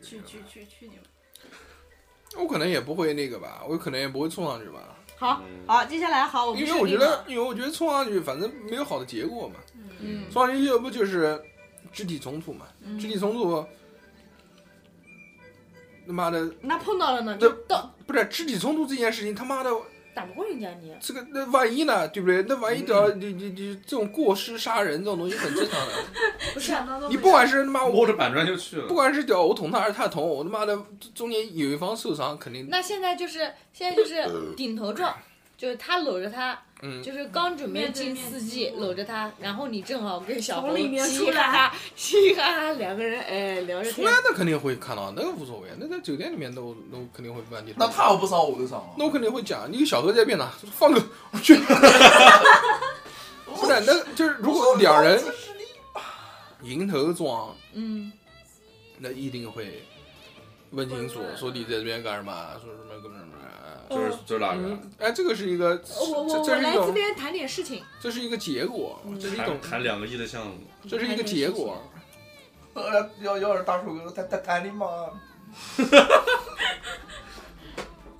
S5: 去去去去你们！
S2: 我可能也不会那个吧，我可能也不会冲上去吧，
S6: 啊
S7: 好，
S4: 嗯
S7: 好，接下来好，我们
S2: 因为
S7: 确
S2: 我觉
S7: 定
S2: 得
S5: 啊
S7: 了，
S2: 因为我觉得冲上去反正没有好的结果嘛，
S4: 嗯
S2: 冲上去要不就是肢体冲突嘛，肢体冲突，他妈的
S6: 那碰到了呢，
S2: 那
S6: 就到
S2: 不是肢体冲突这件事情，他妈的
S6: 打不过人家你。
S2: 这个那万一呢，对不对？那万
S1: 嗯
S2: 一要你你你这种过失杀人这种东西很正常的，
S5: 不想到都
S2: 你不管是他妈我
S4: 摸着板砖就去
S2: 不
S4: 了。
S2: 管是屌我捅他还是他捅我，他妈的中间有一方受伤，肯定
S6: 那现在就是现在就是顶头撞，就是他搂着他，
S2: 嗯
S6: 就是刚准备
S5: 面对
S6: 进
S5: 面
S6: 四
S5: 接
S6: 季
S5: 触
S6: 搂着他，然后你正好跟小
S5: 从
S6: 红
S5: 里面
S6: 嘻
S5: 出
S6: 嘻哈
S5: 来
S6: 哈嘻嘻哈哈两个人哎聊着
S2: 出
S6: 天
S2: 来，那肯定会看到，那个无所谓，那在酒店里面都都肯定会问你。
S1: 那他要不上，我就上了。
S2: 那我肯定会讲，你小何在变哪？放个我去。 不然那就是如果两人迎头撞，
S6: 嗯，
S2: 那一定会问清楚
S5: 会，问
S2: 说你在这边干什么？说什么干什么？哎
S4: 这是这是哪个？
S2: 嗯，哎，这个是一个，
S6: 我我
S2: 这
S6: 我
S2: 这是
S6: 来
S2: 一
S6: 这
S2: 种，
S6: 边谈点事情，
S2: 这是一个结果，
S5: 嗯
S2: 这是一种
S4: 谈，谈两个亿的项目，
S2: 这是一个结果。
S1: 呃要要是大叔哥他他谈你妈，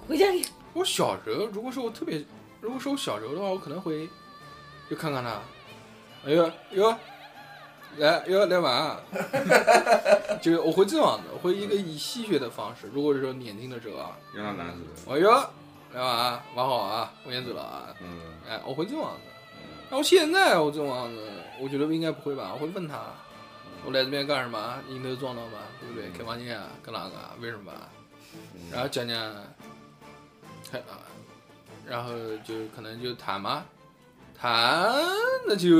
S6: 回家给
S2: 我小时候，如果说我特别，如果说我小时候的话，我可能会就看看他，哎呦哟，来哟来玩啊， 就是我会这样的，我会一个以戏谑的方式，如果是说年轻的时候啊，
S4: 让他难死。
S2: 哎呦来玩啊，玩好啊，我先走了啊，
S4: 嗯，
S2: 哎，我会这样的。然后现在我这种样子，我觉得应该不会吧？我会问他，我来这边干什么？迎头撞脑吗？对不对？
S4: 嗯
S2: 开房间啊，干哪个啊？为什么啊？
S4: 嗯
S2: 然后讲讲，还啊，然后就可能就谈嘛，谈那就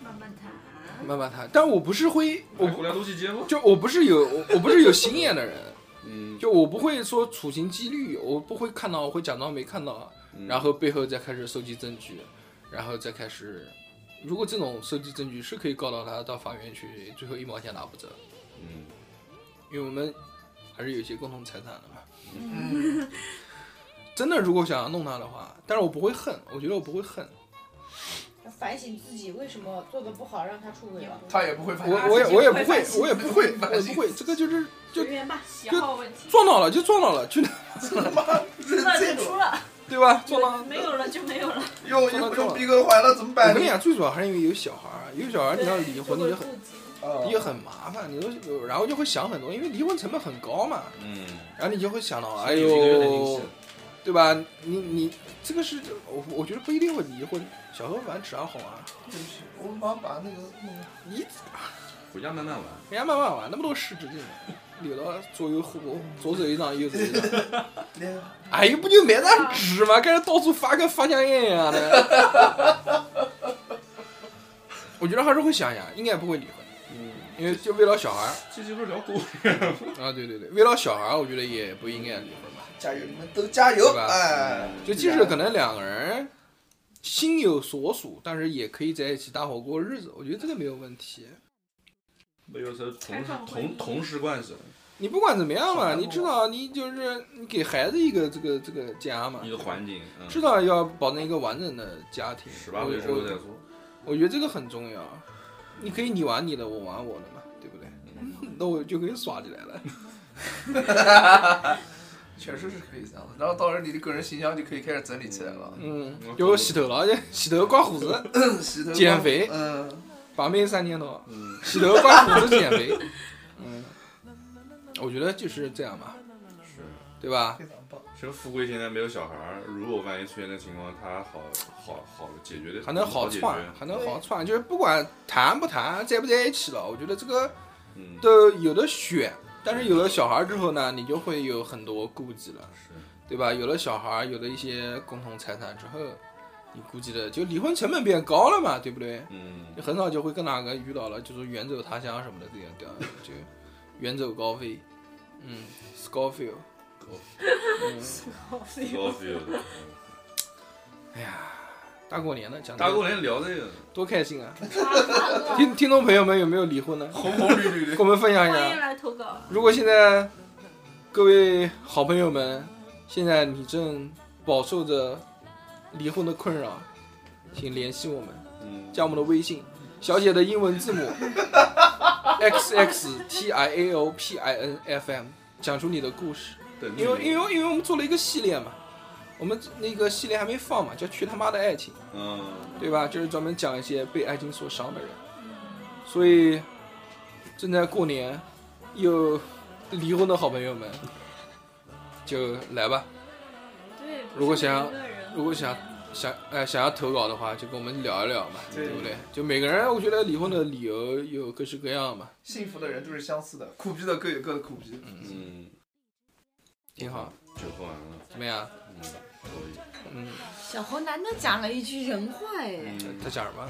S3: 慢慢谈。
S2: 慢慢谈。但我不是会，我
S4: 我
S2: 不
S4: 过来录期节目。
S2: 就我不是有我我不是有心眼的人，
S4: 嗯，
S2: 就我不会说处心积虑，我不会看到，我会假装没看到。啊
S4: 嗯
S2: 然后背后再开始收集证据，然后再开始，如果这种收集证据是可以告到他到法院去，最后一毛钱拿不走，
S4: 嗯
S2: 因为我们还是有一些共同财产的嘛。
S1: 嗯，
S2: 真的，如果想要弄他的话，但是我不会恨，我觉得我不会恨，
S6: 反省自己为什么做的不好，让他出轨了。
S1: 他也不会
S2: 我
S1: 反省，
S2: 我也 我也不
S5: 会
S2: 会
S5: 反，省
S2: 我也不会，我
S1: 反
S2: 也
S1: 省
S2: 不会，这个就是就
S5: 随缘吧，喜
S2: 就
S5: 好问题。
S2: 撞到了就撞到了，就
S1: 这
S5: 那
S1: 这
S5: 就
S1: 种
S5: 出 了，
S2: 对吧？撞到。
S5: 没有了就没有 了。
S1: 用
S2: 撞
S1: 用
S2: 到撞
S1: 用
S2: 到
S1: 逼哥怀了怎么
S2: 我
S1: 办
S2: 跟你
S1: 呢？
S2: 讲，最主要还是因为有小孩儿，有小孩儿你要离婚，你就很
S1: 啊
S2: 你就很麻烦，你都然后就会想很多，因为离婚成本很高嘛，
S4: 嗯，
S2: 然后你就会想到，哎
S4: 有些人很
S2: 呦
S4: 吝啬，
S2: 对吧？你你这个是我我觉得不一定会离婚，小时候玩只要好啊，
S1: 对不起，我妈把那个那个
S2: 你
S4: 回家慢慢玩。
S2: 人家慢慢玩，那么多湿纸巾，留到左右互搏，左手一张，右手一张，
S1: 连
S2: 哎呦，不就买张纸吗？开始到处发跟发香烟一样的。我觉得还是会想想，应该不会离婚，
S4: 嗯，
S2: 因为就为了小孩儿
S4: 这期不是聊狗？
S2: 啊，对对对，为了小孩儿，我觉得也不应该离婚吧。
S1: 加油，你们都加油
S2: 对，吧
S1: 哎，
S2: 就即使可能两个人心有所属，但是也可以在一起搭伙过日子，我觉得这个没有问题。
S4: 没有是同
S5: 开
S4: 时
S5: 放婚姻
S4: 同同时关系，
S2: 你不管怎么样
S1: 好
S2: 嘛，
S1: 的
S2: 你知道，你就是你给孩子一个这个这个家嘛
S4: 一，个环境，嗯，
S2: 知道要保证一个完整的家庭。
S4: 十八
S2: 我
S4: 岁之后再
S2: 我
S4: 说。
S2: 我觉得这个很重要，你可以你玩你的，我玩我的嘛，对不对？
S4: 嗯
S2: 那我就可以耍起来了。
S1: 确实是可以这样的。然后到时候你的个人形象就可以开始整理起来了，
S2: 嗯
S4: 我，
S2: 就洗头了，就 洗头刮胡子，
S1: 洗头发
S2: 减肥
S1: 嗯，
S2: 把妹三千多，
S4: 嗯，
S2: 洗头刮胡子减肥。嗯，我觉得就是这样吧，
S4: 是。
S2: 对吧？
S1: 非常棒。
S4: 其实富贵现在没有小孩儿，如果万一出现这情况，他好好好解决的，
S2: 还能好
S4: 解
S2: 串
S4: 决，。
S2: 还能好串，就是不管谈不谈，在不在一起了，我觉得这个
S4: 嗯，
S2: 都有的选。但是有了小孩之后呢，你就会有很多顾忌了，
S4: 是，
S2: 对吧？有了小孩，有了一些共同财产之后，你估计的就离婚成本变高了嘛，对不对？
S4: 嗯
S2: 你很少就会跟哪个遇到了，就是远走他乡什么的这样这样，就远走高飞，嗯，Scofield，嗯，
S4: ，love you。
S2: 大过年的讲
S4: 大过年聊这个，
S2: 多开心啊！听听众朋友们有没有离婚呢？
S4: 红红绿绿
S2: 跟
S4: 的，
S2: 我们分享一
S5: 欢
S2: 下
S5: 迎。来投稿。
S2: 如果现在各位好朋友们，现在你正饱受着离婚的困扰，请联系我们，
S4: 嗯，
S2: 加我们的微信，小写的英文字母 x x t i a o p i n f m，讲出你的故事。
S4: 等
S2: 因为因为因为我们做了一个系列嘛，我们那个系列还没放嘛，叫《去他妈的爱情》，
S4: 嗯，
S2: 对吧？就是专门讲一些被爱情所伤的人。
S5: 嗯
S2: 所以正在过年有离婚的好朋友们，就来吧。
S5: 对，
S2: 如果想要
S5: 不是每一个人
S2: 如果想想呃想要投稿的话，就跟我们聊一聊嘛，
S1: 对
S2: 不对？就每个人，我觉得离婚的理由有各式各样嘛，
S1: 幸福的人都是相似的，苦逼的各有各的苦逼。
S4: 嗯，
S2: 挺好。
S4: 酒喝完了，
S2: 怎么样？
S4: 嗯，可以。
S2: 嗯，
S6: 小猴难得讲了一句人话哎，
S4: 嗯
S2: 他讲什么？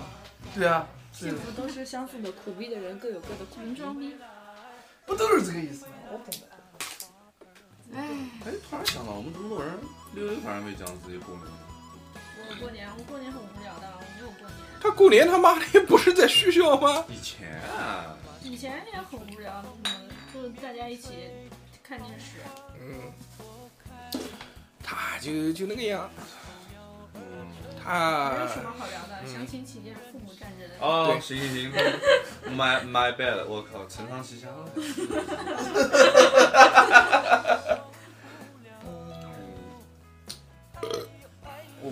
S1: 对啊，对
S6: 幸福都是相似的，苦逼的人各有各的苦
S5: 你们装逼，
S1: 不都是这个意思吗？我懂的。
S4: 哎，突然想到，我们读多人六一反正没讲自己过年，
S5: 我过年我过年很无聊的，我没有过年。
S2: 他过年他妈的不是在学校吗？
S4: 以前啊，
S5: 以前也很无聊，嗯，就大家一起看电视。
S2: 嗯，他就就那个样，
S5: 没
S4: 嗯，
S5: 有
S2: 他
S5: 什么好聊的，
S2: 哎嗯
S5: 相亲起见，父母站着的。
S4: 哦
S2: 对，
S4: 行行行，my my bad，我靠，承上启下了。嗯
S1: 我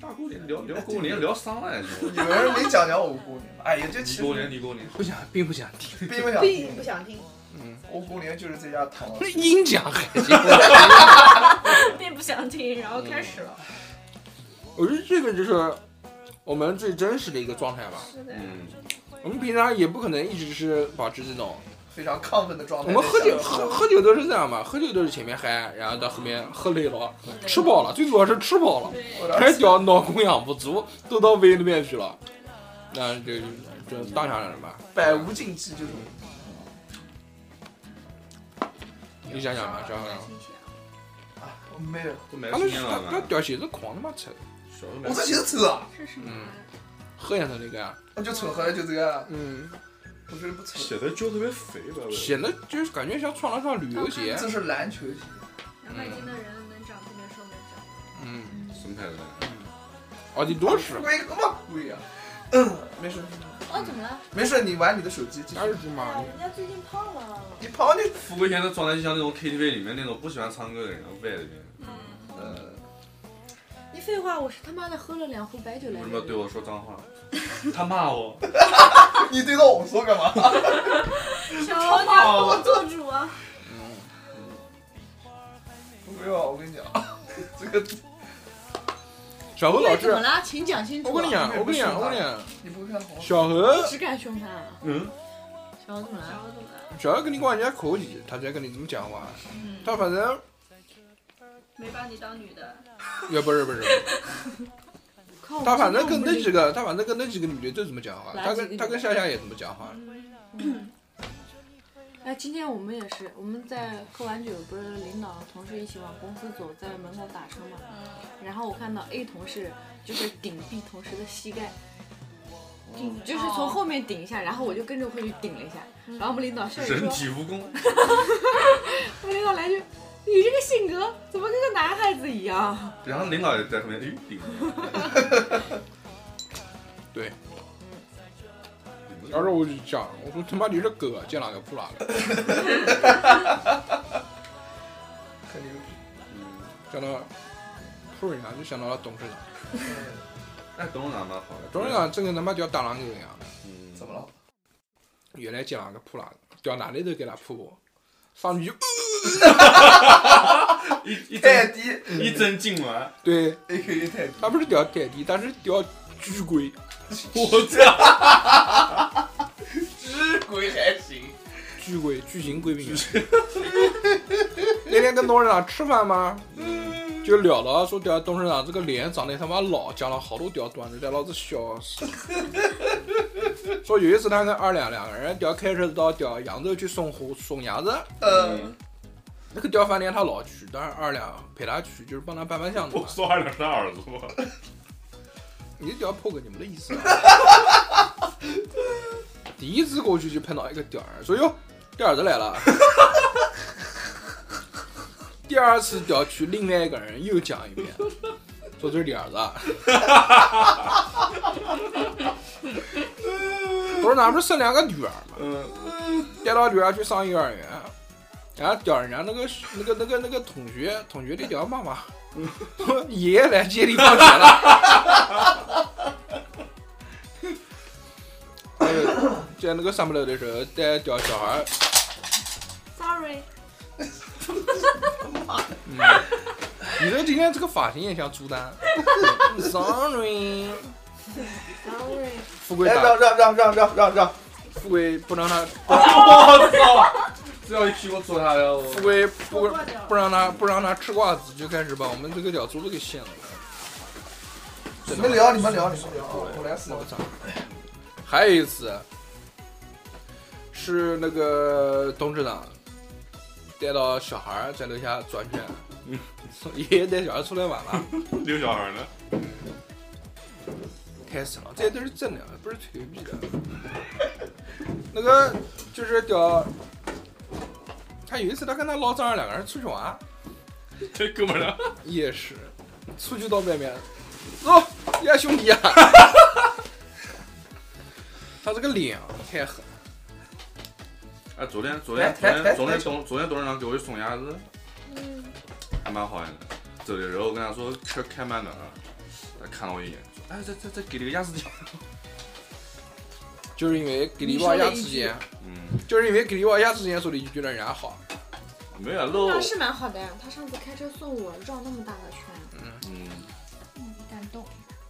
S4: 大过年聊聊过年聊伤了，你知道吗
S1: 你们没讲讲我过年吗？哎呀，这
S4: 你
S1: 其
S4: 过
S1: 实
S4: 年，你过年，
S2: 不想，并不想听。
S1: 并不想
S6: 并不
S1: 听。
S6: 想听。
S1: 我过年就是在家躺了
S2: 那。音讲还行，
S5: 并不想听，然后开始了。
S2: 嗯我觉得这个就是我们最真实的一个状态吧。
S5: 是的，
S4: 嗯，
S2: 我们平常也不可能一直是保持这种，
S1: 非常亢奋的状
S2: 我
S1: 态。
S2: 们喝酒
S1: 在想
S2: 喝喝酒都是这样嘛，喝酒都是前面嗨，然后到后面喝累了，吃饱了，最主要是吃饱了，
S1: 我
S2: 开
S1: 的
S2: 始讲脑供养不足，都到胃里面去了，那就就当下人吧，
S1: 百无禁忌就是
S2: 你想想吧，想想，
S1: 啊，我没有，
S4: 都买
S2: 他
S4: 嗯
S2: 们
S4: 新年
S2: 他
S4: 了
S2: 他
S4: 嘛，
S2: 屌鞋子狂他妈扯，
S4: 小时候买
S1: 我这就是扯啊，
S5: 这是什
S2: 嗯
S5: 么？
S2: 喝眼头那个，
S1: 我就扯合了就这个，
S2: 嗯，
S1: 我觉得不扯。
S4: 显得脚特别肥吧，
S2: 显得就是感觉像穿了双旅游鞋，
S1: 这是篮球鞋，
S5: 两百斤的人能长这边瘦没长？
S2: 嗯，
S4: 什么牌子的？
S2: 奥迪多啊士，
S1: 贵他妈贵呀！嗯，啊没事
S6: 哦，怎么了？
S1: 没事，你玩你的手机，继续
S2: 二十
S6: 哎
S2: 嘛，
S7: 人家最近胖了，
S1: 你跑你
S4: 富贵现在状态就像那种 KTV 里面那种不喜欢唱歌的人，外里面
S1: 呃，
S6: 你废话，我是他妈的喝了两壶白酒
S4: 为
S6: 来
S4: 什
S6: 的。
S4: 么对我说脏话？他骂我，
S1: 你对着我说干嘛？
S5: 小点火做主啊！
S1: 不要，我跟你讲， 这个
S2: 小何老
S6: 怎
S2: 师
S6: 么。了？请讲清楚。啊
S2: 我跟你讲，我跟你讲，我跟你讲，
S1: 你不会看红，
S2: 小何，
S6: 只敢凶他啊。
S4: 嗯，
S6: 小怎么
S5: 然
S6: 了？
S5: 后怎么了？
S2: 小何跟你关人家口气，他在跟你怎么讲话？他反正
S5: 没把你当女的，
S2: 也不是不是，
S6: 靠！
S2: 他反正跟那几个，他反正跟那几个女的都怎么讲话，他跟他跟夏夏也怎么讲话。
S6: 哎，今天我们也是，我们在喝完酒，不是领导同事一起往公司走，在门口打车嘛。然后我看到 A 同事就是顶 B 同事的膝盖，
S2: 嗯
S6: 顶就是从后面顶一下，然后我就跟着过去顶了一下。然后我们领导笑着
S4: 人
S6: 说
S4: 体蜈蚣，：“
S6: 我领导来句，你这个性格怎么跟个男孩子一样
S4: 然后领导也在后面，哎， 顶你。
S2: 对，
S4: 你
S2: 当时我就讲，我说他妈你是狗，啊见哪个扑哪个，
S1: 肯定。
S4: 嗯
S2: 讲到扑人家就想到了董事长，
S4: 哎，董事长蛮好的，
S2: 董事长这个他妈叫大狼狗一样，
S4: 嗯
S1: 怎么了？
S2: 原来见哪个扑哪个，掉哪里都给他扑过，上去就
S4: 一一
S1: 泰
S4: 针
S1: 迪
S4: 一针进完，
S2: 对，
S1: ，A K A 泰迪，
S2: 他不是掉泰迪，他是掉巨龟，
S4: 我操！
S1: 之鬼还行，
S2: 巨龟巨型贵宾犬。 那天跟董事长吃饭嘛，就聊了，说屌董事长这个脸长得他妈老，讲了好多屌段子，带老子笑死。说有一次他跟二两两个人屌开车到屌扬州去送货送鸭子，
S1: 呃，
S2: 那个屌饭店他老去，但是二两陪他去，就是帮他搬搬箱子嘛
S4: 我。说二两是他儿子吗？
S2: 你屌破个你们的意思、啊。啊 第一次过去就碰到一个屌儿，说哟，屌儿子来了。 第二次屌去另外一个人又讲一遍，说这是你儿子啊。 不是，咱们生两个女儿嘛，带到女儿去上幼儿园，然后屌人家那个那个那个那个同学同学的屌妈妈，说爷爷来接你放学了。还有在那个上不楼的时候，带掉小孩儿，
S5: ，sorry，
S2: 你说今天这个发型也像朱丹。Sorry，富贵
S1: 来哎让
S2: 打
S1: 让让让让让让，
S2: 富贵不让他
S4: 我操！这要一屁股坐下来了，我
S2: 富贵不不让他不让他吃瓜子，就开始把我们这个屌珠子给掀了。
S1: 你们聊你们聊你们聊，哦我来死
S2: 我。操！还有一次是那个董事长带到小孩儿在楼下转圈，爷爷带小孩出来玩了。
S4: 遛小孩呢。
S2: 开始了，这些都是真的，不是吹逼的。那个就是叫他有一次，他跟他老丈人两个人出去玩，
S4: 这哥们儿呢？
S2: 也是出去到外面，走，呀 兄弟啊！他这个脸啊，太狠，
S4: 哎，嗯昨天昨天昨
S1: 来来
S4: 天
S1: 来
S4: 昨天董昨天董事长给我去送鸭子，还蛮好的。走的时候跟他说车开慢点啊，他看了我一眼说：“哎，再再再给了个鸭子 脚。
S2: 就是因为给你娃压之前，
S4: 嗯，
S2: 就是因为给你娃压之前说了一句觉得人家好，
S4: 没有啊漏。
S7: 那是蛮好的呀，他上次开车送我绕那么大个圈，
S4: 嗯，
S7: 感动。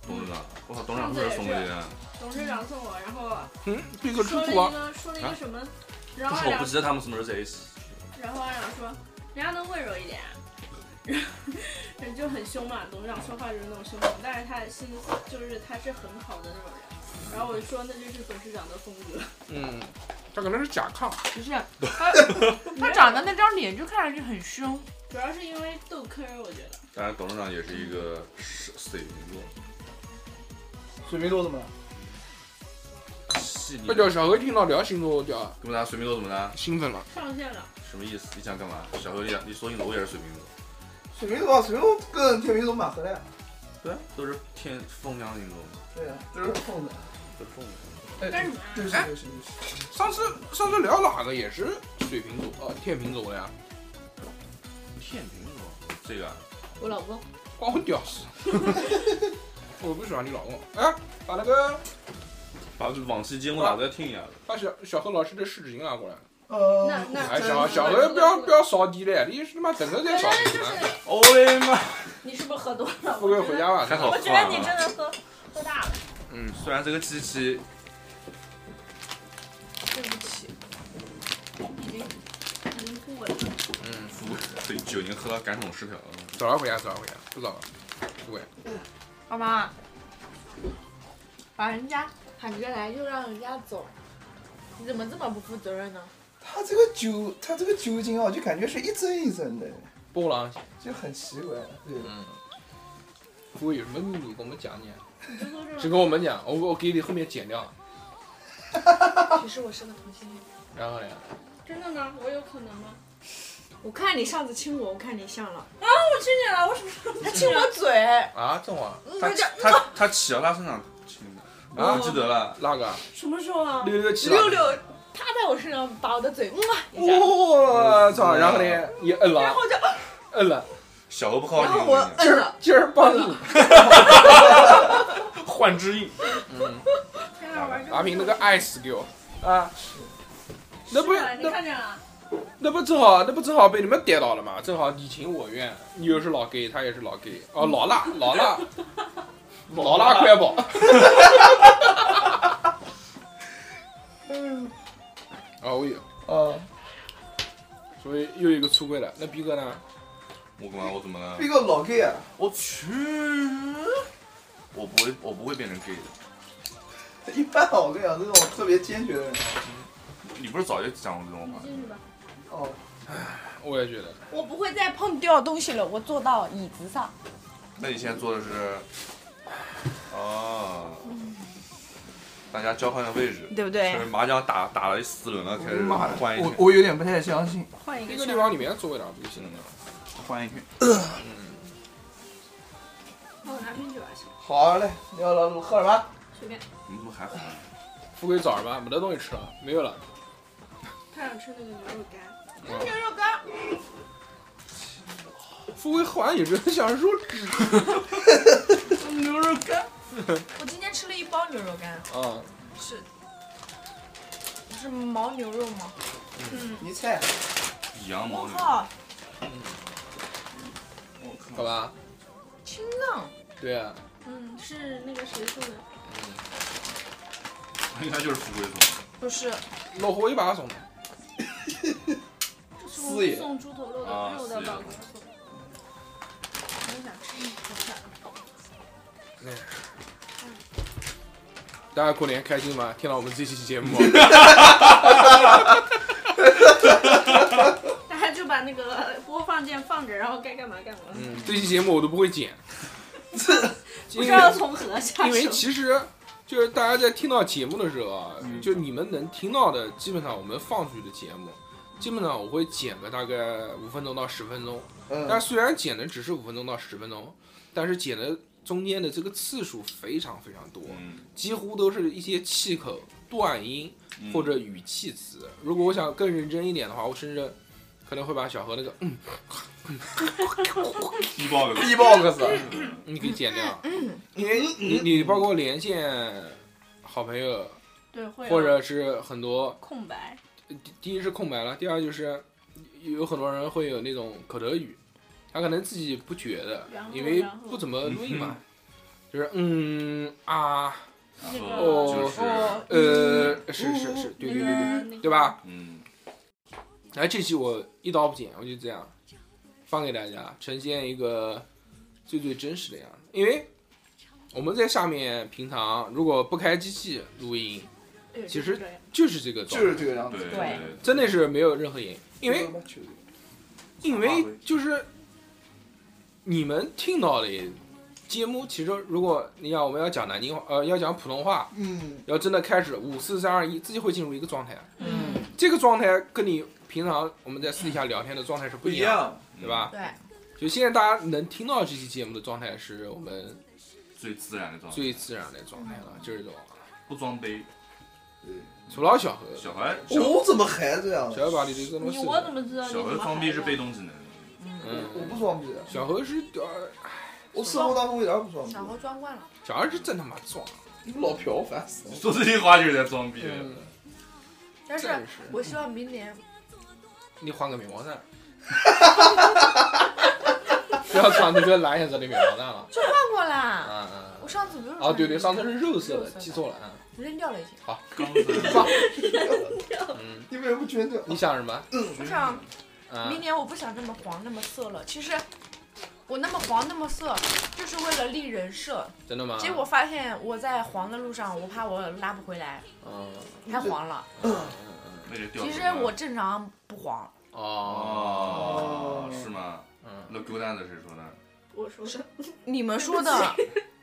S4: 董事长，我靠，董事长会是送的呀？
S5: 董事长送我，然后
S2: 嗯，这
S5: 说
S2: 个猪
S5: 了一
S2: 猪啊，
S5: 个说了一
S4: 啊
S5: 个什么，然
S4: 不
S5: 后
S4: 是，
S5: 二
S4: 我不
S5: 两，
S4: 记得他们什么时候在一起。
S5: 然后二两说，人家能温柔一点、啊。然后就很凶嘛，董事长说话就是那种凶狠，但是他心就是他是很好的那种人。然后我就说那就是董事长的风格，
S2: 嗯，他可能是甲亢，
S7: 不是他， 他长得那张脸就看上去很凶，
S5: 主要是因为豆坑儿，我觉得
S4: 当然，董事长也是一个水水瓶座，
S1: 水瓶座怎么了？
S4: 细腻
S2: 不。
S5: 嗯
S2: 叫小何听到聊星座就要
S4: 怎么啦？水瓶座怎么啦？
S2: 兴奋了，
S5: 上线了。
S4: 什么意思？你想干嘛？小何，你想你说清楚，我也是水瓶座。
S1: 水瓶座，水瓶座跟天秤座蛮合的呀。
S4: 对啊，都是天风象星座，
S1: 对呀，就是碰的。哎
S4: 都是风。
S5: 干什么
S1: 对不
S4: 啊
S1: 起，对不起，对不起。
S2: 上次上次聊哪个也是水瓶座，哦，天秤座的呀，
S4: 天秤座，这个啊
S6: 我老公
S2: 关我屌 事，我不喜欢你老公，哎，把那个
S4: 把往期节目打再听一下子。
S2: 把小小何老师的试纸巾拿过来，
S1: 呃，
S5: 那那
S2: 哎，
S5: 真
S2: 小
S5: 是
S2: 小
S5: 的哎
S2: 何不要不要扫地嘞，你他妈等着再扫地呢，
S4: 我的哦哎妈！
S5: 你是不是喝多了？
S2: 富贵回家吧，
S4: 还好
S5: 我觉得你真的喝喝大了。
S2: 嗯，
S4: 虽然这个机器
S5: 已经不稳了。
S2: 嗯，
S4: 服对酒精喝到感统失调了，
S2: 早点回家，早点回家，不早了，富贵，
S7: 好吗？把人家喊着来又让人家走，
S6: 你怎么这么不负责任呢？
S1: 他这个酒，他这个酒精啊，就感觉是一针一针的，
S2: 波浪，
S1: 就很奇怪。对，
S2: 嗯，富贵有什么秘密跟我们讲讲？
S5: 你就说
S2: 只
S5: 这
S2: 跟我们讲，我我给你后面剪掉，
S6: 其实我是个同性恋，
S2: 然后嘞，
S5: 真的吗？我有可能吗？
S7: 我看你上次亲我，我看你像了，
S5: 啊，我去你了，我什么时候
S6: 他亲我嘴，
S2: 啊，正好
S4: 他他他骑到他身上亲的，我
S2: 啊
S4: 不记得了。
S2: 那个
S5: 什么时候啊？
S2: 六六七了
S6: 六六趴在我身上把我的嘴，嗯，
S2: 我操！然后呢，也摁了，然后就摁了，
S4: 小何不靠
S6: 然后
S4: 近
S6: 我
S4: 我，
S2: 劲儿
S6: 摁了，
S2: 劲儿棒硬。
S4: 幻之印，
S5: 天哪，玩这
S2: 阿平那个爱死给我啊！那不
S5: 是啊你
S2: 那
S5: 看见了？
S2: 那不正好那不正好被你们逮到了吗？正好你情我愿，你又是老 gay，他也是老 gay，哦老 辣老辣老辣快 跑！
S4: 嗯
S2: 啊我有，
S1: 啊，
S2: 所以又一个出柜了。那逼哥呢？
S4: 我干嘛？我怎么了
S1: 一？个老 gay 啊，
S4: 我去！我不会，我不会变成 gay 的。
S1: 一般啊，我跟你讲，这种特别坚决的人，
S4: 你不是早就讲过这种
S5: 你
S4: 话？
S5: 进去吧。
S1: 哦，
S2: 我也觉得，
S7: 我不会再碰掉东西了，我坐到椅子上。
S4: 那你现在做的是，哦，大家交换个位置，
S7: 对不对
S4: 就是麻将打打了四轮了，开
S5: 嗯
S4: 始
S1: 妈的，
S4: 换一圈
S1: 我我有点不太相信，
S7: 换一
S2: 这
S7: 个
S2: 个
S7: 圈
S2: 地方里面座位哪不就行了
S4: 嗯
S2: 吗？
S1: 换一圈。
S5: 帮我拿瓶酒
S4: 嗯
S5: 啊，行
S1: 好嘞，你要老喝什么？
S5: 随便。
S4: 你怎么还好？啊
S2: 富贵早上吧，没得东西吃了，没有了。
S5: 他想吃那个牛肉干，
S2: 富贵喝完有时候想说，
S1: 牛肉干。
S7: 我今天吃了一包牛肉干，
S2: 啊，
S7: 是是牦牛肉吗？
S1: 你猜，
S4: 羊毛
S7: 我
S4: 牛，
S6: 哦
S7: 靠，
S1: 我靠
S2: 好吧，
S7: 清浪！
S2: 对啊，
S5: 嗯，是那个谁送的？
S4: 应该就是富贵送。
S7: 不是，
S2: 老何一把他送的，
S5: 是
S1: 四爷
S5: 我送猪头肉的
S4: 啊
S5: 肉的
S4: 四爷
S5: 吧？我想吃一口饭。
S2: 大家过年开心吗？听到我们这期节目，
S5: 大家就把那个播放键放着，然后该干嘛干嘛。
S2: 嗯，这期节目我都不会 剪，
S5: 不
S2: 因
S5: 知道
S2: 为
S5: 从何下
S2: 因为
S5: 手。
S2: 其实就是大家在听到节目的时候啊，
S4: 嗯
S2: 就你们能听到的，基本上我们放出去的节目，基本上我会剪个大概五分钟到十分钟，但
S1: 嗯，
S2: 虽然剪的只是五分钟到十分钟，但是剪的中间的这个次数非常非常多，
S4: 嗯，
S2: 几乎都是一些气口、断音
S4: 嗯
S2: 或者语气词。如果我想更认真一点的话，我甚至可能会把小何那个嗯
S4: 低报的
S1: 啊
S2: B-box 你给剪掉，你你包括连线好朋友，
S5: 对，会有啊
S2: 或者是很多
S5: 空白，
S2: 第第一是空白了，第二就是有很多人会有那种口头语，他可能自己不觉得
S5: 然，后
S2: 因为
S5: 然后
S2: 不怎么录音嘛， 就是嗯啊
S5: 那个
S2: 哦
S4: 就是
S2: 呃
S5: 嗯
S2: 是是是，对对对对，
S5: 那个
S2: 对吧？？
S4: 嗯，
S2: 哎，这期我一刀不剪，我就这样放给大家，呈现一个最最真实的样子。因为我们在下面平常如果不开机器录音，
S5: 对
S2: 其
S5: 就是
S2: 实
S5: 这样
S2: 就是这个状
S1: 就是
S2: 态，
S1: 这个样
S4: 对
S1: 子。
S4: 对，
S2: 真的是没有任何原因，因为因为就是你们听到的节目，其实如果你想我们要讲南京话，呃，要讲普通话，
S1: 嗯，
S2: 要真的开始五四三二一，自己会进入一个状态，
S7: 嗯，
S2: 这个状态跟你平常我们在私底下聊天的状态是不
S1: 不
S2: 一
S1: 一
S2: 样的，
S1: 样。
S4: 嗯
S2: 对吧？
S7: 对，
S2: 就现在大家能听到这期节目的状态，是我们
S4: 最自然的状态，
S2: 最自然的状态了，就是这种。
S4: 不装杯。
S2: 除了小何，
S4: 小孩，小
S1: 我怎么还这样？
S2: 小何把你这个东
S5: 你
S2: 西，
S5: 我怎么知道你
S4: 小
S5: 怎
S4: 何
S5: 么
S4: 装逼是被
S5: 动？
S4: 动技能，
S1: 我
S2: 嗯，
S1: 不装逼，啊
S2: 小何是呃，
S1: 我生活当中一点儿不装逼
S6: 小，猴装惯了，
S2: 小何是真他妈壮，
S1: 你们老嫖烦死 了。
S4: 说这些话就是在装逼。
S2: 嗯，
S6: 但是
S2: 真是
S6: 我希望明年
S2: 你换个棉毛衫， 不要穿那个蓝颜色的棉毛衫了。
S6: 就换过
S2: 啊
S6: 啦。
S2: 啊
S6: 我上次不是
S2: 啊！
S6: 穿
S2: 对对，
S6: 这个
S2: 上次是肉色的
S6: 肉，色的
S2: 记错了啊。
S6: 扔掉了已经。
S4: 刚才
S2: 放，嗯，
S1: 你为什么觉得
S2: 你想什么？
S6: 不是啊，
S2: 啊
S6: 明，年我不想那么黄那么色了。其实我那么黄那么色，就是为了立人设。
S2: 真的吗？
S6: 结果发现我在黄的路上，我怕我拉不回来，
S2: 嗯，
S6: 太黄了。
S2: 嗯嗯嗯，
S4: 那就掉。
S6: 其实我正常不黄，
S2: 哦，
S4: 哦，是吗？
S2: 嗯，
S4: 那狗蛋子谁说的？
S5: 我说是
S6: 你们说的，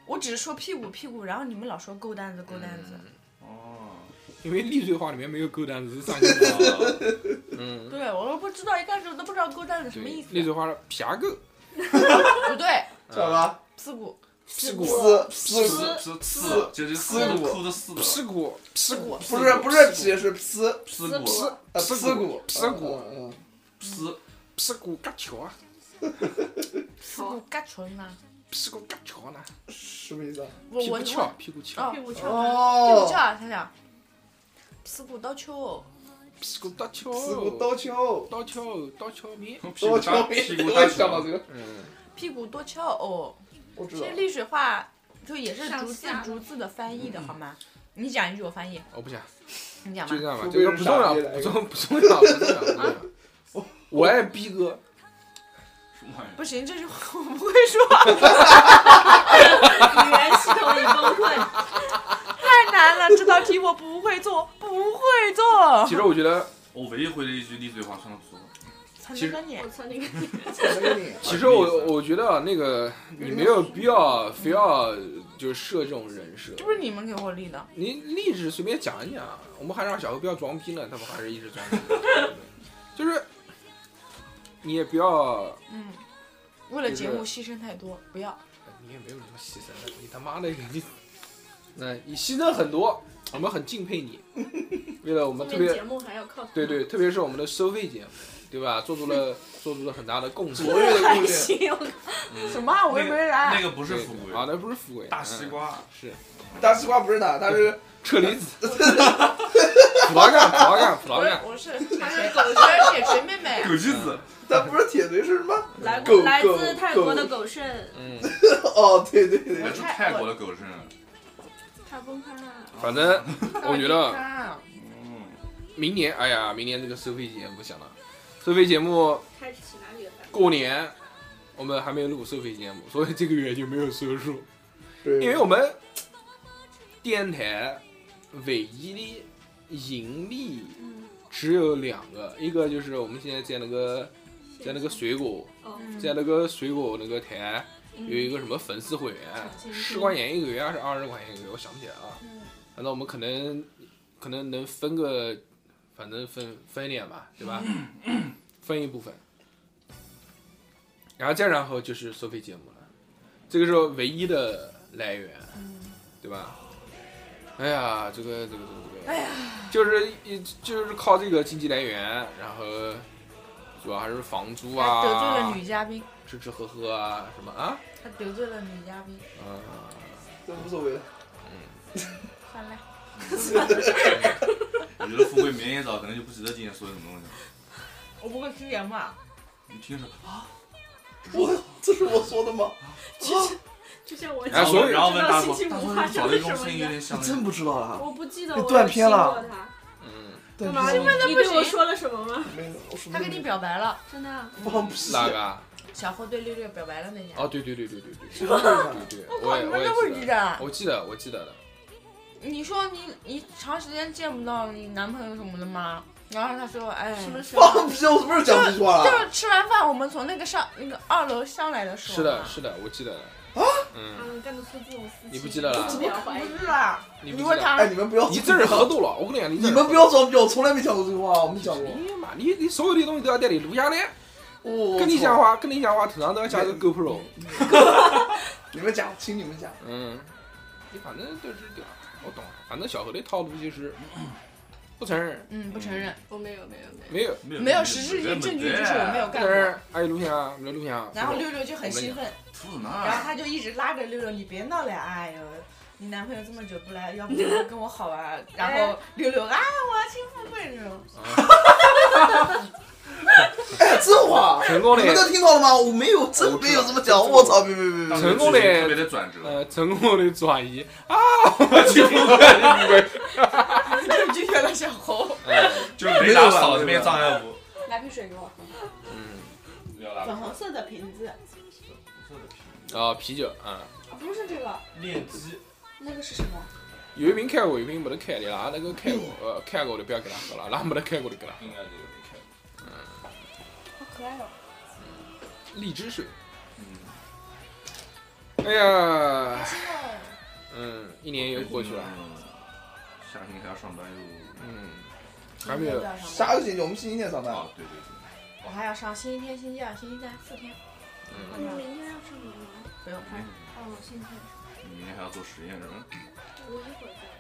S6: 我只是说屁股屁股，然后你们老说够单子够单子。
S2: 嗯
S4: 哦，
S2: 因为丽水话里面没有勾单词，三个字。 嗯，
S6: 对，我都不知道，一开始我都不知道够单子什么意思。啊
S2: 丽水话是屁股，
S6: 不对，
S1: 知道吧？
S6: 屁股
S2: 屁股，
S1: 四四
S4: 是是刺，就是
S1: 刺
S4: 都
S1: 骨
S4: 哭的刺的，
S2: 屁股，
S6: 屁股
S1: 不是不是皮是皮
S4: 刺骨，
S1: 呃
S2: 屁
S1: 屁
S2: 股
S1: 股
S2: 屁股
S1: 嗯嗯
S4: 刺
S2: 屁股夹桥啊，
S6: 屁
S5: 哦
S6: 股嘎唇呐，
S2: 屁股夹桥呢，
S1: 什么意思啊？
S6: 我
S2: 屁
S6: 我
S2: 股翘，
S6: 我
S2: 屁股翘，
S6: 哦
S5: 屁，股翘，
S6: 屁股翘，啊
S1: 哦，
S6: 想想，屁股到球，
S2: 屁股搭桥，
S1: 屁股哦刀敲，
S2: 刀敲，刀敲面。
S4: 屁股
S1: 刀
S4: 大
S1: 敲，
S4: 屁股
S1: 我
S4: 大
S1: 也想到这
S4: 小，
S1: 个，
S2: 嗯，
S6: 屁股多翘哦。
S1: 我知
S6: 其
S1: 道
S6: 实。丽水话就也是
S5: 上
S6: 逐字
S5: 下的
S6: 逐字的翻译的好吗？你讲一句，我翻译，
S2: 哦我不想，
S6: 你讲吧
S2: 就。嗯这样吧，
S1: 除
S2: 这
S1: 非
S2: 个
S1: 是
S2: 不重要，
S1: 傻逼来
S2: 不
S1: 一个
S2: 重不重要，不重要，不重要。我爱逼哥，
S4: 什么玩意儿？
S6: 不行，这句话我不会说，
S5: 语言系统已崩溃。
S6: 太难了。这道题我不会做，不会做
S2: 其。实我觉得，
S4: 我唯一会的一句丽水话算的不错，
S6: 才
S2: 其
S6: 能
S2: 实
S6: 跟 你
S5: 我操那个！
S1: 我那个你
S2: 其实我我觉得啊那个你没有必要非要就是设这种人设，
S6: 这不是你们给我立的，
S2: 你励志随便讲一讲，我们还让小何不要装逼呢，他们还是一直装逼， 就是你也不要，
S6: 嗯，为了节目
S2: 就
S6: 牺牲太多，不要。
S2: 你也没有什么牺牲的，你他妈的你，那你牺牲很多，我们很敬佩你，为了我
S5: 后
S2: 们特
S5: 面节
S2: 别
S5: 目还要靠
S2: 对对，特别是我们的收费节目，对吧？做出 了做出了很大的贡献
S1: 卓，越的 贡献，
S6: 行，
S2: 嗯
S6: 什么啊？我又没来。
S4: 那个不是富贵，
S2: 啊，那不是富贵，
S4: 大西
S2: 嗯
S4: 瓜，
S2: 是
S1: 大西瓜不是哪，他是
S2: 车厘子，葡萄干，葡萄干，葡萄干，
S6: 我是他是狗是铁锤妹妹，啊
S4: 枸杞子，
S1: 他不是铁锤是什么？
S5: 来
S1: 狗狗
S5: 来自泰国的狗剩，
S2: 嗯，
S1: 哦，对对对，
S4: 来自泰国的狗剩，
S5: 它崩开了。
S2: 反正 我觉得。
S6: 啊
S4: 嗯，
S2: 明年，哎呀，明年这个收费节目想了，收费节目
S5: 开始起哪里的饭？
S2: 过年我们还没有录收费节目，所以这个月就没有收入，
S1: 对
S2: 因为我们电台唯一的盈利
S5: 嗯，
S2: 只有两个，一个就是我们现在在那个在那个水果，
S5: 哦，
S6: 嗯
S2: 在那个水果那个台
S5: 嗯
S2: 有一个什么粉丝会
S6: 嗯
S2: 员，十块钱一个月还是二十块钱一个月，我想不起来啊。
S5: 嗯
S2: 反正我们可能可能能分个，反正分分一点吧，对 吧？分一部分，然后再然后就是收费节目了，这个是唯一的来源，
S6: 嗯
S2: 对吧？哎呀，这个这个这个这个，哎呀，就是一就是靠这个经济来源，然后主要还是房租
S6: 他
S2: 啊，
S6: 得罪了女嘉宾，
S2: 吃吃喝喝啊什么啊，
S6: 他得罪了女嘉宾，
S2: 嗯，
S1: 这无所谓了。
S6: 算了。
S4: 我觉得富贵明年一早可能就不记得今天说什么东西了。
S6: 我不会吃言嘛，
S4: 你听着，
S1: 我这是我说的吗？啊
S5: 就像我
S2: 哎
S5: 讲，
S2: 所以
S4: 然后问大
S5: 星
S4: 叔，
S5: 期
S4: 大
S5: 五
S4: 叔
S5: 发生
S4: 找了
S5: 了什
S4: 一种
S5: 么
S4: 声
S5: 一
S4: 音有
S5: 样，
S4: 点像那
S1: 真
S4: 个。
S1: 不知道啊，
S5: 我不记得
S1: 被
S5: 我
S1: 断片了
S5: 有亲过他。
S2: 嗯，
S1: 但
S5: 干嘛
S1: 是
S5: 你你对我说了什么吗？
S1: 没有，我说
S6: 他跟你表白了，
S5: 真的啊，
S1: 放屁，
S2: 哪个啊？
S6: 小霍对六六表白了那天。
S2: 哦，对对对对对对
S1: 谁会看
S2: 对对，
S6: 靠
S2: 我
S6: 你
S2: 也
S6: 们
S2: 我
S6: 都会
S2: 也
S6: 记
S2: 记
S6: 着
S2: 得，
S6: 啊！
S2: 我记得我记得的，
S6: 你说你你长时间见不到你男朋友什么的吗？然后他说，哎，
S5: 什么时候？
S1: 放屁，我什么时候讲这句话
S6: 就
S1: 了？
S6: 是吃完饭我们从那个上那个二楼上来的时候。
S2: 是的，。是的，我记得的。嗯，
S5: 嗯，干得出这种事情，
S2: 你不记得了
S5: 不要怀疑。
S6: 不是啊，
S2: 你
S6: 你
S2: 不记
S6: 问
S2: 得
S6: 他
S1: 哎，你们不要，
S2: 你这是合度了，我跟你讲，你这
S1: 你
S2: 是
S1: 们不要装逼，我从来没讲过这句话，我没讲过。
S2: 你哎妈，你你所有的东西都要带你录下来，
S1: 我
S2: 跟你讲，话，跟你讲话，头上都要加个 GoPro。
S1: 你们讲，请你们讲。
S2: 嗯，你反正就是这样，我懂了。反正小何的套路就是不承认，
S6: 嗯，不承认，
S5: 我没有没有没有，
S2: 没有。
S6: 没有实质性证据，就是我没有干
S2: 但
S6: 过
S2: 是。哎，录像啊，没录像啊。
S6: 然后六六就很兴奋，
S4: 兔子啊呢？
S6: 然后他就一直拉着六六，你别闹了，哎呦，你男朋友这么久不来，要不就跟我好啊？ 然后六六啊，我要亲富贵这种。
S1: 哎，这话
S2: 成功
S1: 你们
S2: 的
S1: 都听到了吗？我没有，真没有这么讲。我操，别别别别！
S2: 成功的
S4: 特别的转折，
S2: 呃，成功的转移啊！我去不会，
S6: 就拒绝了小猴。
S2: 呃啊嗯
S4: 就是雷达扫这边障碍物。
S5: 拿瓶水给我。
S4: 不要拉
S5: 粉红色的瓶子，
S2: 啊，啤酒啊，
S5: 不是这个，
S4: 练肌，
S5: 那个是什么？
S2: 有一瓶开过，有一瓶没得开的啦。那个开过，呃，开过的不要给他喝了，那没得开过的给他。
S4: 应该这个没看。
S5: 好可爱哦！
S2: 荔枝水，
S4: 嗯，
S2: 哎呀，嗯，一年又过去了，。
S4: 嗯下星期还要上班又。
S2: 嗯， 还没有，嗯
S1: 下个星期我们星期天上班。
S4: 啊，对对对，
S6: 我还要上星期天、星期二、星期三四天，
S5: 那
S2: 嗯，
S5: 你明天要上班吗？
S6: 不用拍。
S5: 哦，现在
S4: 你明天还要做实验是吧？
S5: 我一会儿再。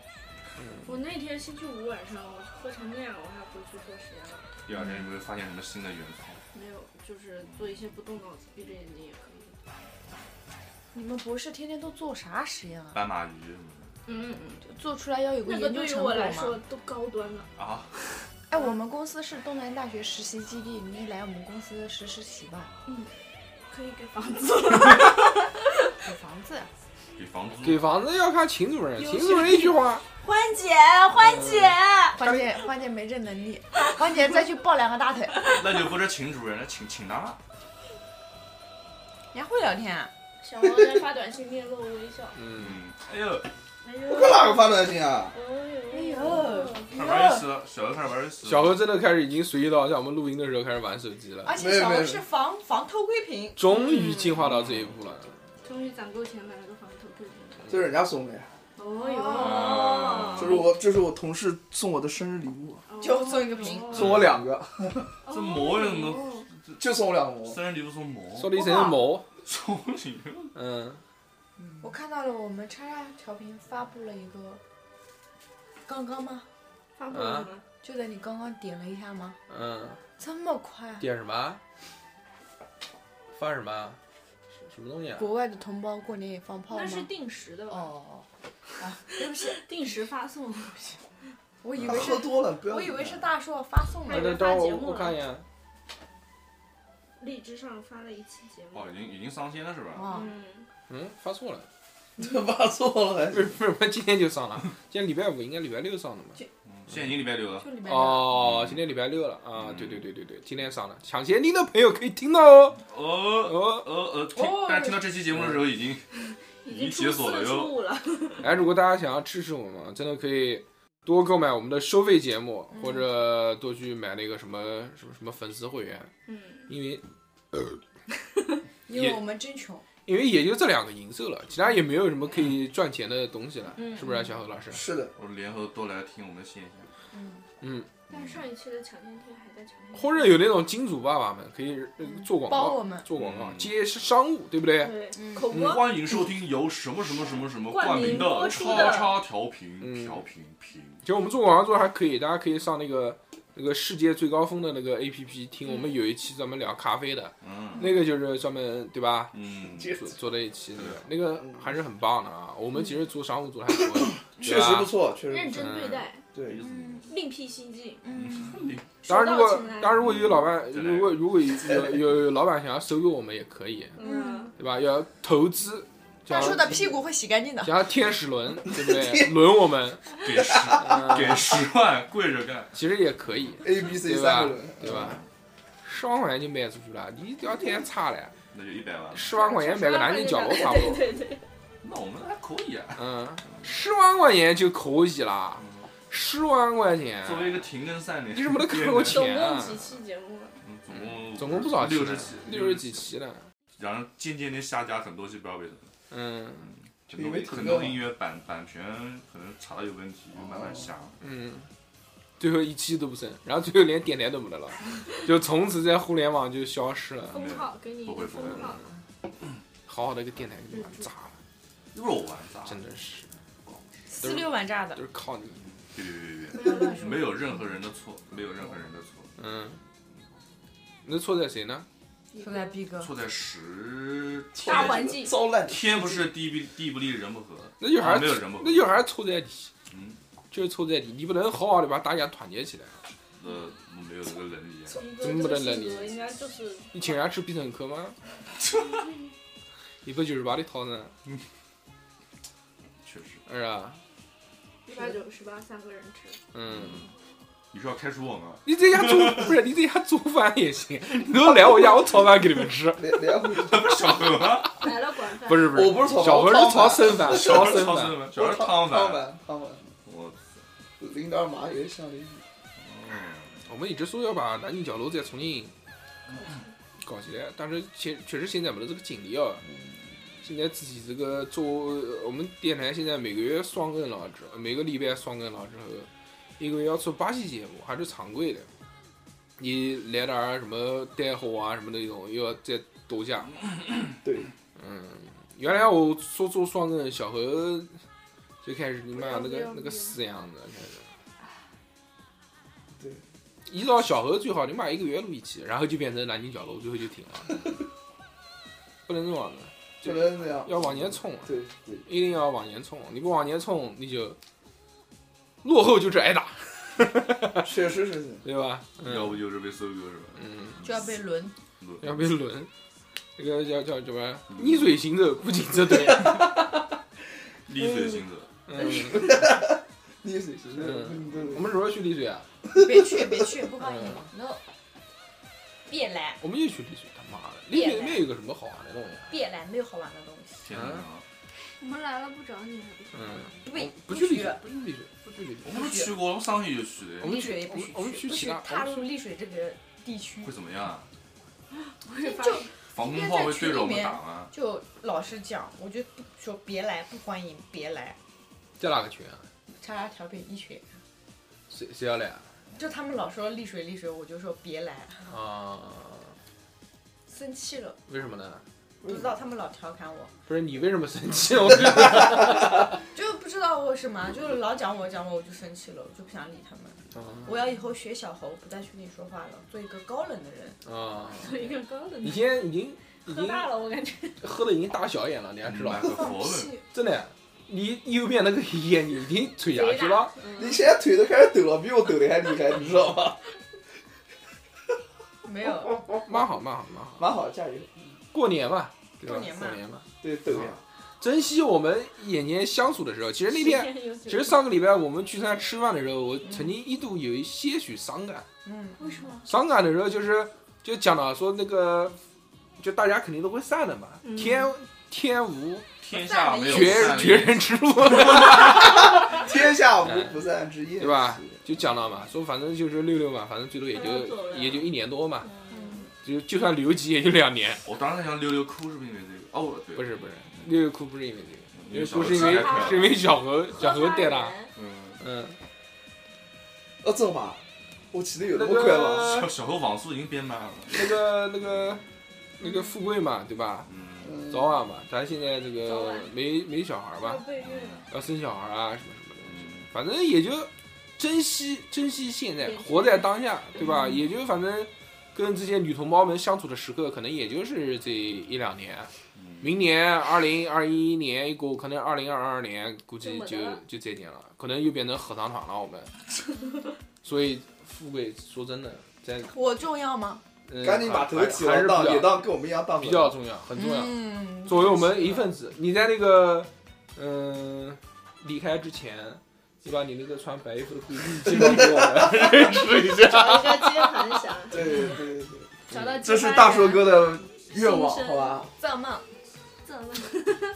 S5: 我那天星期五晚上我喝成那样，我还回去做实验了。
S4: 第二天有没有发现什么新的元素？
S5: 没有，就是做一些不动脑子、闭着眼睛也可以。
S6: 你们博士天天都做啥实验啊？
S4: 斑马鱼什么
S5: 嗯嗯，
S6: 做出来要有个
S5: 那个
S6: 研究
S5: 对于
S6: 成果
S5: 我来
S6: 吗？
S5: 说都高端了。
S4: 的啊？
S6: 哎，我们公司是东南大学实习基地，你来我们公司实实习吧，
S5: 可以给房子了。
S6: 有房子。啊
S4: 给房租。
S2: 给房子要看秦主任，秦主任一句话，
S6: 欢姐，欢姐，欢姐，欢姐没这能力，欢姐再去抱两个大腿。
S4: 那就不是请主任了，请请他妈。
S6: 你还会聊天啊？
S5: 小王在发短信面露微笑。
S2: 嗯，
S4: 嗯，哎呦，
S5: 哎
S1: 我
S5: 呦，
S1: 跟哪个发短信啊？
S5: 哎
S6: 哎
S5: 呦
S6: 呦，
S4: 开始玩游戏了，小时候开始玩游戏了。
S2: 小何真的开始已经随意到像我们录音的时候开始玩手机了，
S6: 而且小王是防防偷窥屏，
S2: 终于进化到这一步了，
S5: 终于攒够钱买了个房头贵
S1: 这是人家送的呀，
S6: 哎
S5: 哦
S1: 这是我，这是我同事送我的生日礼物，
S5: 哟，
S6: 就送一个瓶
S2: 嗯
S1: 送我两个，
S5: 哦，
S4: 这毛人都
S5: 哦
S1: 就送我两个。
S4: 生日礼物送毛，
S2: 说了一身毛，
S4: 送礼物。
S2: 嗯，
S6: 我看到了，我们叉叉调频发布了一个，刚刚吗？
S5: 发布了吗？
S6: 就在你刚刚点了一下吗？
S2: 嗯，
S6: 这么快？啊
S2: 点什么？放什么？啊什么东西啊？
S6: 国外的同胞过年也放炮吗？
S5: 那是定时的
S6: 哦
S5: 吧？
S6: 哦哦，啊，对 不起，
S5: 定时发送。
S6: 我以
S1: 他
S6: 为
S1: 喝
S6: 是，
S1: 多了，不要。
S6: 我以 为是大硕发送
S2: 那
S5: 哎
S6: 的。
S2: 啊那等会儿我我看一眼，
S5: 荔枝上发了一期节目
S4: 哦，。已经已经上线了是吧？
S6: 啊，
S5: 嗯，
S2: 嗯，发错了，
S1: 发错了，还
S2: 为
S1: 是
S2: 为什么今天就上了？ 今天礼拜五应该礼拜六上的嘛？
S4: 嗯现在已经礼拜六了。
S6: 就里面的
S2: 哦，
S4: 嗯
S2: 今天礼拜六了啊！
S4: 嗯
S2: 对对对对对，今天上了，抢先听的朋友可以听到哦。
S4: 哦
S2: 哦，
S4: 呃呃，听
S6: 哦，
S4: 但是听到这期节目的时候已经
S5: 已
S4: 已
S5: 经
S4: 经解
S5: 初
S4: 锁
S5: 四
S4: 了哟。
S5: 初五了。
S2: 哎，如果大家想要支持我们，真的可以多购买我们的收费节目，
S6: 嗯
S2: 或者多去买那个什么什么什么粉丝会员，
S5: 嗯，
S2: 因为
S6: 因为我们真穷。
S2: 因为也就这两个营收了，其他也没有什么可以赚钱的东西了，
S5: 嗯
S2: 是不是、啊，小何老师？
S1: 是的，
S4: 我联合都来听我们线下，
S6: 嗯，
S2: 嗯，
S5: 但是上一期的抢先听还在抢先听。
S2: 或者有那种金主爸爸们可以呃做广
S6: 帮我
S2: 告，
S6: 们。
S2: 做广告
S4: 嗯
S2: 接商务，对不对？
S5: 对
S6: 嗯
S5: 口播。
S4: 欢迎收听由什么什么什么什么
S5: 冠
S4: 冠名
S5: 名
S4: 的
S5: 播
S4: 叉
S5: 出的
S4: 叉调频
S2: 嗯
S4: 调频频
S2: 其实我们做广告做的还可以，大家可以上那个那个世界最高峰的那个 APP 听我们有一期专门聊咖啡的，
S4: 嗯
S2: 那个就是专门对吧？
S4: 嗯，
S2: 做做了一期那个，
S9: 嗯
S2: 那个还是很棒的啊。我们其实做商务做的还多 的，
S9: 确实不错，确实
S5: 认
S9: 不错。
S5: 真对待，
S9: 对，
S5: 另辟蹊径。
S4: 嗯
S2: 当然，如果
S5: 手到擒来
S2: 当然如果有老板，
S4: 真的
S9: 嗯
S2: 如果如果有有有有老板想要收购我们也可以，
S5: 嗯，
S2: 对吧？要投资，
S7: 大叔
S2: 想要
S7: 的屁股会洗干净的。
S2: 想要天使轮，对不 对？轮我们，
S4: 给 十给十万跪着干，
S2: 其实也可以，
S9: A、B、C
S2: 对
S9: 三
S2: 吧
S9: 个轮，？
S2: 对吧？十万块钱就卖出去了，你聊天差嘞，
S4: 那就一百万了。
S2: 十万块钱买个南京角楼差不多，
S5: 对对对，
S4: 那我们还可以啊。
S2: 嗯，十万块钱就可以啦，十万块钱，
S4: 作为一个停更三年，
S2: 哎你怎么能扣我
S5: 总
S2: 钱
S5: 共
S2: 啊？
S5: 几期节目了？
S4: 嗯总共
S2: 总共不少期呢
S4: 六十几，
S2: 六十，几期呢，
S4: 然后今天的下架很多期标配的，
S2: 嗯
S4: 很多很多音乐版版权可能查到有问题，
S2: 哦
S4: 就慢慢下。
S2: 嗯。最后一期都不剩，然后最后连电台都没得 了，就从此在互联网就消失了。
S5: 封号给你一个封 号，
S2: 好好的一个电台给玩砸了，
S4: 肉丸子啊，
S2: 真的是，
S7: 四六晚炸的
S2: 都，是靠你。
S4: 别别别
S5: 不
S4: 别
S5: 要乱
S4: 别，
S5: 说。
S4: 没有任何人的错，没有任何人的错，
S2: 嗯，那错在谁呢？
S7: 说在逼
S6: 嗯
S7: 哥，
S4: 错在时
S5: 大环境，
S9: 糟烂
S4: 天不是地不地不利人不和，
S2: 那就还
S4: 啊没有
S2: 是
S4: 人不和
S2: 那就还是错在你，
S4: 嗯，
S2: 就是错在你，你不能好好的把大家团结起来，
S4: 呃，我没有这个能力啊。
S2: 怎么不能忍你
S5: 人家就是
S2: 你请人家吃必胜客 吗？一百九十八的套餐，
S4: 确实，
S2: 是吧？
S5: 一百九十八三个人吃，
S2: 啊 嗯，
S4: 你是要开除我 吗？
S2: 你在家做不是你在家做饭也行，你都来我家，我炒饭给你们吃。
S9: 连连回
S4: 小何吗？
S5: 来了管饭，
S2: 不
S5: 是
S2: 是不是，
S9: 我不是炒饭
S2: 小何
S9: 我
S2: 是炒
S9: 炒
S2: 生饭，炒生
S4: 超
S2: 饭。
S4: 小何
S9: 汤
S4: 汤饭，
S9: 碗汤碗，
S4: 我，
S9: 零点马也像零。
S4: 嗯，
S2: 我们一直说要把南京角楼再重新搞起来，但是确确实现在没得这个精力啊。现在自己这个做呃我们电台现在每个月双更了之后，每个礼拜双更了之后，一个月要做八期节目，还是常规的。你来点儿什么带货啊什么那种，又要再多加。
S9: 对，
S2: 嗯，原来我说做双更，小何就开始你妈那
S5: 不要
S2: 个
S5: 不
S2: 那个
S5: 要
S2: 死样子开始。
S9: 对，
S2: 依照小何最好你妈一个月录一期，然后就变成南京角楼，最后就停了， 不能这样子，
S9: 就能那样。
S2: 要往前冲啊，
S9: 对对，
S2: 一定要往前冲，你不往前冲你就落后就是挨打，
S9: 确实是这样。
S2: 对吧？嗯、
S4: 要不就是被搜狗是吧？嗯
S2: 嗯，
S7: 就要被 轮。
S2: 要被轮，这个叫叫什么？逆水行舟，不进则退。
S4: 逆水行舟，
S2: 嗯，
S9: 你是谁？
S2: 嗯
S9: 对
S2: 我们什么时候去丽水啊？
S7: 别去，别去，不欢迎，no，
S6: 嗯别来
S2: 我们也去丽水，他妈的，丽水那边有个什么好玩的东西啊？
S6: 别来，没有好玩的东西。
S4: 天哪！
S5: 我们来了不找你还不行。
S2: 嗯，
S6: 对，
S2: 不去丽
S6: 了
S2: 水，，不去丽水，不去丽
S4: 我
S2: 水，
S4: 们去过，我们上个月就去
S2: 我
S4: 的，
S2: 们
S6: 丽
S2: 去
S6: 水也，不
S2: 我们
S6: 许
S2: 我们去
S6: 不
S2: 其
S6: 许
S2: 他，我
S6: 踏入
S2: 们去
S6: 丽水这个地区
S4: 会，怎么样啊？
S5: 我也发
S6: 就
S4: 防空炮会对着我们打吗？
S6: 就老是讲，我就不说别来，不欢迎，别来。
S2: 在哪个群啊？
S6: 叉叉调频一群，
S2: 谁谁要来啊？
S6: 就他们老说丽水丽水，我就说别来，
S2: 啊，
S6: 生气了，
S2: 为什么呢？
S6: 不知道他们老调侃我，
S2: 不是你为什么生气？我觉得，
S6: 就不知道我什么，就是老讲我讲我，我就生气了，我就不想理他们。我要以后学小猴，不在群里说话了，做一个高冷的人。
S2: 啊，
S5: 做一个高冷
S2: 你
S5: 的，
S2: 今天已经已
S5: 喝
S2: 经
S5: 大了我感觉。
S2: 喝的已经大小眼了，你还知道
S4: 买？个佛文，
S2: 真的，你右边那个眼你已经垂下去了，
S9: 你
S5: 嗯
S9: 现在腿都开始抖了，比我抖的还厉害，你知道吗？
S6: 没有，
S2: 蛮好蛮好蛮好。
S9: 蛮好，加油！
S2: 过年嘛，对吧？
S6: 过年嘛
S2: 过年嘛，
S9: 对，抖呀！
S2: 珍惜我们眼前相处的时候。其实那天， 其实上个礼拜我们聚餐吃饭的时候，我曾经一度有一些许伤感。
S6: 嗯，
S5: 为什么？
S2: 伤感的时候就是就讲到说那个，就大家肯定都会散的嘛，
S5: 嗯
S2: 天天无
S4: 天下没 有
S2: 绝
S4: 散
S2: 绝
S4: 离，
S2: 人之路，
S9: 天下无不散之宴，
S2: 对吧？ 就讲到嘛，说反正就是六六嘛，反正最多也
S5: 他要走
S2: 就
S5: 了
S2: 也就一年多嘛，
S5: 嗯，
S2: 就就算留级也就两年。
S4: 我当时想溜溜哭，是不是因为这个？哦，对，
S2: 不是不是，六六哭不是因为这个，
S4: 因
S2: 六六
S4: 为小
S2: 哭
S4: 何
S2: 是因为
S4: 太漂亮
S2: 是因为小何小何带
S5: 他
S1: 啊
S2: 他，
S5: 人。
S4: 嗯，
S2: 嗯，
S9: 哦，这嘛，我骑的有那
S2: 那
S9: 么快吗？
S2: 个
S4: 小小何网速已经变慢了，
S2: 那个那个那个富贵嘛，对吧？
S4: 嗯，
S2: 早晚嘛，咱现在这
S5: 早
S2: 个
S5: 晚
S2: 没没小孩嘛
S5: 要，备孕了，
S4: 嗯
S2: 要生小孩啊什么什么的。
S4: 嗯
S2: 反正也就珍惜珍惜嗯现在
S5: 对，
S2: 活在当下，对吧？也就反正跟这些女同胞们相处的时刻，可能也就是这一两年。
S4: 嗯
S2: 明年二零二一年一过，可能二零二二年估计
S5: 就
S2: 就
S5: 没了
S2: 就再见了，可能又变成合唱团了我们。 所以富贵说真的，在
S6: 我重要吗？
S2: 嗯
S1: 赶紧把头
S2: 还
S1: 起
S2: 还
S1: 完
S2: 是
S1: 当，
S2: 比
S1: 也
S2: 较
S1: 当跟我们一样当
S2: 比
S1: 了
S2: 较重要，很重要。
S6: 嗯，
S2: 作为我们一份子，你在那个嗯、呃离开之前，你把你那个穿白衣服的闺蜜介绍给我们认识一下。
S5: 找一个接盘侠，
S1: 对对对对对，
S5: 找到
S10: 这是大硕哥的愿望，
S5: 心声
S10: 好吧？
S11: 造梦，
S5: 怎么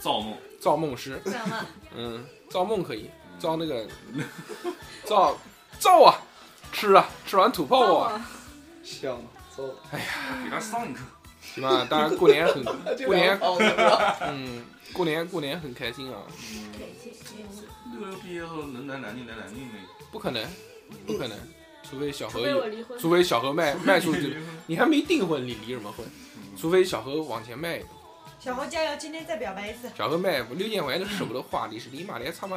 S4: 造梦，
S2: 造梦师，
S11: 造梦，
S2: 嗯，造梦可以，造那个造造啊，吃啊，吃完吐泡泡啊，
S1: 香啊，走，
S4: 给他上一课。
S2: 行吧？当然过年很过年，
S1: 哦，怎么了
S2: 嗯，过年过年很开心啊，
S4: 嗯六六毕业后能来南京来南京那个，
S2: 不可能，不可能，除非小
S5: 除
S2: 何
S5: 非
S2: 有
S5: 我离婚，
S2: 除非小何迈迈出这，
S4: 嗯
S2: 你还没订婚，你离什么婚？除非小何往前迈一步。
S6: 小豪加油，今天再表白一次。
S2: 小何妹，我六年前都舍不得花，你是你妈的差不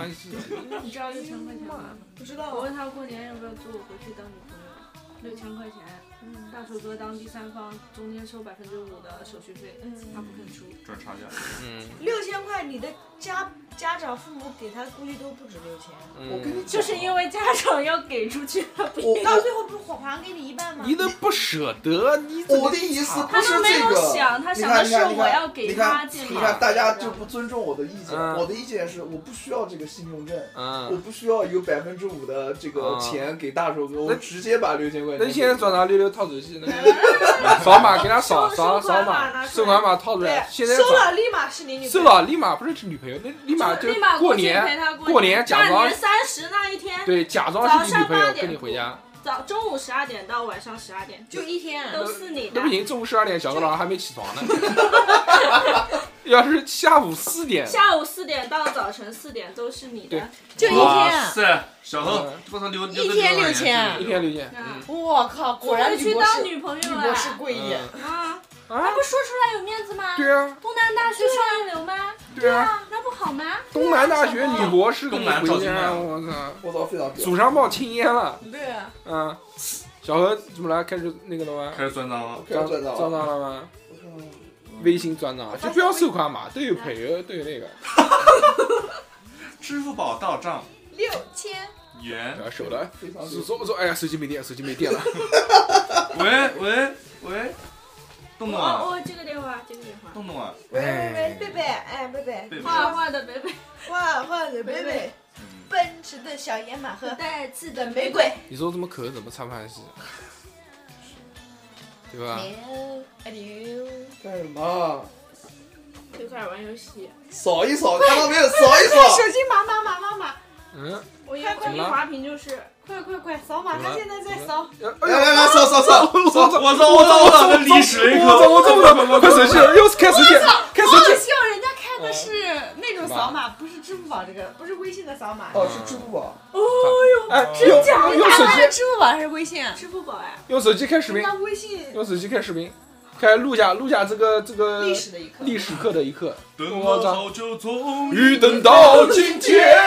S5: 你知道六千块钱吗？
S6: 不知道
S5: 我问他过年要不要租我回去当女朋友，六千块钱，
S6: 嗯
S5: 大叔哥当第三方，中间收百分之五的手续费，他不肯出。
S4: 赚差价。
S2: 嗯
S6: 六千块，你的家家长父母给他估计都不止六千，
S2: 嗯，
S1: 我跟你讲啊，
S5: 就是因为家长要给出去，他不
S1: 我
S6: 到最后不是还给你一半吗？
S2: 你都不舍得，你怎
S1: 我
S2: 么
S1: 我的意思不
S5: 他
S1: 是
S5: 都没
S1: 这
S5: 有
S1: 个。
S5: 想，他
S1: 你
S5: 想
S1: 看
S5: 的
S1: 你
S5: 是
S1: 看你
S5: 我
S1: 看
S5: 要给
S1: 你
S5: 他
S1: 看
S5: 建立。
S1: 你看，大家就不尊重我的意见。
S2: 嗯
S1: 我的意见是，我不需要这个信用证，我
S2: 嗯，
S1: 不需要有百分之五的这个
S2: 嗯
S1: 钱给大手哥，
S2: 那
S1: 我直接把六千块钱给
S2: 那
S1: 你。
S2: 现在转到六六套手机，那个扫码给他扫扫扫码，收款码套出
S6: 对
S2: 来，，现在
S6: 收
S2: 转
S6: 了立马是你女朋
S2: 收
S6: 友。
S2: 了，立马不是是女朋友，那立马就
S5: 立马
S2: 过
S5: 去陪
S2: 年，
S5: 他
S2: 过
S5: 年
S2: 年假
S5: 大
S2: 装
S5: 年三十那一天，
S2: 对，假装是你
S5: 早
S2: 女朋友
S5: 上八点
S2: 跟你回家，
S5: 早中午十二点到晚上十二点，
S6: 就一天
S5: 都是你
S2: 那
S5: 的
S2: 不。行，中午十二点小何老师还没起床呢，要是下午四点，
S5: 下午四点到早晨四点都是你的，
S6: 就一
S4: 哇
S6: 天，
S4: 塞，小
S2: 嗯
S4: 何，我操，六
S11: 一天六千
S2: 一天六千，嗯
S11: 我靠，果然
S5: 回
S11: 吕
S5: 去
S11: 博士
S5: 当，女朋友
S6: 女
S5: 了
S6: 博士贵一点。
S2: 嗯
S5: 啊！
S2: 啊，
S11: 不说出来有面子吗？
S2: 对啊，
S11: 东南大学
S5: 就上一流吗？
S2: 对啊。
S5: 啊，那不好吗？
S2: 东南大学女博士跟
S4: 东
S2: 你
S4: 南赵
S2: 回
S4: 金
S2: 家，
S4: 麦
S2: 我操，
S1: 我操，非常屌。
S2: 祖上冒青烟了，
S6: 对啊，
S2: 嗯，小何怎么了？开始那个了吗？
S4: 开始算账了
S1: 我。看转账了，
S2: 转账了吗？
S1: 我看看
S2: 微信转账就不要收款码，都有配额，都有那个，
S4: 支付宝到账
S6: 六千。
S4: 元
S2: 不，要手哎了。
S1: 非常
S2: 说说说，哎呀，手机没电，手机没电 了。
S4: 喂喂喂，动动
S5: 哦
S4: 啊，
S5: 哦，这个电话，这个电话，
S2: 嗯
S4: 动动啊，
S6: 喂喂喂，贝贝，哎，贝贝，
S4: 贝贝，
S5: 画画的北北，
S6: 画画的贝贝，
S2: 嗯
S6: 奔驰的小野马和带刺的玫瑰。
S2: 你说怎么可怎么插盘戏，对吧？嗯
S6: 哎呦，
S1: 干什么？
S5: 就开始玩游戏。
S1: 扫一扫，看到没有？扫一扫。
S6: 手机码码码码码，
S2: 嗯，
S5: 我一
S6: 快快
S5: 我一滑屏就是，
S6: 快快快，扫码，
S2: 怎么了
S6: 他现在在扫。
S2: 哎
S1: 来来来，扫扫扫。
S2: 我操！
S4: 我操我操我操，历史一
S2: 我操！
S4: 刻，
S2: 我操！我操！快手机，又是开手机，开手
S6: 好
S2: 机。
S6: 笑，人家看的是那种扫码，不是支付宝这个，不是微信的扫码。
S1: 哦，是支付宝。
S2: 哎，用用用手机，
S6: 支付宝还是微信啊？
S5: 支付宝哎，
S2: 用手机开视频
S6: 人家。微信
S2: 用手机开视频，开录下录下这个这个
S6: 历史的一刻。
S2: 历史课的一刻。
S4: 等
S2: 我
S4: 了
S2: 操！
S4: 好久，终于
S2: 于等到今天。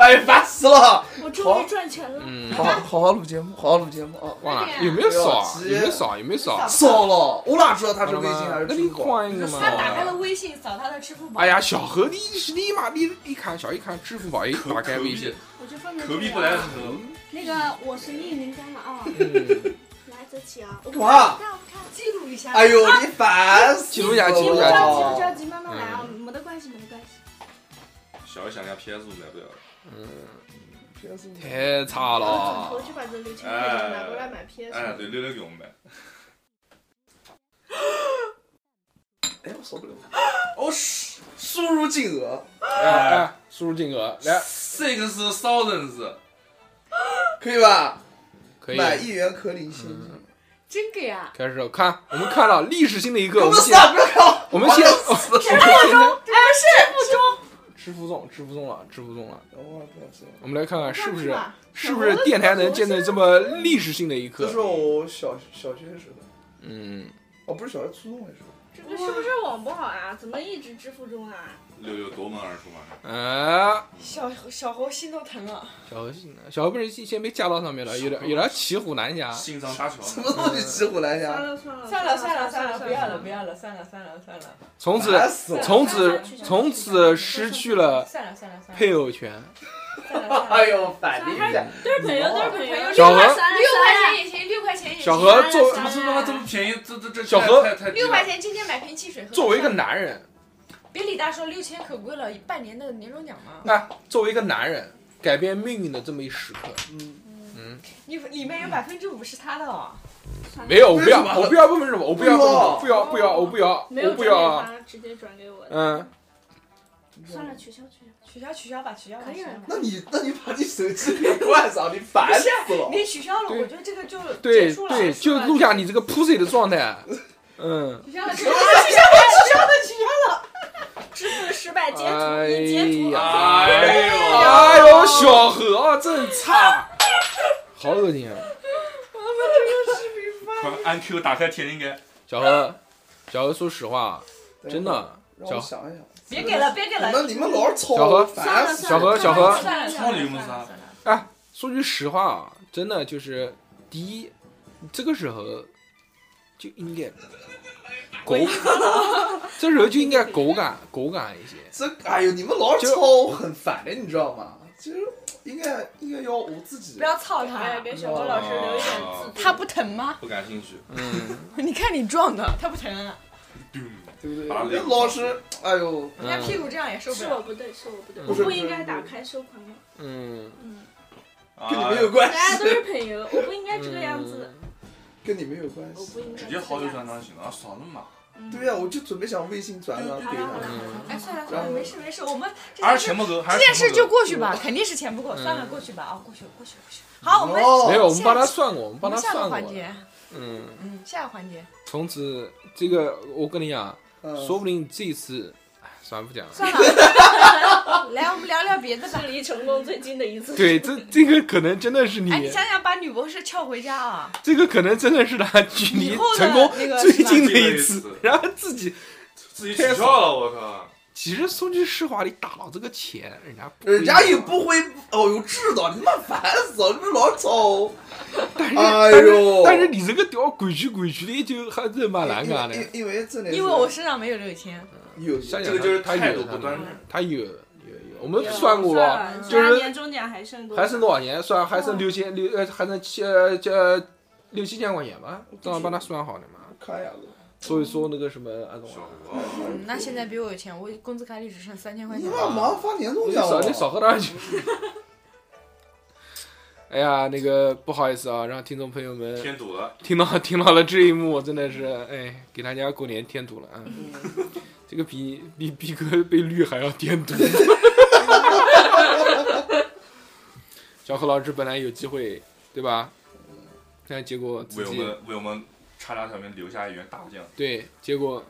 S1: 哎，烦死了！
S5: 我终于赚钱了。
S2: 嗯，
S1: 好好好录节目，好好录节目啊！
S2: 忘了
S6: 快点
S2: 有没有扫啊
S1: 不要？急
S2: 有没有扫？有没有扫？
S1: 扫了，我哪知道他是微信啊还是
S2: 那
S1: 支
S2: 你
S1: 付宝？
S2: 换一个嘛。
S6: 他打开了微信，扫他的支付宝。
S2: 哎呀，小何，你是你妈你一看小一看支付宝一打开微信，
S5: 我就放在
S4: 隔壁
S5: 这
S4: 不
S5: 里
S4: 来
S5: 啊
S4: 的河，
S5: 那个我是匿名干的啊，
S2: 嗯
S5: 来泽奇啊，
S1: 干嘛？
S5: 让我看，
S6: 记录一下。哎
S1: 哎呦，你烦死我了！
S2: 记录一下记
S5: 急
S2: 录
S5: 不
S2: 一下
S5: 着急不着急，慢慢来啊，没得关系没得关系。
S4: 小一想要 PS 五买不了，
S1: 哎
S2: 太
S5: 我
S2: 差
S5: 转头
S2: 了。
S5: 去把这六千块钱拿过来买 PS。
S4: 哎，对，六六给我们买，
S1: 哎，我受不了！哦，输输入金额
S2: 哎哎，输入金额来，
S4: six thousands，
S1: 可以吧？
S2: 可以
S1: 买一元可嗯领现金。
S6: 真给啊！
S2: 开始看，我们看了历史性的一刻，
S1: 我
S2: 我
S1: 们
S2: 们
S1: 死
S2: 现
S1: 啊！不要看了，哦
S2: 我们现
S1: 我们死了！
S7: 哎
S2: 支付中支付中了支付中了，
S1: 我不要信了。
S2: 我们来看看是不
S6: 看
S2: 是
S6: 看吧
S2: 是不是电台能见证这么历史性的一
S1: 这
S2: 刻
S1: 是？我小小学的时候，
S2: 嗯，
S1: 哦，不是小学，初中的时候。
S5: 这个是不是网不好啊？怎么一直支付中啊？
S4: 六六夺门而出嘛，
S2: 哎，
S7: 小小猴心都疼了。
S6: 啊
S2: 小何信小何不是先被架到上面了，有点有点骑虎难下。
S4: 心脏搭桥。
S1: 什么东西骑虎难
S5: 算
S1: 下？
S5: 了算了
S7: 算了算了算了，不要了不
S5: 要。
S7: 要了，算了算了算了，
S2: 从此
S1: 烦死了！
S2: 从此从此失去了
S7: 算了算了算了，
S2: 配偶权。
S7: 算了
S9: 哎呦，反正
S5: 都是朋友，都是朋友。
S2: 小何
S6: 六块钱也行，六块钱也行。
S2: 小何作
S4: 怎么这么这么便宜？这这这
S2: 小何
S4: 太太低
S6: 六
S4: 了
S6: 块钱今天买瓶汽水喝。
S2: 作为一个男人，
S6: 别理他，说六千可贵了，半年的年终奖嘛。
S2: 哎，作为一个男人，改变命运的这么一时刻，
S1: 嗯
S2: 嗯，
S7: 你里面有百分之五是他的哦。
S2: 没有，我
S1: 为
S2: 不要
S1: 什，么
S2: 我不要，不是什么，我不要，不
S1: 不
S2: 要，不要，我不要，
S5: 没有
S2: 我不要
S5: 转
S2: 啊，
S5: 给他，直接转给我的。
S2: 嗯，
S5: 算了，取消取消。
S7: 取消取消吧，取消吧。
S5: 可以了
S7: 取消吧
S1: 那你那你把你手机给关上，你烦死了。
S7: 你取消了，
S2: 对
S7: 我觉得这个就
S2: 对
S7: 结束了。
S2: 对，
S7: 取
S2: 就录下你这个 pussy 的状 态，嗯，
S7: 消了，取消了，取消了，取消了，取消了。
S5: 支付失败，截图
S2: 哎
S5: 你截图。
S2: 呀，
S4: 哎
S2: 哎呦，小何啊，真差，好恶心啊！
S4: 呦！快按 Q 打开铁灵盖，
S2: 小何，小何，说实话，啊真的，
S1: 让
S2: 小
S1: 我想一想，
S7: 别给了，别给
S1: 你
S7: 了。
S1: 们你们老是吵
S2: 小
S1: 我，
S2: 何
S1: 烦死
S2: 小何小何
S7: 算了
S4: 操你们仨！
S2: 说句实话啊，真的就是第一，这个时候就 应该狗，
S7: 啊
S2: 这时候就应该狗感狗感一些。
S1: 这哎呦，你们老是吵我，很烦的，你知道吗？就是应该应该要我自己
S7: 不。要操
S5: 哎
S7: 他
S5: 呀，，给小郭老师留一点自
S7: 他不疼吗？
S4: 不感兴趣。
S2: 嗯，
S7: 你看你撞的，他不疼啊，
S1: 对不对？
S4: 打脸
S1: 那老师，哎呦，
S7: 人家屁股这样也受
S5: 由。
S7: 不
S5: 是
S7: 了
S5: 我。不对，是我不对，
S2: 嗯
S5: 我不应该打开收款码。
S2: 嗯，
S5: 嗯，
S1: 跟你
S4: 啊
S1: 们有关
S5: 大家
S1: 系
S5: 都，是朋友，我不应该这个样子，
S1: 跟你们有关
S5: 我
S1: 系。
S5: 不应该。
S4: 直接好友转账行了，少那么麻
S5: 嗯。
S1: 对呀、我就准备想微信转转
S5: 好
S1: 给
S5: 了好了
S1: 他。
S5: 好了，
S7: 哎，算了算了，没事没事，我们这
S4: 还
S7: 件事
S4: 是钱不够，还
S7: 这
S4: 是
S7: 件
S4: 钱
S7: 事
S4: 不
S7: 就
S4: 够
S7: 过去吧，肯定是钱不够，算了，过去吧，啊，过去过去过去。好，我们
S1: 哦
S2: 没有，我们
S7: 下
S2: 帮他算过，我们
S7: 我
S2: 帮他
S7: 们下
S2: 算
S7: 个
S2: 过
S7: 环。节，
S2: 嗯，
S7: 嗯，下个环节。
S2: 从此这个我跟你讲，
S1: 嗯，
S2: 说不定这一次，哎，算了不讲了。
S7: 算了，来，我们聊聊别的吧
S5: 距。离成功最近的一次。
S2: 对，这这个可能真的是你
S7: 哎，，你想想把女博士撬回家啊！
S2: 这个可能真的 是他距离
S7: 以后的
S2: 成功
S7: 那个
S2: 最
S7: 是吧
S2: 近的
S4: 最近
S2: 一
S4: 的一
S2: 次
S4: 次，
S2: 然后自己
S4: 自己取消了，我靠！
S2: 其实说句实话，你打到这个钱，人家不会
S1: 人家也
S2: 要
S1: 不会，哦呦，知道你妈烦死了，你们老吵我。
S2: 但是、
S1: 哎
S2: 但是
S1: 呦
S2: 但是你这个屌规矩规矩的，就还是蛮难干
S1: 因
S2: 的
S1: 为。因为真的是，
S7: 因为我身上没有六千，
S1: 有
S2: 想
S4: 这
S2: 想
S4: 个就是
S2: 他
S4: 态
S2: 有
S4: 度
S2: 他
S4: 不
S2: 有
S4: 端正。
S2: 他有有有，我们算过了，
S5: 算了
S2: 就是
S5: 啊算了年终奖还剩多少，
S2: 还剩多少钱？算还剩六千六，呃，还剩七呃这六七千块钱吧，正好帮他算好的嘛。
S1: 看一下子，
S2: 所以说那个什么，安东
S4: 小
S2: 啊，
S4: 何，
S7: 嗯那现在比我有钱，我工资卡里只剩三千块
S1: 你
S7: 钱。
S1: 妈马上发年终
S2: 你
S1: 奖
S2: 少
S1: 了，
S2: 你少喝点酒。 哎呀，那个不好意思啊，让听众朋友们
S4: 添堵了，
S2: 听到听到了这一幕，我真的是哎，给大家过年添堵了啊！这个比比比哥被绿还要添堵。 小何老师本来有机会，对吧？但结果自
S4: 为我
S2: 己
S4: 们为我们叉叉小明留下一员大将。
S2: 对，结果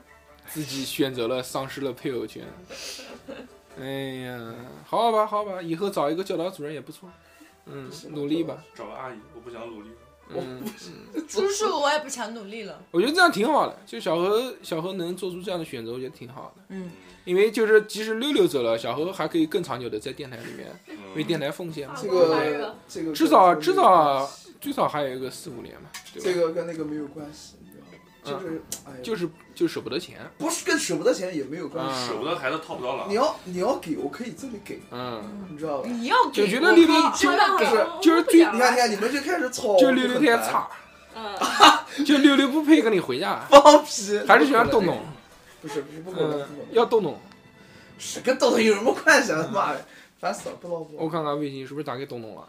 S2: 自己选择了丧失了配偶权。哎呀，好好吧，好好吧，以后找一个教导主任也不错。嗯，努力吧。
S4: 找个阿姨，我不想努力。
S2: 嗯，
S7: 叔叔，我也不想努力了。
S2: 我觉得这样挺好的，就小何小何能做出这样的选择，我觉得挺好的。
S7: 嗯，
S2: 因为就是即使六六走了，小何还可以更长久的在电台里面
S4: 嗯
S2: 为电台奉献嘛。
S1: 这
S5: 发
S1: 个
S5: 热
S1: 这个
S2: 至少
S1: 跟
S2: 至少最少还有一个四五年嘛，
S1: 这
S2: 对吧？嗯
S1: 个跟那个没有关系，你知道吗？就是哎呦，
S2: 就是就舍不得钱，
S1: 不是跟舍不得钱也没有关系。
S4: 舍不得孩子套不着
S1: 你
S4: 狼。
S1: 要你要给我可以真的给，
S2: 嗯，
S1: 你知道吧？
S7: 你要给
S2: 就
S7: 我
S2: 觉得六六
S7: 真的
S1: 就
S7: 给
S1: 是
S2: 就是最
S1: 你看你看你们就开始吵，
S2: 就六六太
S1: 哦很烦，
S2: 差，
S5: 嗯，
S2: 就六六不配跟你 回家，
S1: 放屁，
S2: 还是喜欢动动，
S1: 不是不是不可能，
S2: 嗯
S1: 不可，能
S2: 要动动。
S1: 是跟动动有什么关系啊？妈的，烦死了，不老
S2: 我
S1: 婆，
S2: 看看微信是不是打给东东了，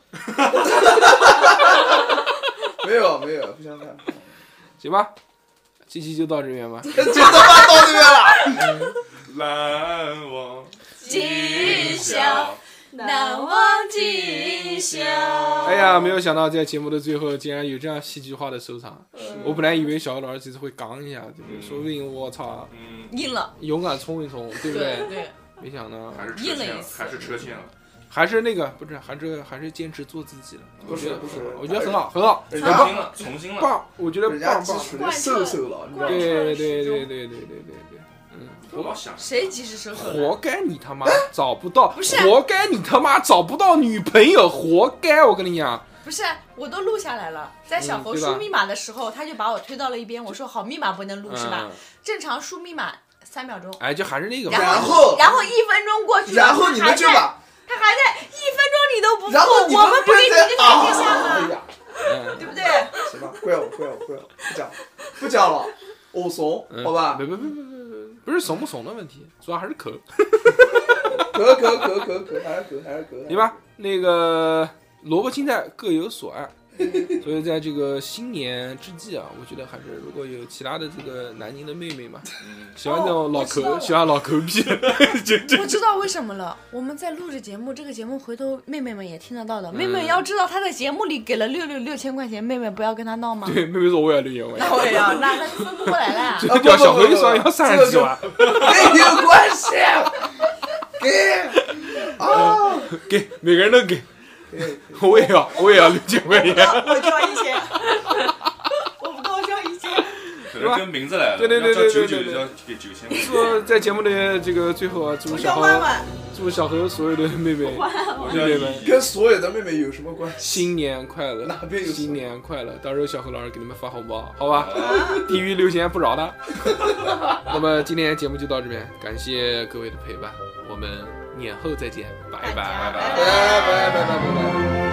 S1: 没有没有，不想看，
S2: 行吧，这期就到这边吧。
S1: 就他妈到这边 了，
S4: 难忘
S7: 今
S4: 宵
S7: 宵，难忘今宵。
S2: 哎呀，没有想到在节目的最后竟然有这样戏剧化的收场，我本来以为小何老师这次会刚一下，对不对？
S4: 嗯
S2: 说不定我操，
S4: 嗯，
S7: 硬了，
S2: 勇敢冲一冲，对不对？
S7: 对，
S2: 没想到，
S4: 还是
S7: 硬
S4: 车
S7: 了
S4: 欠
S7: 一
S4: 了，
S7: 次
S4: 还是车欠了。
S2: 还是那个不是，还是还是坚持做自己了。
S1: 不是不是，
S2: 我觉得很好，很好，
S12: 人
S2: 很
S12: 家
S2: 棒
S12: 重新了，重新了，
S2: 棒，我觉得
S1: 人家
S2: 棒
S1: 基
S2: 棒。
S1: 础就瘦瘦了，你知道
S5: 贯
S1: 吗？
S5: 彻
S2: 对对对
S5: 始终
S2: 对对对对对对，嗯，
S4: 我老想
S13: 谁及时收手了？
S2: 活该你他妈
S1: 哎
S2: 找不到，
S13: 不是
S6: 啊
S2: 活该你他妈找不到女朋友，活该！我跟你讲，
S6: 不是，我都录下来了。在小
S2: 嗯
S6: 猴
S2: 对吧
S6: 输密码的时候，他就把我推到了一边。我说好，密码不能录是吧
S2: 嗯？，
S6: 正常输密码三秒钟，
S2: 哎，就还是那个吧，
S6: 然
S1: 后
S6: 然后一分钟过去了，
S1: 然后你
S6: 他还
S1: 们就
S6: 在
S1: 把，
S6: 他还在一分钟你都不
S1: 然后你
S6: 付，我们不给
S1: 就
S6: 你
S1: 在
S6: 这个台阶下
S1: 啊！哎
S6: 吗？
S1: 呀，
S2: 嗯
S6: 对不对？
S1: 行吧，怪我怪我怪我，不讲不讲了，我怂，
S2: 嗯，
S1: 好吧
S2: 别，别别别别别，不是怂不怂的问题，主要还是口。
S1: 可可可可可，还是可还是可，
S2: 对吧？那个萝卜青菜各有所爱，
S6: 嗯
S2: 所以在这个新年之际啊，我觉得还是如果有其他的这个南宁的妹妹嘛，喜欢这种老
S6: 嗯哦我知道
S2: 抠，
S6: 了
S2: 喜欢老抠 逼，就就
S6: 我知道为什么了。我们在录着节目，这个节目回头妹妹们也听得到
S1: 嗯
S6: 的。妹妹要知道她在节目里给了六六六千块钱，妹妹不要跟她闹吗？
S2: 对妹妹说我也绿我也
S6: 那我也要，那那就啊分不过来了。
S2: 就叫小何一双要三十几万，
S1: 没有关系，啊给啊，
S2: 给每个人都给，
S1: 给
S2: 我也要我也要六千块钱，
S6: 我交一千，我不够交一千。
S4: 可能跟名字来了，
S2: 对对对
S4: 要
S2: 对
S4: 叫
S2: 对
S4: 九
S2: 对
S4: 九
S2: 对
S4: 要给九千，
S2: 说 在节目的这个最后啊，祝小何
S6: 万，
S2: 祝小何所有的妹妹
S4: 我
S2: 妹
S4: 叫
S2: 妹们
S4: 一
S1: 跟所有的妹妹有什么关系？
S2: 新年快乐
S1: 哪边，有
S2: 新年快乐！到时候小何老师给你们发红包，好吧？ 地狱六贤不饶他。 那么今天节目就到这边，感谢各位的陪伴，我们年后再见，拜拜
S6: 大家拜拜
S1: 拜拜拜拜拜拜。